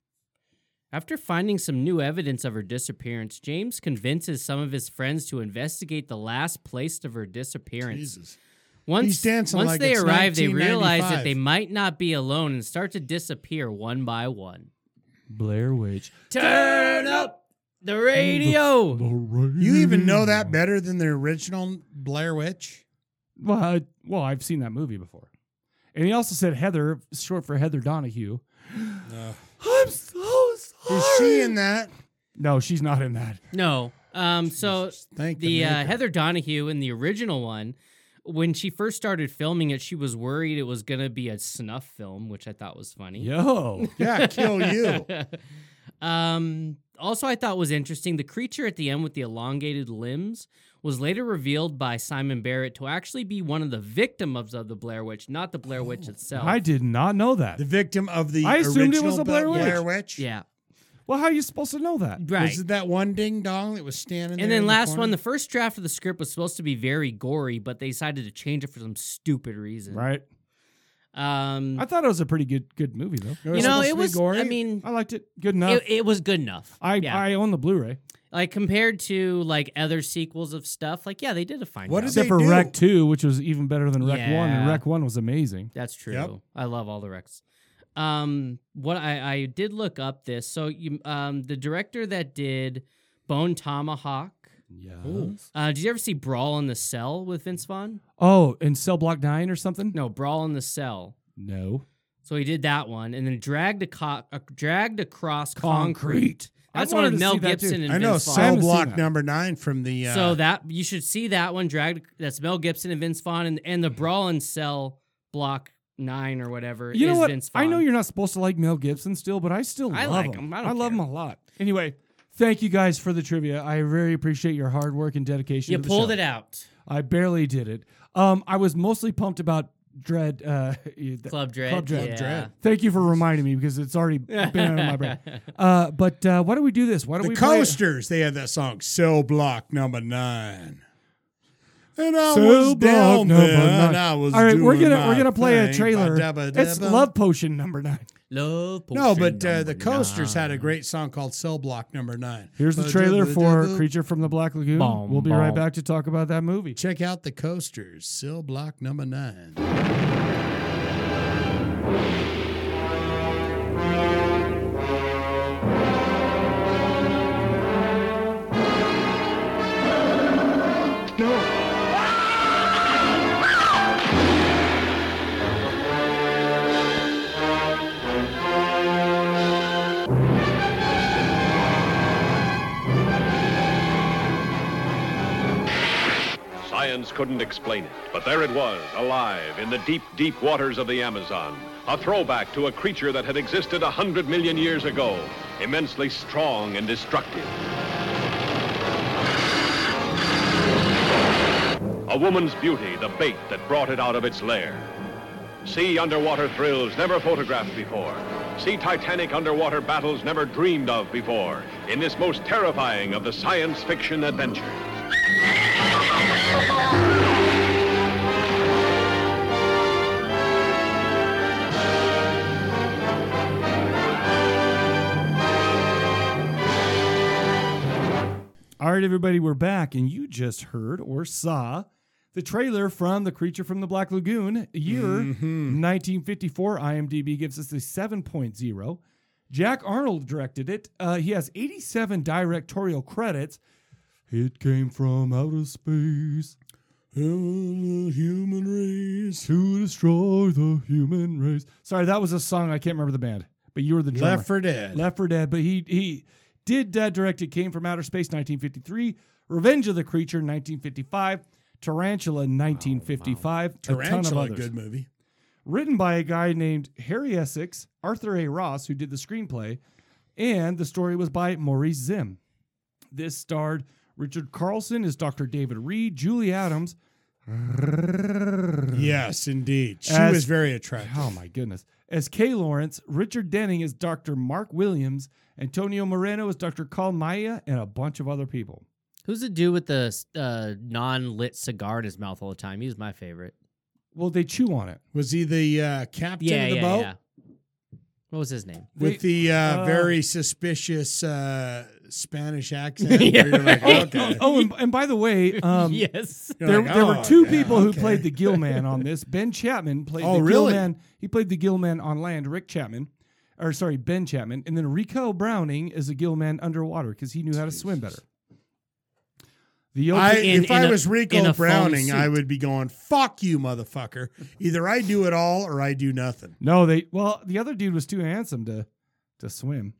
Speaker 3: After finding some new evidence of her disappearance, James convinces some of his friends to investigate the last place of her disappearance.
Speaker 2: Jesus.
Speaker 3: Once,
Speaker 2: He's dancing
Speaker 3: once
Speaker 2: like
Speaker 3: they
Speaker 2: it's
Speaker 3: arrive, they realize
Speaker 2: 1995.
Speaker 3: that they might not be alone and start to disappear one by one.
Speaker 1: Blair Witch.
Speaker 3: Turn up the radio.
Speaker 2: You even know that better than the original Blair Witch?
Speaker 1: Well, I- well, I've seen that movie before. And he also said Heather, short for Heather Donahue.
Speaker 2: Uh,
Speaker 1: I'm so sorry.
Speaker 2: Is she in that?
Speaker 1: No, she's not in that.
Speaker 3: No. Um. So
Speaker 2: Thank
Speaker 3: the uh,
Speaker 2: maker.
Speaker 3: Heather Donahue in the original one, when she first started filming it, she was worried it was gonna be a snuff film, which I thought was funny.
Speaker 1: Yo.
Speaker 2: Yeah, kill you.
Speaker 3: um. also, I thought was interesting the creature at the end with the elongated limbs was later revealed by Simon Barrett to actually be one of the victims of the Blair Witch, not the Blair Witch itself.
Speaker 1: I did not know that.
Speaker 2: The victim of the
Speaker 1: I assumed it
Speaker 2: original
Speaker 1: was a Blair Witch.
Speaker 2: Witch.
Speaker 3: yeah,
Speaker 1: Well, how are you supposed to know that?
Speaker 3: right.
Speaker 2: Was it that one ding dong that was standing
Speaker 3: And
Speaker 2: there
Speaker 3: then
Speaker 2: in
Speaker 3: last
Speaker 2: corner?
Speaker 3: one, the first draft of the script was supposed to be very gory, but they decided to change it for some stupid reason.
Speaker 1: Right.
Speaker 3: Um,
Speaker 1: I thought it was a pretty good good movie though.
Speaker 3: you know, it was. I mean,
Speaker 1: I liked it. Good enough.
Speaker 3: it, it was good enough.
Speaker 1: I
Speaker 3: yeah.
Speaker 1: I own the Blu-ray.
Speaker 3: like compared to like other sequels of stuff. Like, yeah, they did a fine.
Speaker 2: What
Speaker 3: job.
Speaker 2: is
Speaker 1: Except
Speaker 2: they
Speaker 1: for
Speaker 2: do.
Speaker 1: Rec 2, which was even better than Rec 1 and
Speaker 3: Yeah.
Speaker 1: Rec 1 was amazing.
Speaker 3: That's true.
Speaker 2: Yep.
Speaker 3: I love all the Rex. Um, what I, I did look up this. So you, um, the director that did Bone Tomahawk.
Speaker 1: Yeah.
Speaker 3: Uh, did you ever see Brawl in the Cell with Vince Vaughn?
Speaker 1: Oh, and Cell Block 9 or something?
Speaker 3: No, Brawl in the Cell.
Speaker 1: No.
Speaker 3: So he did that one, and then dragged a co- uh, dragged across
Speaker 1: Concrete.
Speaker 3: concrete.
Speaker 1: I
Speaker 3: That's one
Speaker 1: wanted to
Speaker 3: of Mel
Speaker 1: see that, too.
Speaker 3: Gibson and
Speaker 2: I know
Speaker 3: Vince Vaughn.
Speaker 1: I
Speaker 2: cell
Speaker 1: haven't seen
Speaker 2: block
Speaker 1: that.
Speaker 2: number nine from the. Uh,
Speaker 3: So that you should see that one dragged. That's Mel Gibson and Vince Vaughn, and, and the Brawl in Cell block nine or whatever.
Speaker 1: You know
Speaker 3: is
Speaker 1: what?
Speaker 3: Vince
Speaker 1: I know
Speaker 3: Vaughn.
Speaker 1: you're not supposed to like Mel Gibson still, but I still
Speaker 3: I
Speaker 1: love
Speaker 3: like
Speaker 1: him.
Speaker 3: him. I don't
Speaker 1: love
Speaker 3: care.
Speaker 1: him a lot. Anyway, thank you guys for the trivia. I very appreciate your hard work and dedication.
Speaker 3: You
Speaker 1: to the
Speaker 3: pulled
Speaker 1: show.
Speaker 3: it out.
Speaker 1: I barely did it. Um, I was mostly pumped about Dread. Uh, you- th-
Speaker 3: Club Dread.
Speaker 1: Club Dread.
Speaker 3: yeah.
Speaker 1: Thank you for reminding me because it's already been out of my brain. Uh, but uh, why don't we do this? Why don't
Speaker 2: the
Speaker 1: we play-
Speaker 2: coasters, they had that song "Cell Block Number Nine. And I
Speaker 1: Cell
Speaker 2: was
Speaker 1: block
Speaker 2: down
Speaker 1: number
Speaker 2: there,
Speaker 1: nine.
Speaker 2: and I was.
Speaker 1: All right, we're
Speaker 2: doing
Speaker 1: gonna we're
Speaker 2: my
Speaker 1: gonna play a
Speaker 2: thing.
Speaker 1: trailer.
Speaker 2: Ba-dabba-dabba.
Speaker 1: It's Love Potion number nine.
Speaker 3: Love potion
Speaker 2: No, but uh,
Speaker 3: number
Speaker 2: the coasters had a
Speaker 3: nine.
Speaker 2: great song called "Cell Block Number Nine.
Speaker 1: Here's the trailer for
Speaker 2: Ba-dabba-dabba.
Speaker 1: Creature from the Black Lagoon.
Speaker 3: Boom,
Speaker 1: we'll be right
Speaker 3: boom.
Speaker 1: back to talk about that movie.
Speaker 2: Check out the coasters, "Cell Block Number Nine.
Speaker 10: Science couldn't explain it, but there it was, alive in the deep, deep waters of the Amazon. A throwback to a creature that had existed a hundred million years ago, immensely strong and destructive. A woman's beauty, the bait that brought it out of its lair. See underwater thrills never photographed before. See titanic underwater battles never dreamed of before in this most terrifying of the science fiction adventures.
Speaker 1: All right, everybody, we're back, and you just heard or saw the trailer from The Creature from the Black Lagoon, year 1954. IMDb gives us a 7.0. Jack Arnold directed it. Uh, he has 87 directorial credits. It came from outer space
Speaker 2: The human race.
Speaker 1: to destroy the human race. Sorry, that was a song. I can't remember the band, but you were the drummer.
Speaker 2: Left for Dead.
Speaker 1: Left 4 Dead, but he he did uh, direct it. Came from Outer Space, 1953. Revenge of the Creature, 1955. Tarantula, 1955. a ton of
Speaker 2: Tarantula,
Speaker 1: others.
Speaker 2: good movie.
Speaker 1: Written by a guy named Harry Essex, Arthur A. Ross, who did the screenplay, and the story was by Maurice Zim. This starred Richard Carlson as Dr. David Reed, Julie Adams.
Speaker 2: Yes, indeed. She
Speaker 1: As-
Speaker 2: was very attractive.
Speaker 1: Oh my goodness. As Kay Lawrence, Richard Denning as Dr. Mark Williams, Antonio Moreno as Dr. Carl Maya, and a bunch of other people.
Speaker 3: Who's the dude with the uh, non-lit cigar in his mouth all the time? He's my favorite.
Speaker 1: Well, they chew on it.
Speaker 2: Was he the uh, captain
Speaker 3: Yeah,
Speaker 2: of the
Speaker 3: yeah,
Speaker 2: boat
Speaker 3: yeah. What was his name?
Speaker 2: with the uh,
Speaker 1: uh,
Speaker 2: very suspicious uh, Spanish accent?
Speaker 3: Yeah,
Speaker 2: where you're like,
Speaker 3: right.
Speaker 2: okay.
Speaker 1: Oh, and, and by the way, um,
Speaker 3: yes.
Speaker 2: You're
Speaker 1: there,
Speaker 2: like,
Speaker 1: there were
Speaker 2: oh,
Speaker 1: two
Speaker 2: yeah,
Speaker 1: people who
Speaker 2: okay.
Speaker 1: played the Gill Man on this. Ben Chapman played
Speaker 2: Oh,
Speaker 1: the Gill
Speaker 2: really?
Speaker 1: Man. He played the Gill Man on land, Rick Chapman. Or sorry, Ben Chapman. And then Rico Browning is a Gill Man underwater because he knew how to swim better. The
Speaker 2: I,
Speaker 1: opening,
Speaker 3: in-
Speaker 2: if
Speaker 3: in
Speaker 2: I
Speaker 3: a-
Speaker 2: was
Speaker 3: in
Speaker 2: Rico
Speaker 3: a foam
Speaker 2: Browning, I
Speaker 3: suit.
Speaker 2: would be going, "Fuck you, motherfucker! Either I do it all or I do nothing."
Speaker 1: No, they well, the other dude was too handsome to to swim.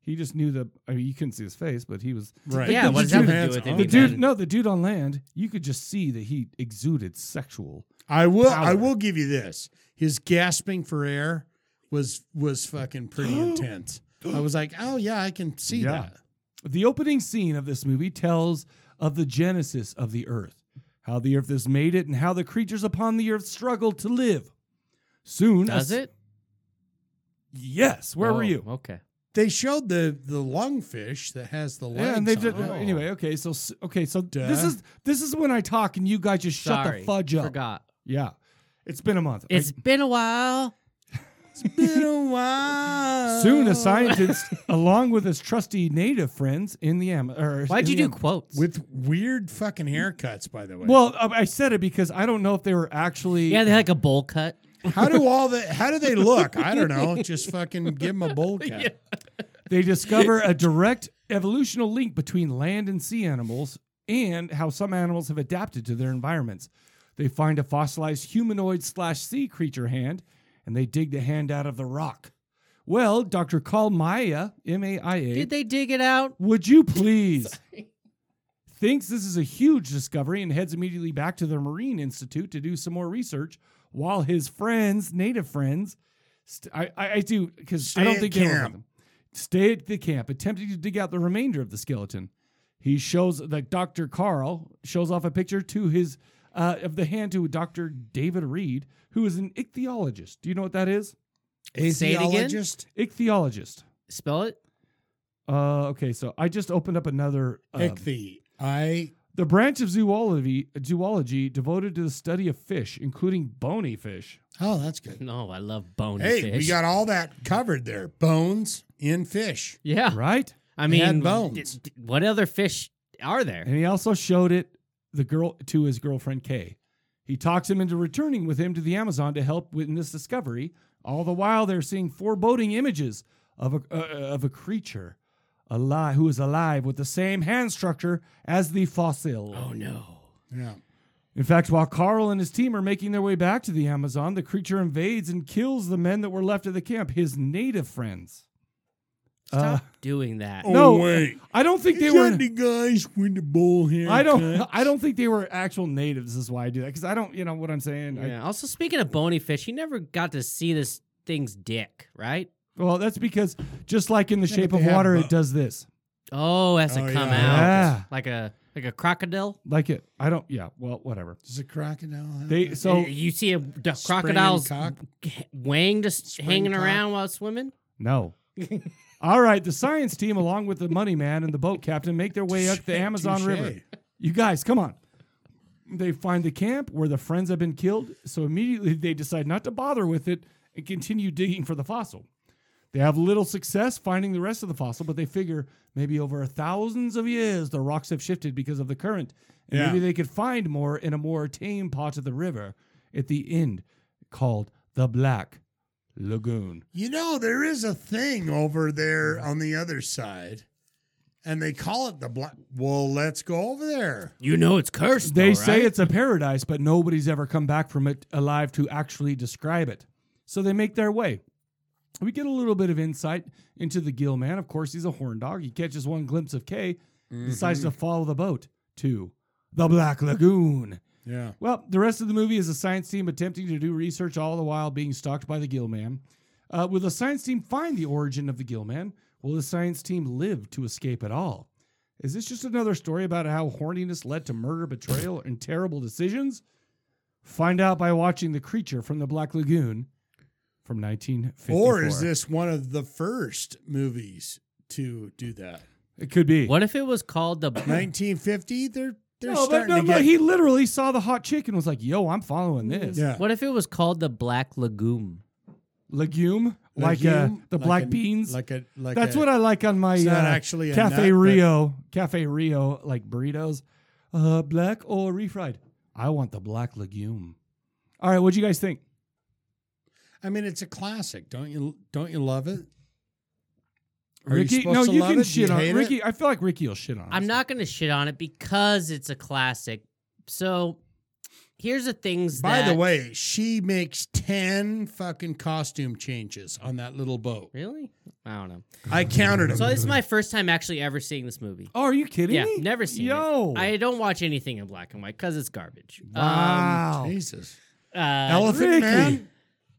Speaker 1: He just knew the I mean, you couldn't see his face, but he was
Speaker 2: Right?
Speaker 3: Yeah, what does that have to do
Speaker 2: Hands
Speaker 3: with
Speaker 2: on.
Speaker 1: the
Speaker 3: anything?
Speaker 1: dude.
Speaker 3: man.
Speaker 1: No, the dude on land, you could just see that he exuded sexual.
Speaker 2: I will. I
Speaker 1: Power.
Speaker 2: will give you this. His gasping for air was was fucking pretty intense. I was like, "Oh yeah, I can see
Speaker 1: Yeah.
Speaker 2: that."
Speaker 1: The opening scene of this movie tells of the genesis of the earth, how the earth has made it, and how the creatures upon the earth struggled to live. Soon, a
Speaker 3: Does
Speaker 1: s-
Speaker 3: it?
Speaker 1: Yes. Where were
Speaker 3: Oh,
Speaker 1: you?
Speaker 3: Okay.
Speaker 2: They showed the the lungfish that has the legs.
Speaker 1: Yeah, and they did. Oh.
Speaker 2: on it.
Speaker 1: Anyway, okay. So s- okay. So
Speaker 2: Duh.
Speaker 1: this is this is when I talk, and you guys just shut
Speaker 3: Sorry.
Speaker 1: the fudge up.
Speaker 3: Forgot.
Speaker 1: Yeah, it's been a month.
Speaker 3: It's been a while.
Speaker 2: been a while.
Speaker 1: Soon, a scientist, along with his trusty native friends in the Am- or
Speaker 3: Why'd
Speaker 1: in
Speaker 3: you
Speaker 1: the
Speaker 3: do
Speaker 1: Am-
Speaker 3: quotes?
Speaker 2: with weird fucking haircuts, by the way.
Speaker 1: Well, uh, I said it because I don't know if they were actually.
Speaker 3: yeah, they had like a bowl cut.
Speaker 2: how do all the how do they look? I don't know. Just fucking give them a bowl cut.
Speaker 1: They discover a direct evolutional link between land and sea animals and how some animals have adapted to their environments. They find a fossilized humanoid slash sea creature hand and they dig the hand out of the rock. Well, Dr. Carl Maya, M A I A,
Speaker 3: Did they dig it out?
Speaker 1: would you please? Thinks this is a huge discovery and heads immediately back to the Marine Institute to do some more research while his friends, native friends, st- I, I, I do, because I
Speaker 2: Stay
Speaker 1: don't
Speaker 2: at
Speaker 1: think they were with
Speaker 2: camp.
Speaker 1: him stay at the camp, attempting to dig out the remainder of the skeleton. He shows that Dr. Carl shows off a picture to his uh, of the hand to Dr. David Reed, who is an ichthyologist. Do you know what that is?
Speaker 3: Say it again?
Speaker 2: Atheologist?
Speaker 1: Ichthyologist.
Speaker 3: Spell it.
Speaker 1: Uh, okay, so I just opened up another. um,
Speaker 2: Ichthy. I
Speaker 1: the branch of zoology, zoology devoted to the study of fish, including bony fish.
Speaker 2: oh, that's good.
Speaker 3: No, I love bony
Speaker 2: Hey,
Speaker 3: fish.
Speaker 2: we got all that covered there. Bones in fish.
Speaker 3: yeah.
Speaker 1: Right?
Speaker 3: I
Speaker 2: They
Speaker 3: mean,
Speaker 2: had bones.
Speaker 3: d- d- what other fish are there?
Speaker 1: And he also showed it the girl to his girlfriend Kay. He talks him into returning with him to the Amazon to help in this discovery. All the while, they're seeing foreboding images of a uh, of a creature alive who is alive with the same hand structure as the fossil.
Speaker 3: Oh no.
Speaker 2: Yeah.
Speaker 1: In fact, while Carl and his team are making their way back to the Amazon, the creature invades and kills the men that were left at the camp, his native friends.
Speaker 3: Stop doing that.
Speaker 1: Uh, No.
Speaker 2: Oh wait.
Speaker 1: I don't think they
Speaker 2: Is
Speaker 1: were.
Speaker 2: that the guys with the bull hair.
Speaker 1: I don't. I don't think they were actual natives. Is why I do that because I don't. You know what I'm saying. I-
Speaker 3: Yeah. Also, speaking of bony fish, you never got to see this thing's dick, right?
Speaker 1: Well, that's because just like in the
Speaker 2: Yeah,
Speaker 1: shape
Speaker 2: but
Speaker 1: of
Speaker 2: they have
Speaker 1: water,
Speaker 2: bo-
Speaker 1: it does this.
Speaker 3: Oh, that's
Speaker 2: Oh,
Speaker 3: a come
Speaker 2: yeah.
Speaker 3: out
Speaker 1: Yeah.
Speaker 3: like a like a crocodile.
Speaker 1: Like it, I don't. Yeah. Well, whatever.
Speaker 2: Is a crocodile? have
Speaker 1: They
Speaker 2: that?
Speaker 1: so
Speaker 3: you, you see a d-
Speaker 2: Spring
Speaker 3: crocodile's
Speaker 2: cock?
Speaker 3: wang just
Speaker 2: Spring
Speaker 3: hanging
Speaker 2: cock?
Speaker 3: around while it's swimming.
Speaker 1: no. All right, the science team, along with the money man and the boat captain, make their way up the Amazon
Speaker 2: Touche.
Speaker 1: River. You guys, come on. They find the camp where the friends have been killed, so immediately they decide not to bother with it and continue digging for the fossil. They have little success finding the rest of the fossil, but they figure maybe over thousands of years the rocks have shifted because of the current. And
Speaker 2: Yeah.
Speaker 1: maybe they could find more in a more tame part of the river at the end called the Black Lagoon.
Speaker 2: You know, there is a thing over there
Speaker 3: Mm-hmm.
Speaker 2: on the other side, and they call it the black. Well, let's go over there.
Speaker 3: You know it's cursed.
Speaker 1: They say it's a paradise, but nobody's ever come back from it alive to actually describe it. So they make their way. We get a little bit of insight into the gill man. Of course, he's a horn dog. He catches one glimpse of Kay, decides to follow the boat to the Black Lagoon.
Speaker 2: Yeah.
Speaker 1: Well, the rest of the movie is a science team attempting to do research all the while being stalked by the gill man. Uh, will the science team find the origin of the gill man? Will the science team live to escape at all? Is this just another story about how horniness led to murder, betrayal, and terrible decisions? Find out by watching The Creature from the Black Lagoon from 1954.
Speaker 2: Or is this one of the first movies to do that?
Speaker 1: It could be.
Speaker 3: What if it was called the
Speaker 2: 1950. They're they're
Speaker 1: No, but
Speaker 2: starting
Speaker 1: no,
Speaker 2: to
Speaker 1: no,
Speaker 2: get.
Speaker 1: he literally saw the hot chick and was like, yo, I'm following this.
Speaker 2: yeah.
Speaker 3: What if it was called the Black Lagoon?
Speaker 1: Legume, like uh,
Speaker 2: Legume,
Speaker 1: the
Speaker 2: like
Speaker 1: black
Speaker 2: an-
Speaker 1: beans.
Speaker 2: Like a like.
Speaker 1: That's
Speaker 2: a-
Speaker 1: what I like on my
Speaker 2: It's
Speaker 1: uh,
Speaker 2: not actually a nut,
Speaker 1: Cafe
Speaker 2: but-
Speaker 1: Rio, Cafe Rio, like burritos, uh, black or refried. I want the black legume. All right, what do you guys think?
Speaker 2: I mean, it's a classic. Don't you don't you love it? Are you
Speaker 1: Ricky,
Speaker 2: supposed
Speaker 1: no,
Speaker 2: to
Speaker 1: you
Speaker 2: love
Speaker 1: can
Speaker 2: it? Do
Speaker 1: shit
Speaker 2: you
Speaker 1: on
Speaker 2: hate it?
Speaker 1: Ricky. I feel like Ricky will shit on.
Speaker 3: I'm
Speaker 1: us.
Speaker 3: not going to shit on it because it's a classic. So here's the things
Speaker 2: By
Speaker 3: that
Speaker 2: the way, she makes ten fucking costume changes on that little boat.
Speaker 3: Really? I don't know.
Speaker 2: I counted them.
Speaker 3: So this is my first time actually ever seeing this movie.
Speaker 1: Oh, are you kidding
Speaker 3: yeah,
Speaker 1: me?
Speaker 3: never seen
Speaker 1: Yo.
Speaker 3: it. I don't watch anything in black and white because it's garbage. Um,
Speaker 1: Wow.
Speaker 2: Jesus.
Speaker 3: uh,
Speaker 2: Elephant
Speaker 1: Ricky.
Speaker 2: Man.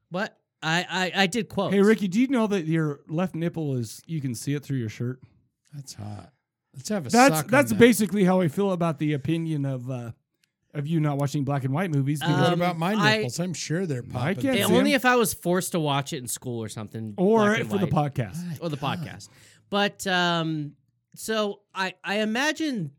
Speaker 3: But I, I, I did quote.
Speaker 1: hey, Ricky, do you know that your left nipple is you can see it through your shirt?
Speaker 2: That's hot. Let's have a
Speaker 1: That's
Speaker 2: sock on
Speaker 1: that's
Speaker 2: that.
Speaker 1: basically how I feel about the opinion of uh, of you not watching black and white movies.
Speaker 3: Um,
Speaker 2: What about my
Speaker 3: I-
Speaker 2: nipples? I'm sure they're
Speaker 1: I
Speaker 2: popping.
Speaker 1: can't
Speaker 3: Eh,
Speaker 1: see
Speaker 3: only
Speaker 1: them.
Speaker 3: if I was forced to watch it in school or something,
Speaker 1: or
Speaker 3: black and
Speaker 1: for the
Speaker 3: white.
Speaker 1: podcast.
Speaker 3: or the podcast. But um, so I I imagine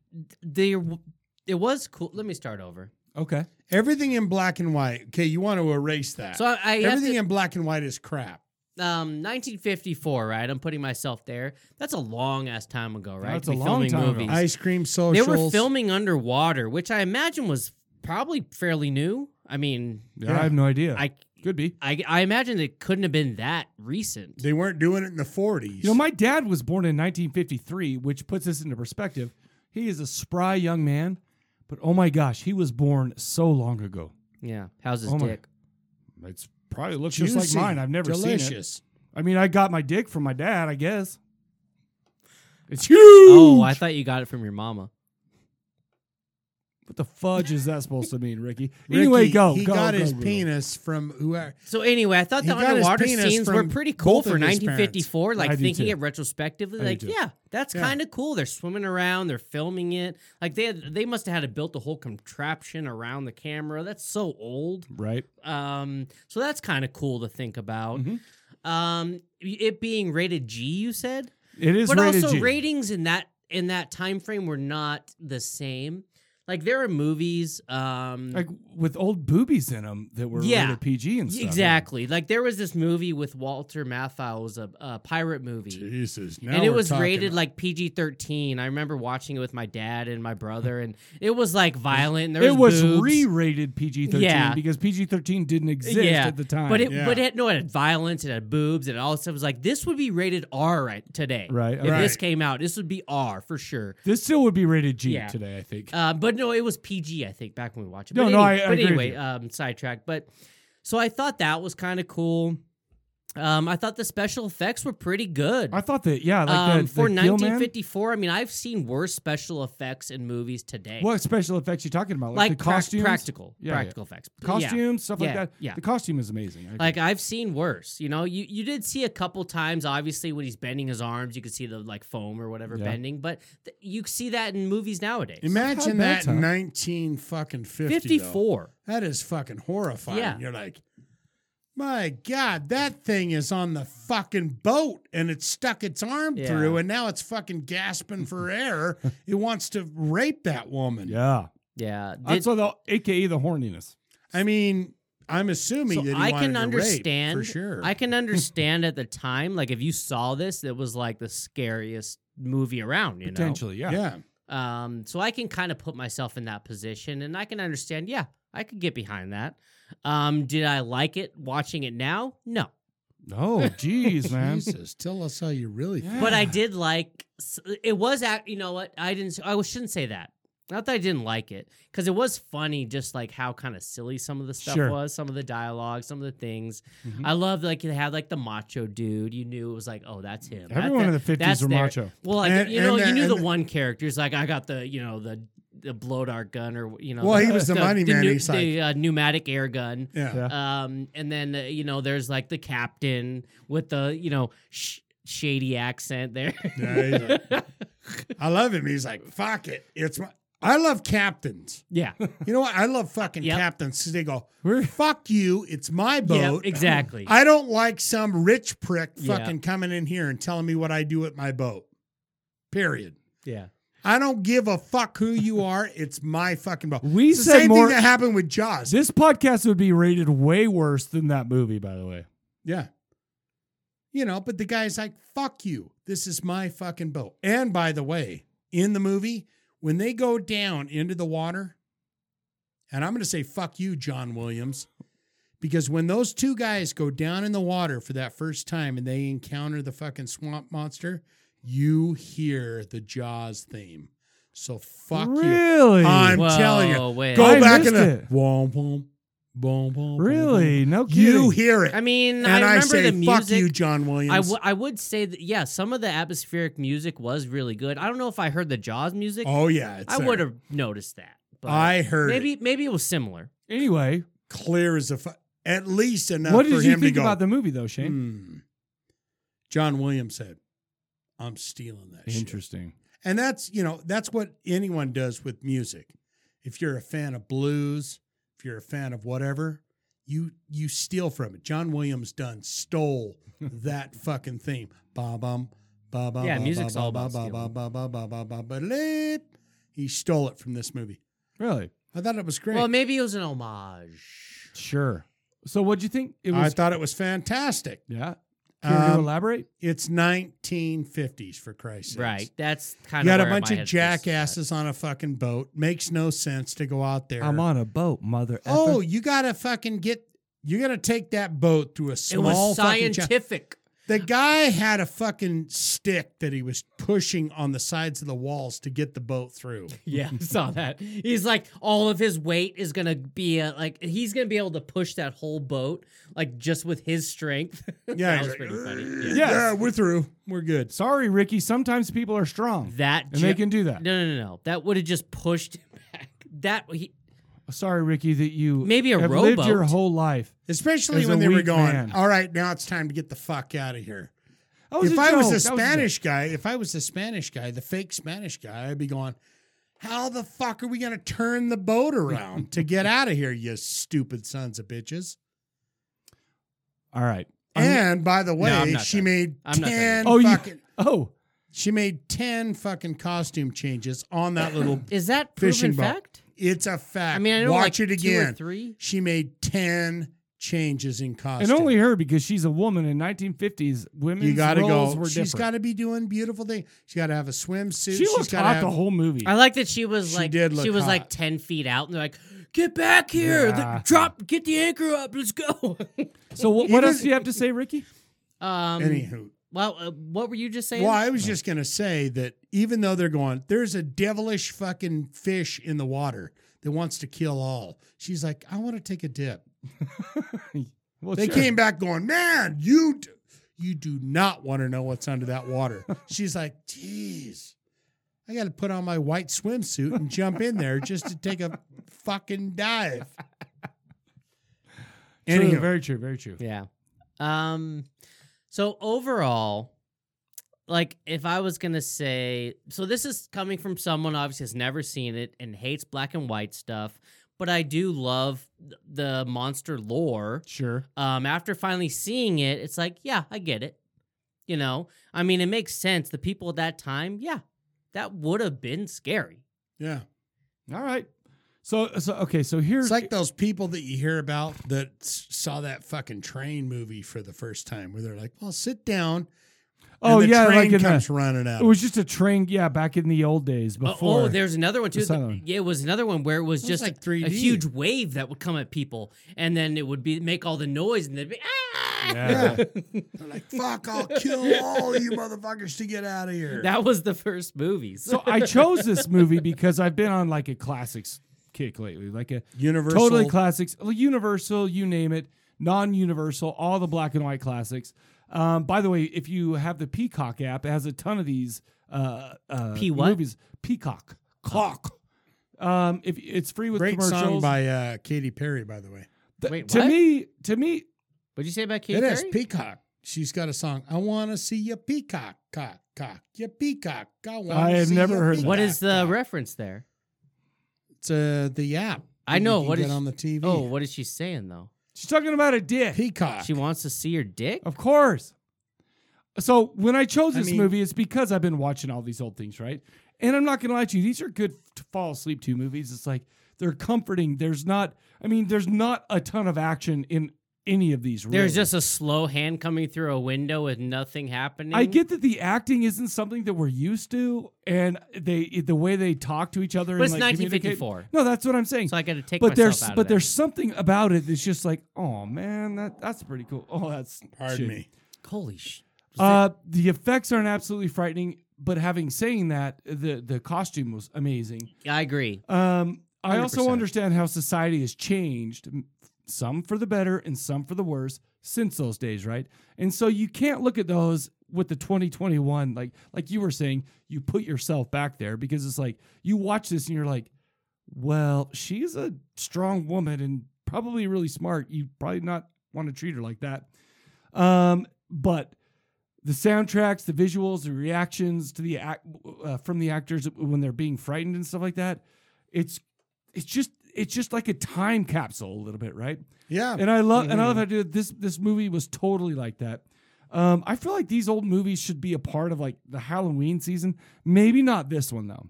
Speaker 3: there w- it was cool. Let me start over.
Speaker 1: Okay.
Speaker 2: Everything in black and white. Okay, you want to erase that.
Speaker 3: So I, I have
Speaker 2: Everything
Speaker 3: to-
Speaker 2: in black and white is crap.
Speaker 3: um 1954, right? I'm putting myself there. That's a long ass time ago, right?
Speaker 1: That's
Speaker 3: to
Speaker 1: a
Speaker 3: be
Speaker 1: long
Speaker 3: filming
Speaker 1: time ago.
Speaker 3: movies.
Speaker 2: Ice cream
Speaker 3: They
Speaker 2: socials.
Speaker 3: were filming underwater, which I imagine was probably fairly new. I mean,
Speaker 1: Yeah, I have no idea.
Speaker 3: I
Speaker 1: Could be.
Speaker 3: I, I imagine it couldn't have been that recent.
Speaker 2: They weren't doing it in the 40s.
Speaker 1: You know, my dad was born in 1953, which puts this into perspective. He is a spry young man, but oh my gosh, he was born so long ago.
Speaker 3: Yeah, how's his
Speaker 1: Oh my-
Speaker 3: dick?
Speaker 1: It's probably looks just like mine. I've never seen it.
Speaker 2: delicious.
Speaker 1: I mean, I got my dick from my dad, I guess. It's huge.
Speaker 3: Oh, I thought you got it from your mama.
Speaker 1: What the fudge is that supposed to mean, Ricky?
Speaker 2: Ricky,
Speaker 1: anyway, go.
Speaker 2: He
Speaker 1: go,
Speaker 2: got
Speaker 1: go,
Speaker 2: his
Speaker 1: go.
Speaker 2: penis from whoever.
Speaker 3: So anyway, I thought
Speaker 2: He
Speaker 3: the
Speaker 2: got his
Speaker 3: underwater
Speaker 2: penis
Speaker 3: scenes were
Speaker 2: from
Speaker 3: pretty cool
Speaker 2: both
Speaker 3: for
Speaker 2: of his
Speaker 3: 1954.
Speaker 1: I
Speaker 3: Like
Speaker 1: do
Speaker 3: thinking
Speaker 1: too.
Speaker 3: it retrospectively,
Speaker 1: I do
Speaker 3: like
Speaker 1: too.
Speaker 3: yeah, that's
Speaker 2: Yeah.
Speaker 3: kind of cool. They're swimming around, they're filming it. Like they had, they must have had to built a whole contraption around the camera. That's so old.
Speaker 1: Right.
Speaker 3: Um, so that's kind of cool to think about.
Speaker 1: Mhm.
Speaker 3: Um, it being rated G, you said,
Speaker 1: It is
Speaker 3: but
Speaker 1: rated
Speaker 3: also
Speaker 1: G.
Speaker 3: ratings in that in that time frame were not the same. Like there are movies. Um,
Speaker 1: like with old boobies in them that were
Speaker 3: Yeah.
Speaker 1: rated PG and stuff.
Speaker 3: Exactly. Like there was this movie with Walter Matthau, it was a, a pirate movie,
Speaker 2: Jesus. Now
Speaker 3: and it
Speaker 2: we're
Speaker 3: was
Speaker 2: talking-
Speaker 3: rated like PG thirteen. I remember watching it with my dad and my brother, and it was like violent. And there
Speaker 1: it was
Speaker 3: boobs.
Speaker 1: re-rated PG-13
Speaker 3: Yeah.
Speaker 1: because PG-13 didn't exist
Speaker 3: Yeah,
Speaker 1: at the time.
Speaker 3: But it,
Speaker 2: Yeah.
Speaker 3: but it had no, it had violence, it had boobs, and all that stuff. It was like this would be rated R right today.
Speaker 1: Right,
Speaker 3: If this
Speaker 2: right.
Speaker 3: came out, this would be R for sure.
Speaker 1: This still would be rated G
Speaker 3: Yeah.
Speaker 1: today, I think.
Speaker 3: Uh, but no, it was PG, I think, back when we watched it.
Speaker 1: No,
Speaker 3: but
Speaker 1: no,
Speaker 3: any-
Speaker 1: I- I
Speaker 3: But
Speaker 1: agree with
Speaker 3: anyway,
Speaker 1: you.
Speaker 3: um, sidetrack. But so I thought that was kind of cool. Um, I thought the special effects were pretty good.
Speaker 1: I thought that, yeah, like
Speaker 3: um,
Speaker 1: the, the
Speaker 3: for
Speaker 1: Gill Man-
Speaker 3: 1954, I mean, I've seen worse special effects in movies today.
Speaker 1: What special effects you talking about?
Speaker 3: Like
Speaker 1: the
Speaker 3: prac-
Speaker 1: costumes,
Speaker 3: practical,
Speaker 1: Yeah, yeah.
Speaker 3: practical effects, Yeah.
Speaker 1: costumes, stuff
Speaker 3: Yeah,
Speaker 1: like that.
Speaker 3: yeah.
Speaker 1: the costume is amazing. I agree.
Speaker 3: Like uh, I've seen worse. You know, you you did see a couple times. Obviously, when he's bending his arms, you could see the like foam or whatever
Speaker 1: Yeah.
Speaker 3: bending. But th- you see that in movies nowadays.
Speaker 1: Not
Speaker 2: Imagine
Speaker 1: bad,
Speaker 2: that
Speaker 1: huh?
Speaker 2: in 19 fucking 50. though.
Speaker 3: 54.
Speaker 2: That is fucking horrifying.
Speaker 3: Yeah.
Speaker 2: You're like, my God, that thing is on the fucking boat and it stuck its arm
Speaker 3: Yeah.
Speaker 2: through and now it's fucking gasping for air. It wants to rape that woman. Uh,
Speaker 1: yeah,
Speaker 3: Yeah. Did-
Speaker 1: that's what the AKA the horniness.
Speaker 2: I mean, I'm assuming
Speaker 3: so
Speaker 2: that he
Speaker 3: I
Speaker 2: wanted
Speaker 3: can
Speaker 2: to
Speaker 3: understand.
Speaker 2: rape, for sure.
Speaker 3: I can understand at the time. Like if you saw this, it was like the scariest movie around. You know.
Speaker 1: Potentially, yeah.
Speaker 2: yeah.
Speaker 3: Um, so I can kind of put myself in that position and I can understand, yeah, I could get behind that. Um, did I like it watching it now? No.
Speaker 1: Oh, jeez, man.
Speaker 2: Jesus, tell us how you really feel.
Speaker 3: But I did like s- it was ac- you know what? I didn't I shouldn't say that. Not that I didn't like it cuz it was funny just like how kind of silly some of the stuff
Speaker 1: Sure.
Speaker 3: was, some of the dialogue, some of the things.
Speaker 2: Mm-hmm.
Speaker 1: Mhm.
Speaker 3: I love like they had like the macho dude. You knew it was like, "Oh, that's him." That's
Speaker 1: Everyone in the
Speaker 3: their-
Speaker 1: fifties
Speaker 3: that's
Speaker 1: were
Speaker 3: their-
Speaker 1: macho.
Speaker 3: Well, like
Speaker 2: And-
Speaker 3: you know,
Speaker 2: and the-
Speaker 3: you knew
Speaker 2: and
Speaker 3: the,
Speaker 2: the-
Speaker 3: one character's like, I got the you know the the blow dart gun or you know.
Speaker 2: Well, he was the money man,
Speaker 3: The,
Speaker 2: he's like-
Speaker 3: the, uh, pneumatic air gun.
Speaker 2: Yeah.
Speaker 1: Yeah.
Speaker 3: Um, and then uh, you know, there's like the captain with the you know sh- shady accent there.
Speaker 2: Yeah, he's like- I love him. He's like, fuck it. It's my. I love captains.
Speaker 3: yeah.
Speaker 2: You know what? I love fucking
Speaker 3: Yep.
Speaker 2: captains because they go, fuck you. It's my
Speaker 3: Yeah.
Speaker 2: boat.
Speaker 3: Exactly.
Speaker 2: I don't like some rich prick
Speaker 3: Yeah.
Speaker 2: fucking coming in here and telling me what I do at my boat. Period.
Speaker 3: yeah.
Speaker 2: I don't give a fuck who you are. It's my fucking boat.
Speaker 1: We
Speaker 2: it's the
Speaker 1: said
Speaker 2: same
Speaker 1: more-
Speaker 2: thing that happened with Jaws.
Speaker 1: This podcast would be rated way worse than that movie, by the way.
Speaker 2: Yeah. You know, but the guy's like, fuck you. This is my fucking boat. And by the way, in the movie, when they go down into the water, and I'm going to say, fuck you, John Williams, because when those two guys go down in the water for that first time and they encounter the fucking swamp monster, you hear the Jaws theme. So fuck you.
Speaker 1: really?
Speaker 2: I'm
Speaker 3: Whoa,
Speaker 2: telling you.
Speaker 3: wait.
Speaker 2: Go
Speaker 1: I
Speaker 2: back
Speaker 1: missed
Speaker 2: in the.
Speaker 1: it.
Speaker 2: Womp, womp, womp, womp,
Speaker 1: really?
Speaker 2: womp.
Speaker 1: No kidding.
Speaker 2: You hear it
Speaker 3: I mean,
Speaker 2: and
Speaker 3: I
Speaker 2: I,
Speaker 3: remember
Speaker 2: say,
Speaker 3: the music.
Speaker 2: "Fuck you, John Williams."
Speaker 3: I, w- I would say that yeah, some of the atmospheric music was really good. I don't know if I heard the Jaws music.
Speaker 2: oh yeah, it's
Speaker 3: I
Speaker 2: there.
Speaker 3: would have noticed that. But
Speaker 2: I heard
Speaker 3: maybe
Speaker 2: it
Speaker 3: maybe it was similar.
Speaker 1: anyway,
Speaker 2: clear as a fu- at least enough
Speaker 1: what
Speaker 2: for
Speaker 1: did you
Speaker 2: him
Speaker 1: think
Speaker 2: to go.
Speaker 1: about the movie though, Shane?
Speaker 2: "Hmm." John Williams said, "I'm stealing that." shit."
Speaker 1: Interesting.
Speaker 2: And that's, you know, that's what anyone does with music. If you're a fan of blues, if you're a fan of whatever, you you steal from it. John Williams done stole that fucking theme. Ba bum ba bum.
Speaker 3: Yeah,
Speaker 2: ba,
Speaker 3: music's
Speaker 2: ba,
Speaker 3: all
Speaker 2: ba,
Speaker 3: about
Speaker 2: ba, ba,
Speaker 3: stealing.
Speaker 2: ba, ba, ba, ba, ba, ba, leep. He stole it from this movie.
Speaker 1: Really?
Speaker 2: I thought it was great.
Speaker 11: Well, maybe it was an homage.
Speaker 1: Sure. So what'd you think? It
Speaker 2: I
Speaker 1: was
Speaker 2: thought it was fantastic.
Speaker 1: yeah. Care to
Speaker 2: Um,
Speaker 1: elaborate?
Speaker 2: It's 1950s for Christ's sake.
Speaker 3: Right. That's
Speaker 2: You
Speaker 3: kind of
Speaker 2: got a bunch of jackasses on a fucking boat. Makes no sense to go out there.
Speaker 1: I'm on a boat, mother.
Speaker 2: Oh,
Speaker 1: effer.
Speaker 2: you gotta fucking get. You gotta take that boat through a
Speaker 11: It
Speaker 2: small.
Speaker 11: was
Speaker 2: fucking cha-
Speaker 11: scientific.
Speaker 2: the guy had a fucking stick that he was pushing on the sides of the walls to get the boat through.
Speaker 3: Yeah, I saw that. He's like, all of his weight is gonna be uh like he's gonna be able to push that whole boat like just with his strength.
Speaker 2: Yeah,
Speaker 3: that
Speaker 2: he's
Speaker 3: was
Speaker 2: like,
Speaker 3: pretty funny.
Speaker 2: Yeah,
Speaker 3: Yeah.
Speaker 2: we're through. We're good.
Speaker 1: sorry, Ricky. Sometimes people are strong,
Speaker 3: That
Speaker 1: and they
Speaker 3: ju-
Speaker 1: can do that.
Speaker 3: No, no, no, no. That would have just pushed him back. That he,
Speaker 1: Sorry, Ricky, that you
Speaker 3: Maybe a
Speaker 1: have lived your
Speaker 3: rowboat.
Speaker 1: whole life.
Speaker 2: Especially
Speaker 1: As a
Speaker 2: when they were
Speaker 1: weak
Speaker 2: going,
Speaker 1: man.
Speaker 2: all right, now it's time to get the fuck out of here.
Speaker 1: That
Speaker 2: if I was
Speaker 1: joke.
Speaker 2: a
Speaker 1: That
Speaker 2: Spanish guy, if I was a Spanish guy, the fake Spanish guy, I'd be going, how the fuck are we going to turn the boat around to get out of here, you stupid sons of bitches?
Speaker 1: All right.
Speaker 2: And by the way,
Speaker 3: I'm not
Speaker 2: she
Speaker 3: done.
Speaker 2: made
Speaker 3: I'm not done.
Speaker 2: 10
Speaker 1: Oh, you-
Speaker 2: fucking
Speaker 1: Oh,
Speaker 2: She made 10 fucking costume changes on that little
Speaker 3: is that
Speaker 2: Fishing
Speaker 3: proven
Speaker 2: boat.
Speaker 3: fact?
Speaker 2: It's a fact.
Speaker 3: I mean, I know
Speaker 2: watch
Speaker 3: like
Speaker 2: it
Speaker 3: two or
Speaker 2: again.
Speaker 3: three.
Speaker 2: She made 10 changes in costume.
Speaker 1: and only her because she's a woman in 1950s. Women's
Speaker 2: Oh, you got to
Speaker 1: roles
Speaker 2: go.
Speaker 1: were
Speaker 2: She's got
Speaker 1: different.
Speaker 2: to be doing beautiful things. She's got to have a swimsuit.
Speaker 1: She
Speaker 2: has
Speaker 1: looked
Speaker 2: got
Speaker 1: hot the whole movie.
Speaker 3: I like that she was
Speaker 2: She
Speaker 3: like
Speaker 2: did look
Speaker 3: she was like
Speaker 2: hot.
Speaker 3: ten feet out, and they're like, "Get back here! The-
Speaker 1: Yeah.
Speaker 3: drop! Get the anchor up! Let's go!"
Speaker 1: so what, what
Speaker 2: Even-
Speaker 1: else do you have to say, Ricky?
Speaker 3: um,
Speaker 2: Anywho,
Speaker 3: well, uh, what were you just saying?
Speaker 2: well, I was just gonna say that even though they're going, there's a devilish fucking fish in the water that wants to kill all. She's like, I want to take a dip.
Speaker 1: Well,
Speaker 2: They
Speaker 1: sure.
Speaker 2: came back going, man, you d- you do not want to know what's under that water. She's like, geez, I got to put on my white swimsuit and jump in there just to take a fucking dive.
Speaker 1: True,
Speaker 2: Anywho,
Speaker 1: very true, very true.
Speaker 3: Yeah. Um so overall like if I was going to say so this is coming from someone obviously has never seen it and hates black and white stuff, but I do love th- the monster lore.
Speaker 1: Sure.
Speaker 3: Um after finally seeing it, it's like, yeah, I get it. You know, I mean it makes sense. The people at that time, yeah, that would have been scary.
Speaker 2: yeah.
Speaker 1: All right. So, so okay. So here's
Speaker 2: It's like those people that you hear about that s- saw that fucking train movie for the first time, where they're like, "Well, sit down." and
Speaker 1: oh
Speaker 2: the
Speaker 1: yeah,
Speaker 2: train
Speaker 1: like in
Speaker 2: comes
Speaker 1: the,
Speaker 2: running out.
Speaker 1: it was just a train. Yeah, back in the old days
Speaker 3: Oh,
Speaker 1: before.
Speaker 3: Oh, there's another one too.
Speaker 1: What's that one?
Speaker 3: Yeah, it was another one where it was
Speaker 2: That was
Speaker 3: just
Speaker 2: like 3D.
Speaker 3: a huge wave that would come at people, and then it would be make all the noise, and they'd be ah.
Speaker 1: Yeah.
Speaker 2: They're like, "Fuck! I'll kill all you motherfuckers to get out of here."
Speaker 3: That was the first movie. So
Speaker 1: so I chose this movie because I've been on like a classics kick lately, like a
Speaker 2: Universal,
Speaker 1: Totally classics. Well, Universal, you name it. Non Universal, all the black and white classics. Um, by the way, if you have the Peacock app, it has a ton of these uh, uh,
Speaker 3: P what?
Speaker 1: movies. Peacock. Cock. Um, if it's free with
Speaker 2: great
Speaker 1: commercials.
Speaker 2: song by uh, Katy Perry, by the way.
Speaker 1: Th-
Speaker 3: Wait,
Speaker 1: to
Speaker 3: what?
Speaker 1: me, to me,
Speaker 3: what'd you say about
Speaker 2: It is
Speaker 3: Katy Perry?
Speaker 2: Peacock. She's got a song. I want to see your peacock, cock, cock, your peacock. I, wanna
Speaker 1: I have
Speaker 2: see
Speaker 1: never
Speaker 2: your
Speaker 1: heard that.
Speaker 3: what
Speaker 2: peacock,
Speaker 3: is the
Speaker 2: cock."
Speaker 3: reference there?
Speaker 2: It's uh, the app.
Speaker 3: I
Speaker 2: that
Speaker 3: know,
Speaker 2: You can
Speaker 3: what
Speaker 2: get
Speaker 3: is-
Speaker 2: on the TV?
Speaker 3: Oh, what is she saying though?
Speaker 1: she's talking about a dick.
Speaker 2: peacock?
Speaker 3: She wants to see your dick.
Speaker 1: Of course. So when I chose
Speaker 2: I
Speaker 1: this
Speaker 2: mean-
Speaker 1: movie, it's because I've been watching all these old things, right? And I'm not gonna lie to you, these are good to fall asleep to movies. It's like they're comforting. There's not, I mean, there's not a ton of action in any of these. Really.
Speaker 3: There's just a slow hand coming through a window with nothing happening.
Speaker 1: I get that the acting isn't something that we're used to, and they the way they talk to each other.
Speaker 3: But
Speaker 1: and
Speaker 3: it's
Speaker 1: like communicate-
Speaker 3: 1954.
Speaker 1: No, that's what I'm saying.
Speaker 3: so I got to take
Speaker 1: but
Speaker 3: myself
Speaker 1: there's
Speaker 3: out of
Speaker 1: but
Speaker 3: that.
Speaker 1: there's something about it that's just like, oh man, that that's pretty cool. Oh, that's
Speaker 2: Pardon
Speaker 1: shit.
Speaker 2: me.
Speaker 3: holy sh.
Speaker 1: Uh, the effects aren't absolutely frightening, but having saying that, the the costume was amazing.
Speaker 3: I agree.
Speaker 1: Um, I also
Speaker 3: 100%.
Speaker 1: understand how society has changed, m- some for the better and some for the worse, since those days, right? And so you can't look at those with the 2021 like like you were saying. You put yourself back there because it's like you watch this and you're like, well, she's a strong woman and probably really smart. You probably not want to treat her like that. Um, but the soundtracks, the visuals, the reactions to the act uh, from the actors when they're being frightened and stuff like that. It's it's just it's just like a time capsule a little bit, right?
Speaker 2: Yeah.
Speaker 1: And I love and I love how to do it. this. This movie was totally like that. Um, I feel like these old movies should be a part of like the Halloween season. Maybe not this one though,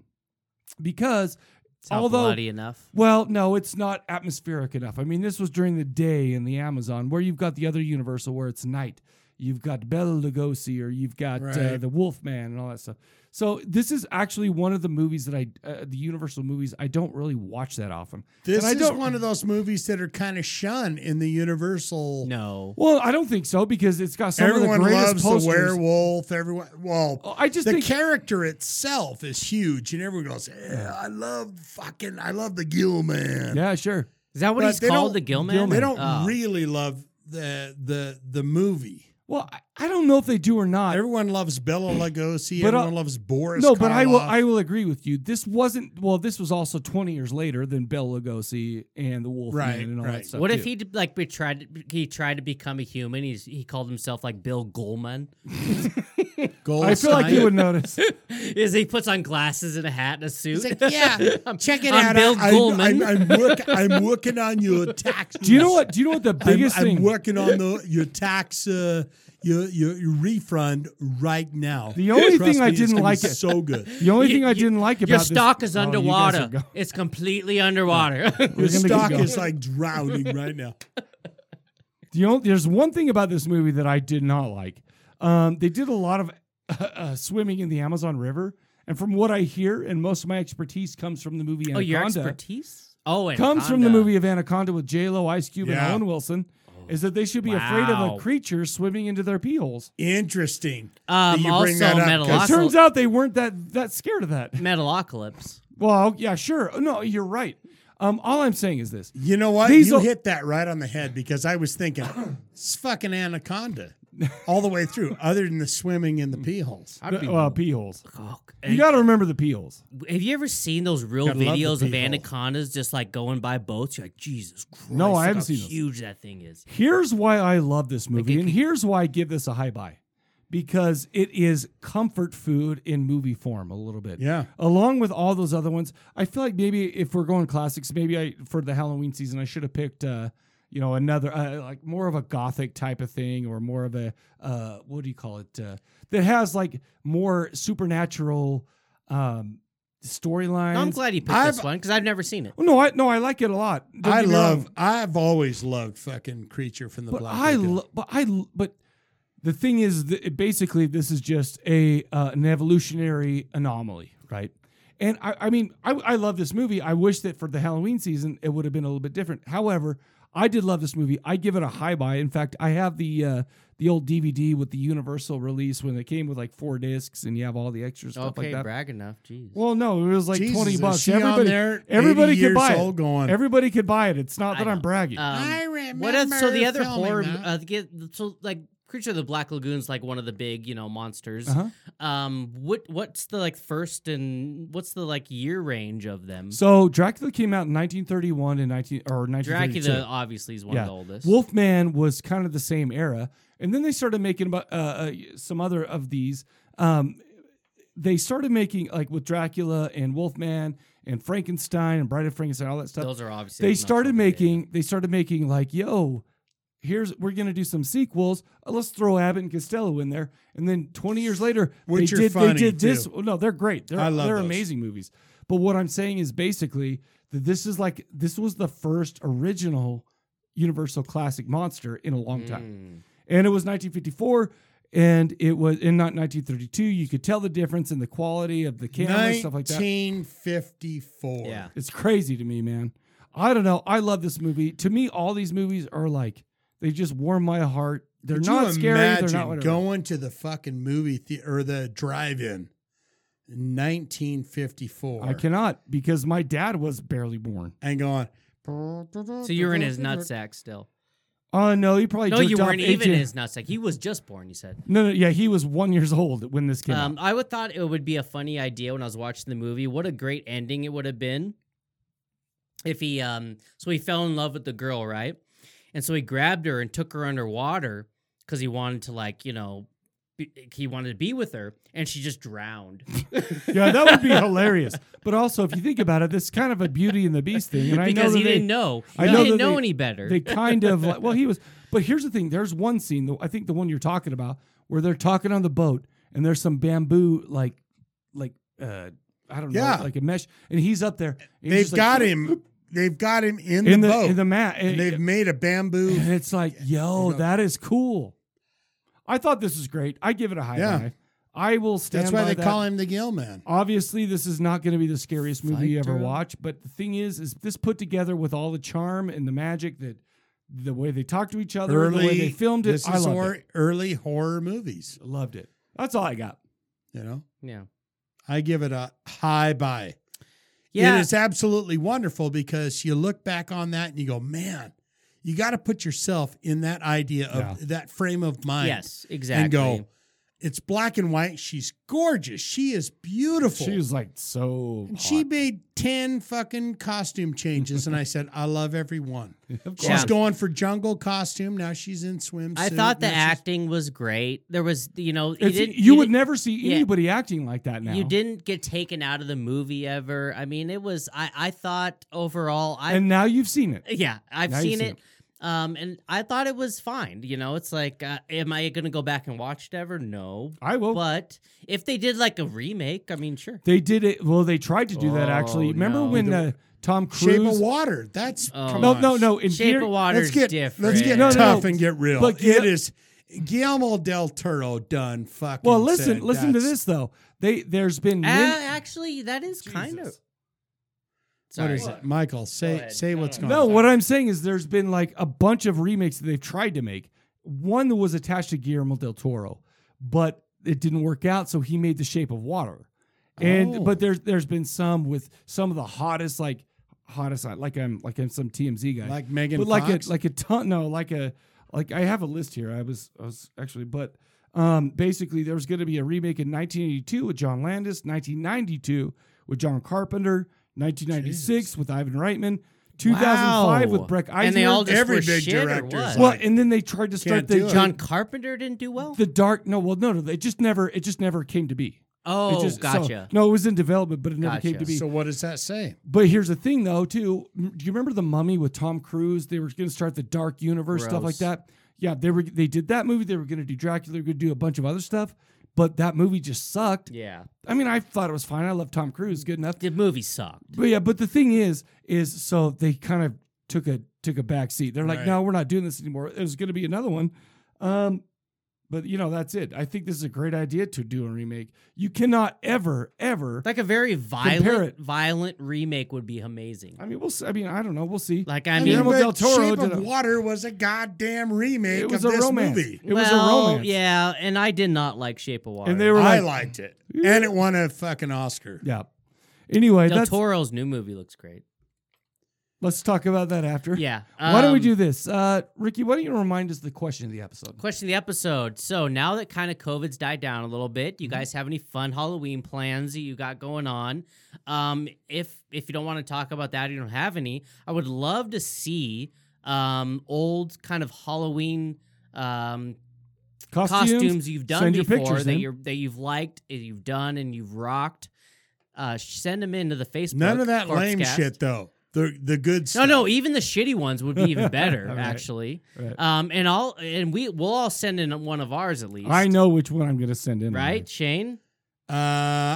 Speaker 1: because
Speaker 3: It's not
Speaker 1: although
Speaker 3: bloody enough.
Speaker 1: well, no, it's not atmospheric enough. I mean, this was during the day in the Amazon, where you've got the other Universal, where it's night. You've got Bela Lugosi, or you've got uh,
Speaker 2: Right.
Speaker 1: the Wolfman, and all that stuff. So this is actually one of the movies that I, uh, the Universal movies, I don't really watch that often.
Speaker 2: This
Speaker 1: and I
Speaker 2: is
Speaker 1: don't,
Speaker 2: one of those movies that are kind of shunned in the Universal.
Speaker 3: No.
Speaker 1: Well, I don't think so because it's got some
Speaker 2: Everyone
Speaker 1: of the greatest
Speaker 2: loves
Speaker 1: posters.
Speaker 2: the werewolf. Everyone, well,
Speaker 1: Oh, I just
Speaker 2: the
Speaker 1: think
Speaker 2: character itself is huge, and everyone goes, "Yeah, I love fucking, I love the Gill Man."
Speaker 1: yeah, sure.
Speaker 3: Is that what
Speaker 2: But
Speaker 3: he's
Speaker 2: they
Speaker 3: called?
Speaker 2: don't-
Speaker 3: The Gillman?
Speaker 2: They don't
Speaker 3: Oh.
Speaker 2: really love the the the movie.
Speaker 1: Well, I- I don't know if they do or not.
Speaker 2: Everyone loves Bella Lugosi.
Speaker 1: But, uh,
Speaker 2: everyone loves Boris.
Speaker 1: no, but I will.
Speaker 2: Karloff.
Speaker 1: I will agree with you. This wasn't. Well, this was also 20 years later than Bela Lugosi and the Wolfman
Speaker 2: Right,
Speaker 1: and all
Speaker 2: right.
Speaker 1: that stuff.
Speaker 3: What if
Speaker 1: too.
Speaker 3: he d- like be- tried? He tried to become a human. He's he called himself like Bill Goldman.
Speaker 1: I feel like you
Speaker 2: Goldstein.
Speaker 1: would notice.
Speaker 3: Is he puts on glasses and a hat and a suit?
Speaker 2: He's like, yeah, check it
Speaker 3: I'm
Speaker 2: out.
Speaker 3: Bill
Speaker 2: I,
Speaker 3: Goldman.
Speaker 2: I, am work, I'm working on your tax.
Speaker 1: Do you know what? Do you know what the biggest
Speaker 2: I'm,
Speaker 1: thing?
Speaker 2: I'm working on the your tax uh, your, your your refund right now.
Speaker 1: The only
Speaker 2: Trust
Speaker 1: thing I
Speaker 2: me, it's
Speaker 1: didn't
Speaker 2: gonna be
Speaker 1: like it-
Speaker 2: so good.
Speaker 1: the only
Speaker 3: You-
Speaker 1: thing I
Speaker 3: you-
Speaker 1: didn't like about
Speaker 3: Your
Speaker 1: this-
Speaker 3: stock is
Speaker 1: Oh, you guys are
Speaker 3: underwater.
Speaker 1: go-
Speaker 3: it's completely underwater.
Speaker 1: We're
Speaker 2: Your
Speaker 1: gonna keep
Speaker 2: stock
Speaker 1: going.
Speaker 2: is like drowning right now.
Speaker 1: The only, there's one thing about this movie that I did not like. Um, they did a lot of uh, uh, swimming in the Amazon River, and from what I hear, and most of my expertise comes from the movie
Speaker 3: oh,
Speaker 1: Anaconda.
Speaker 3: your expertise. Oh,
Speaker 1: comes from the
Speaker 3: Anaconda.
Speaker 1: movie of Anaconda with J Lo, Ice Cube,
Speaker 2: Yeah.
Speaker 1: and Owen Wilson. Is that they should be afraid of
Speaker 3: Wow.
Speaker 1: a creature swimming into their pee holes?
Speaker 2: Interesting.
Speaker 3: Um,
Speaker 2: you bring
Speaker 3: also,
Speaker 2: that up? 'Cause
Speaker 1: It
Speaker 2: Also-
Speaker 1: turns
Speaker 3: Metalocalypse.
Speaker 1: out they weren't that that scared of that.
Speaker 3: Metalocalypse.
Speaker 1: Well, yeah, sure. No, you're right. Um, all I'm saying is this:
Speaker 2: You know what?
Speaker 1: These
Speaker 2: you
Speaker 1: are-
Speaker 2: hit that right on the head because I was thinking it's fucking anaconda all the way through. Other than the swimming in the pee holes,
Speaker 3: I'd be-
Speaker 1: well, pee holes.
Speaker 3: Oh,
Speaker 1: You got to remember the pee holes.
Speaker 3: have you ever seen those real
Speaker 2: Gotta love the
Speaker 3: videos of
Speaker 2: people.
Speaker 3: anacondas just like going by boats? You're like, Jesus Christ!
Speaker 1: No, I
Speaker 3: look
Speaker 1: haven't
Speaker 3: how
Speaker 1: seen those.
Speaker 3: Huge that thing is.
Speaker 1: Here's why I love this movie,
Speaker 3: it-
Speaker 1: and here's why I give this a high buy, because it is comfort food in movie form a little bit.
Speaker 2: Yeah.
Speaker 1: Along with all those other ones, I feel like maybe if we're going classics, maybe I for the Halloween season I should have picked, uh, you know, another uh, like more of a gothic type of thing, or more of a uh, what do you call it uh, that has like more supernatural um, storylines.
Speaker 3: I'm glad you picked
Speaker 2: I've-
Speaker 3: this one because I've never seen it.
Speaker 1: Oh, No, I no, I like it a lot. Don't
Speaker 2: I
Speaker 1: get me wrong.
Speaker 2: love. I've always loved fucking creature from the
Speaker 1: But
Speaker 2: black.
Speaker 1: I,
Speaker 2: Lagoon.
Speaker 1: lo- but I, l- but the thing is, that it- basically, this is just a uh, an evolutionary anomaly, right? And I, I mean, I, I love this movie. I wish that for the Halloween season, it would have been a little bit different. However, I did love this movie. I give it a high buy. In fact, I have the uh, the old DVD with the Universal release when it came with like four discs, and you have all the extra stuff
Speaker 3: Okay,
Speaker 1: like that.
Speaker 3: brag enough. Jeez.
Speaker 1: Well, no, it was like
Speaker 2: Jesus,
Speaker 1: twenty
Speaker 2: is
Speaker 1: bucks.
Speaker 2: she on
Speaker 1: everybody,
Speaker 2: there, 80
Speaker 1: everybody could
Speaker 2: years
Speaker 1: buy
Speaker 2: old
Speaker 1: it.
Speaker 2: going,
Speaker 1: Everybody could buy it. It's not
Speaker 3: I
Speaker 1: that I'm
Speaker 3: know.
Speaker 1: bragging.
Speaker 3: Um,
Speaker 2: remember.
Speaker 3: What else? So the other horror, uh, get, so like Creature of the Black Lagoon's like one of the big, you know, monsters.
Speaker 1: Uh-huh.
Speaker 3: Um, what what's the like first and what's the like year range of them?
Speaker 1: So Dracula came out in 1931 and 19 or 1932.
Speaker 3: Dracula obviously is one of the oldest.
Speaker 1: Wolfman was kind of the same era, and then they started making about, uh, uh, some other of these. Um, they started making like with Dracula and Wolfman and Frankenstein and Bride of Frankenstein, all that stuff.
Speaker 3: Those are obviously
Speaker 1: they
Speaker 3: not
Speaker 1: started
Speaker 3: from the day.
Speaker 1: making they started making like yo. Here's we're gonna do some sequels. Uh, let's throw Abbott and Costello in there, and then 20 years later,
Speaker 2: Which
Speaker 1: they
Speaker 2: are
Speaker 1: did they
Speaker 2: funny,
Speaker 1: did this.
Speaker 2: too.
Speaker 1: Oh, no, they're great. They're,
Speaker 2: I love
Speaker 1: they're
Speaker 2: those.
Speaker 1: amazing movies. But what I'm saying is basically that this is like this was the first original Universal classic monster in a long time, and it was 1954, and it was in not 1932. You could tell the difference in the quality of the camera, stuff like that.
Speaker 2: 1954.
Speaker 3: Yeah.
Speaker 1: It's crazy to me, man. I don't know. I love this movie. To me, all these movies are like they just warm my heart. They're
Speaker 2: Could
Speaker 1: not
Speaker 2: you
Speaker 1: scary. They're
Speaker 2: imagine
Speaker 1: not whatever.
Speaker 2: going to the fucking movie theater or the drive-in. in 1954.
Speaker 1: I cannot because my dad was barely born.
Speaker 2: And going.
Speaker 3: So you were in his nutsack still.
Speaker 1: Oh no, he probably
Speaker 3: No, you
Speaker 1: jerked off
Speaker 3: weren't even
Speaker 1: 18
Speaker 3: in his nutsack. He was just born. You said.
Speaker 1: No, no, yeah, he was one years old when this came
Speaker 3: Um,
Speaker 1: out.
Speaker 3: I would thought it would be a funny idea when I was watching the movie. What a great ending it would have been if he um so he fell in love with the girl, right? And so he grabbed her and took her underwater because he wanted to like, you know,
Speaker 10: be- he wanted to be with her, and she just drowned.
Speaker 1: Yeah, that would be hilarious. But also, if you think about it, this is kind of a Beauty and the Beast thing. And I know
Speaker 10: because
Speaker 1: that
Speaker 10: he
Speaker 1: they,
Speaker 10: didn't know.
Speaker 1: I
Speaker 10: he
Speaker 1: know
Speaker 10: didn't
Speaker 1: that
Speaker 10: know
Speaker 1: they-
Speaker 10: any better.
Speaker 1: They kind of like, well, he was. But here's the thing: there's one scene, the- I think the one you're talking about, where they're talking on the boat, and there's some bamboo, like, like, uh, I don't
Speaker 2: Yeah.
Speaker 1: know, like a mesh, and he's up there. and he's
Speaker 2: They've
Speaker 1: just like,
Speaker 2: got him. They've got him in,
Speaker 1: in
Speaker 2: the,
Speaker 1: the
Speaker 2: boat.
Speaker 1: in the mat,
Speaker 2: and they've made a bamboo.
Speaker 1: and it's like, yo, that is cool. I thought this was great. I give it a high
Speaker 2: Yeah.
Speaker 1: five. I will stand.
Speaker 2: That's why
Speaker 1: by
Speaker 2: they
Speaker 1: that.
Speaker 2: call him the Gill Man.
Speaker 1: Obviously, this is not going to be the scariest movie you ever
Speaker 10: Fighter.
Speaker 1: watch, but the thing is, is this put together with all the charm and the magic that the way they talk to each other, and the way they filmed it,
Speaker 2: This
Speaker 1: I
Speaker 2: is
Speaker 1: loved
Speaker 2: hor-
Speaker 1: it.
Speaker 2: early horror movies.
Speaker 1: Loved it. That's all I got.
Speaker 2: You know,
Speaker 10: yeah,
Speaker 2: I give it a high buy.
Speaker 10: yeah.
Speaker 2: It is absolutely wonderful because you look back on that and you go, man, you got to put yourself in that idea of that frame of mind.
Speaker 10: yes, exactly.
Speaker 2: And go, it's black and white. She's gorgeous. She is beautiful.
Speaker 1: She was like so.
Speaker 2: And
Speaker 1: hot.
Speaker 2: she made 10 fucking costume changes. and I said, I love every one.
Speaker 1: Of
Speaker 2: She's
Speaker 1: course.
Speaker 2: going for jungle costume. Now she's in swimsuit.
Speaker 3: I thought the
Speaker 2: Now she's-
Speaker 3: acting was great. There was, you know, he
Speaker 1: It's-
Speaker 3: did,
Speaker 1: you
Speaker 3: he
Speaker 1: would
Speaker 3: did-
Speaker 1: never see
Speaker 3: yeah.
Speaker 1: anybody acting like that now.
Speaker 3: You didn't get taken out of the movie ever. I mean, it was. I I thought overall, I
Speaker 1: and now you've seen it.
Speaker 3: yeah, I've
Speaker 1: now you've
Speaker 3: seen
Speaker 1: seen
Speaker 3: it. Um, and I thought it was fine. You know, it's like, uh, am I gonna go back and watch it ever? No.
Speaker 1: I will.
Speaker 3: But if they did like a remake, I mean, sure.
Speaker 1: They did it. Well, they tried to do that actually.
Speaker 3: Oh,
Speaker 1: Remember
Speaker 3: no.
Speaker 1: when uh, Tom Cruise?
Speaker 2: Shape of Water. That's
Speaker 3: Oh.
Speaker 2: come
Speaker 1: no,
Speaker 2: on.
Speaker 1: no, no. In
Speaker 3: Shape
Speaker 1: Fury-
Speaker 3: of Water
Speaker 2: Let's get
Speaker 3: different.
Speaker 2: let's get
Speaker 1: No, no,
Speaker 2: tough
Speaker 1: no.
Speaker 2: and get real.
Speaker 1: But
Speaker 2: it
Speaker 1: Guil-
Speaker 2: is Guillermo del Toro done fucking.
Speaker 1: Well, listen,
Speaker 2: said
Speaker 1: listen to
Speaker 2: that's-
Speaker 1: this though. They there's been
Speaker 3: Uh,
Speaker 1: many-
Speaker 3: actually, that is kind of.
Speaker 1: Jesus.
Speaker 2: What
Speaker 3: Sorry.
Speaker 2: is it, Michael? Say
Speaker 3: ahead.
Speaker 2: say what's going
Speaker 1: No,
Speaker 2: on.
Speaker 1: what I'm saying is there's been like a bunch of remakes that they've tried to make. One that was attached to Guillermo del Toro, but it didn't work out, so he made The Shape of Water. And
Speaker 2: Oh.
Speaker 1: but there's there's been some with some of the hottest like hottest like I'm like I'm some TMZ guy.
Speaker 2: like Megan
Speaker 1: but
Speaker 2: Fox.
Speaker 1: like a like a ton no like a like I have a list here. I was I was actually but um basically there was going to be a remake in 1982 with John Landis, 1992 with John Carpenter, 1996 with Ivan Reitman, 2005 with
Speaker 3: Wow.
Speaker 1: Breck Eisner.
Speaker 3: And they all just
Speaker 2: Every
Speaker 3: were
Speaker 2: big
Speaker 3: shit or
Speaker 2: director is
Speaker 3: what?
Speaker 1: well, and then they tried to
Speaker 2: Can't
Speaker 1: start
Speaker 2: do
Speaker 1: the
Speaker 2: it.
Speaker 3: John Carpenter didn't do well.
Speaker 1: the dark no well no no they just never it just never came to be. It
Speaker 3: oh,
Speaker 1: just- so-
Speaker 3: gotcha.
Speaker 1: no, it was in development, but it never came
Speaker 3: Gotcha.
Speaker 1: to be.
Speaker 2: so what does that say?
Speaker 1: But here's the thing, though, too. M- Do you remember the Mummy with Tom Cruise? They were going to start the Dark Universe stuff
Speaker 3: Gross.
Speaker 1: like that. Yeah, they were. They did that movie. They were going to do Dracula. They were going to do a bunch of other stuff. But that movie just sucked.
Speaker 3: yeah,
Speaker 1: I mean, I thought it was fine. I love Tom Cruise, good enough.
Speaker 3: the movie sucked.
Speaker 1: But yeah, but the thing is, is so they kind of took a took a back seat. They're like,
Speaker 2: Right.
Speaker 1: no, we're not doing this anymore. There's going to be another one. Um, but you know, that's it. I think this is a great idea to do a remake. You cannot ever, ever.
Speaker 3: Like a very violent,
Speaker 1: it.
Speaker 3: violent remake would be amazing.
Speaker 1: I mean, we'll. See, I mean, I don't know. We'll see.
Speaker 3: Like I
Speaker 1: And
Speaker 3: mean,
Speaker 1: then Guillermo we'll- del Toro
Speaker 2: Shape
Speaker 1: did
Speaker 2: of
Speaker 1: a-
Speaker 2: Water was a goddamn remake
Speaker 1: it was
Speaker 2: of
Speaker 1: a
Speaker 2: this
Speaker 1: romance.
Speaker 2: movie.
Speaker 1: It was a
Speaker 3: well,
Speaker 1: romance.
Speaker 3: oh, Yeah, and I did not like Shape of Water.
Speaker 1: And they were
Speaker 2: I
Speaker 1: like,
Speaker 2: liked it, and it won a fucking Oscar.
Speaker 1: yeah. Anyway,
Speaker 3: Del
Speaker 1: that's,
Speaker 3: Toro's new movie looks great.
Speaker 1: let's talk about that after.
Speaker 3: Yeah.
Speaker 1: why don't we
Speaker 3: um,
Speaker 1: do this, uh, Ricky? Why don't you remind us the question of the episode?
Speaker 3: Question of the episode. So now that kind of COVID's died down a little bit,
Speaker 1: Mm-hmm.
Speaker 3: you guys have any fun Halloween plans that you got going on? Um, if if you don't want to talk about that, you don't have any. I would love to see um old kind of Halloween um costumes, you've done
Speaker 1: Send your
Speaker 3: before
Speaker 1: pictures
Speaker 3: that
Speaker 1: in.
Speaker 3: you're that you've liked, that you've done, and you've rocked. Uh, send them into the Facebook.
Speaker 2: None of that lame
Speaker 3: Corpsecast.
Speaker 2: shit though. The the good
Speaker 3: No,
Speaker 2: stuff.
Speaker 3: no, even the shitty ones would be even better,
Speaker 1: Right.
Speaker 3: actually.
Speaker 1: Right.
Speaker 3: Um, and I'll and we we'll all send in one of ours at least.
Speaker 1: I know which one I'm going to send in.
Speaker 3: right, Shane?
Speaker 2: Uh,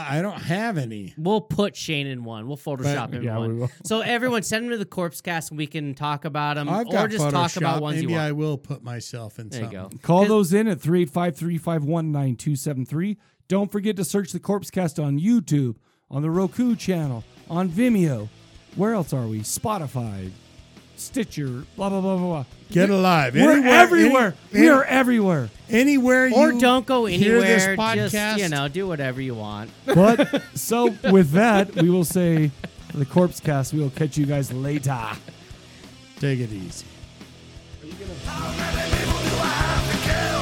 Speaker 2: I don't have any.
Speaker 3: We'll put Shane in one. We'll Photoshop
Speaker 1: already.
Speaker 3: in
Speaker 1: Yeah, we
Speaker 3: one.
Speaker 1: will.
Speaker 3: So everyone, send them to the Corpse Cast, and we can talk about them,
Speaker 2: I've
Speaker 3: or
Speaker 2: got
Speaker 3: just
Speaker 2: Photoshop.
Speaker 3: talk about ones
Speaker 2: Maybe
Speaker 3: you want.
Speaker 2: I will put myself in
Speaker 3: there you
Speaker 2: something.
Speaker 3: go.
Speaker 1: Call
Speaker 3: Cause-
Speaker 1: those in at 385 351 9273. Don't forget to search the Corpse Cast on YouTube, on the Roku channel, on Vimeo. Where else are we? Spotify, Stitcher, blah, blah, blah, blah, blah.
Speaker 2: Get alive.
Speaker 1: We're
Speaker 2: Anywhere-
Speaker 1: everywhere.
Speaker 2: any-
Speaker 1: we are everywhere.
Speaker 2: anywhere you
Speaker 3: Or don't go
Speaker 2: hear
Speaker 3: anywhere.
Speaker 2: this
Speaker 3: Just you
Speaker 2: podcast-
Speaker 3: know, do whatever you want.
Speaker 1: But so with that, we will say for the Corpse Cast. We will catch you guys later.
Speaker 2: Take it easy.
Speaker 12: How many people do I have to kill?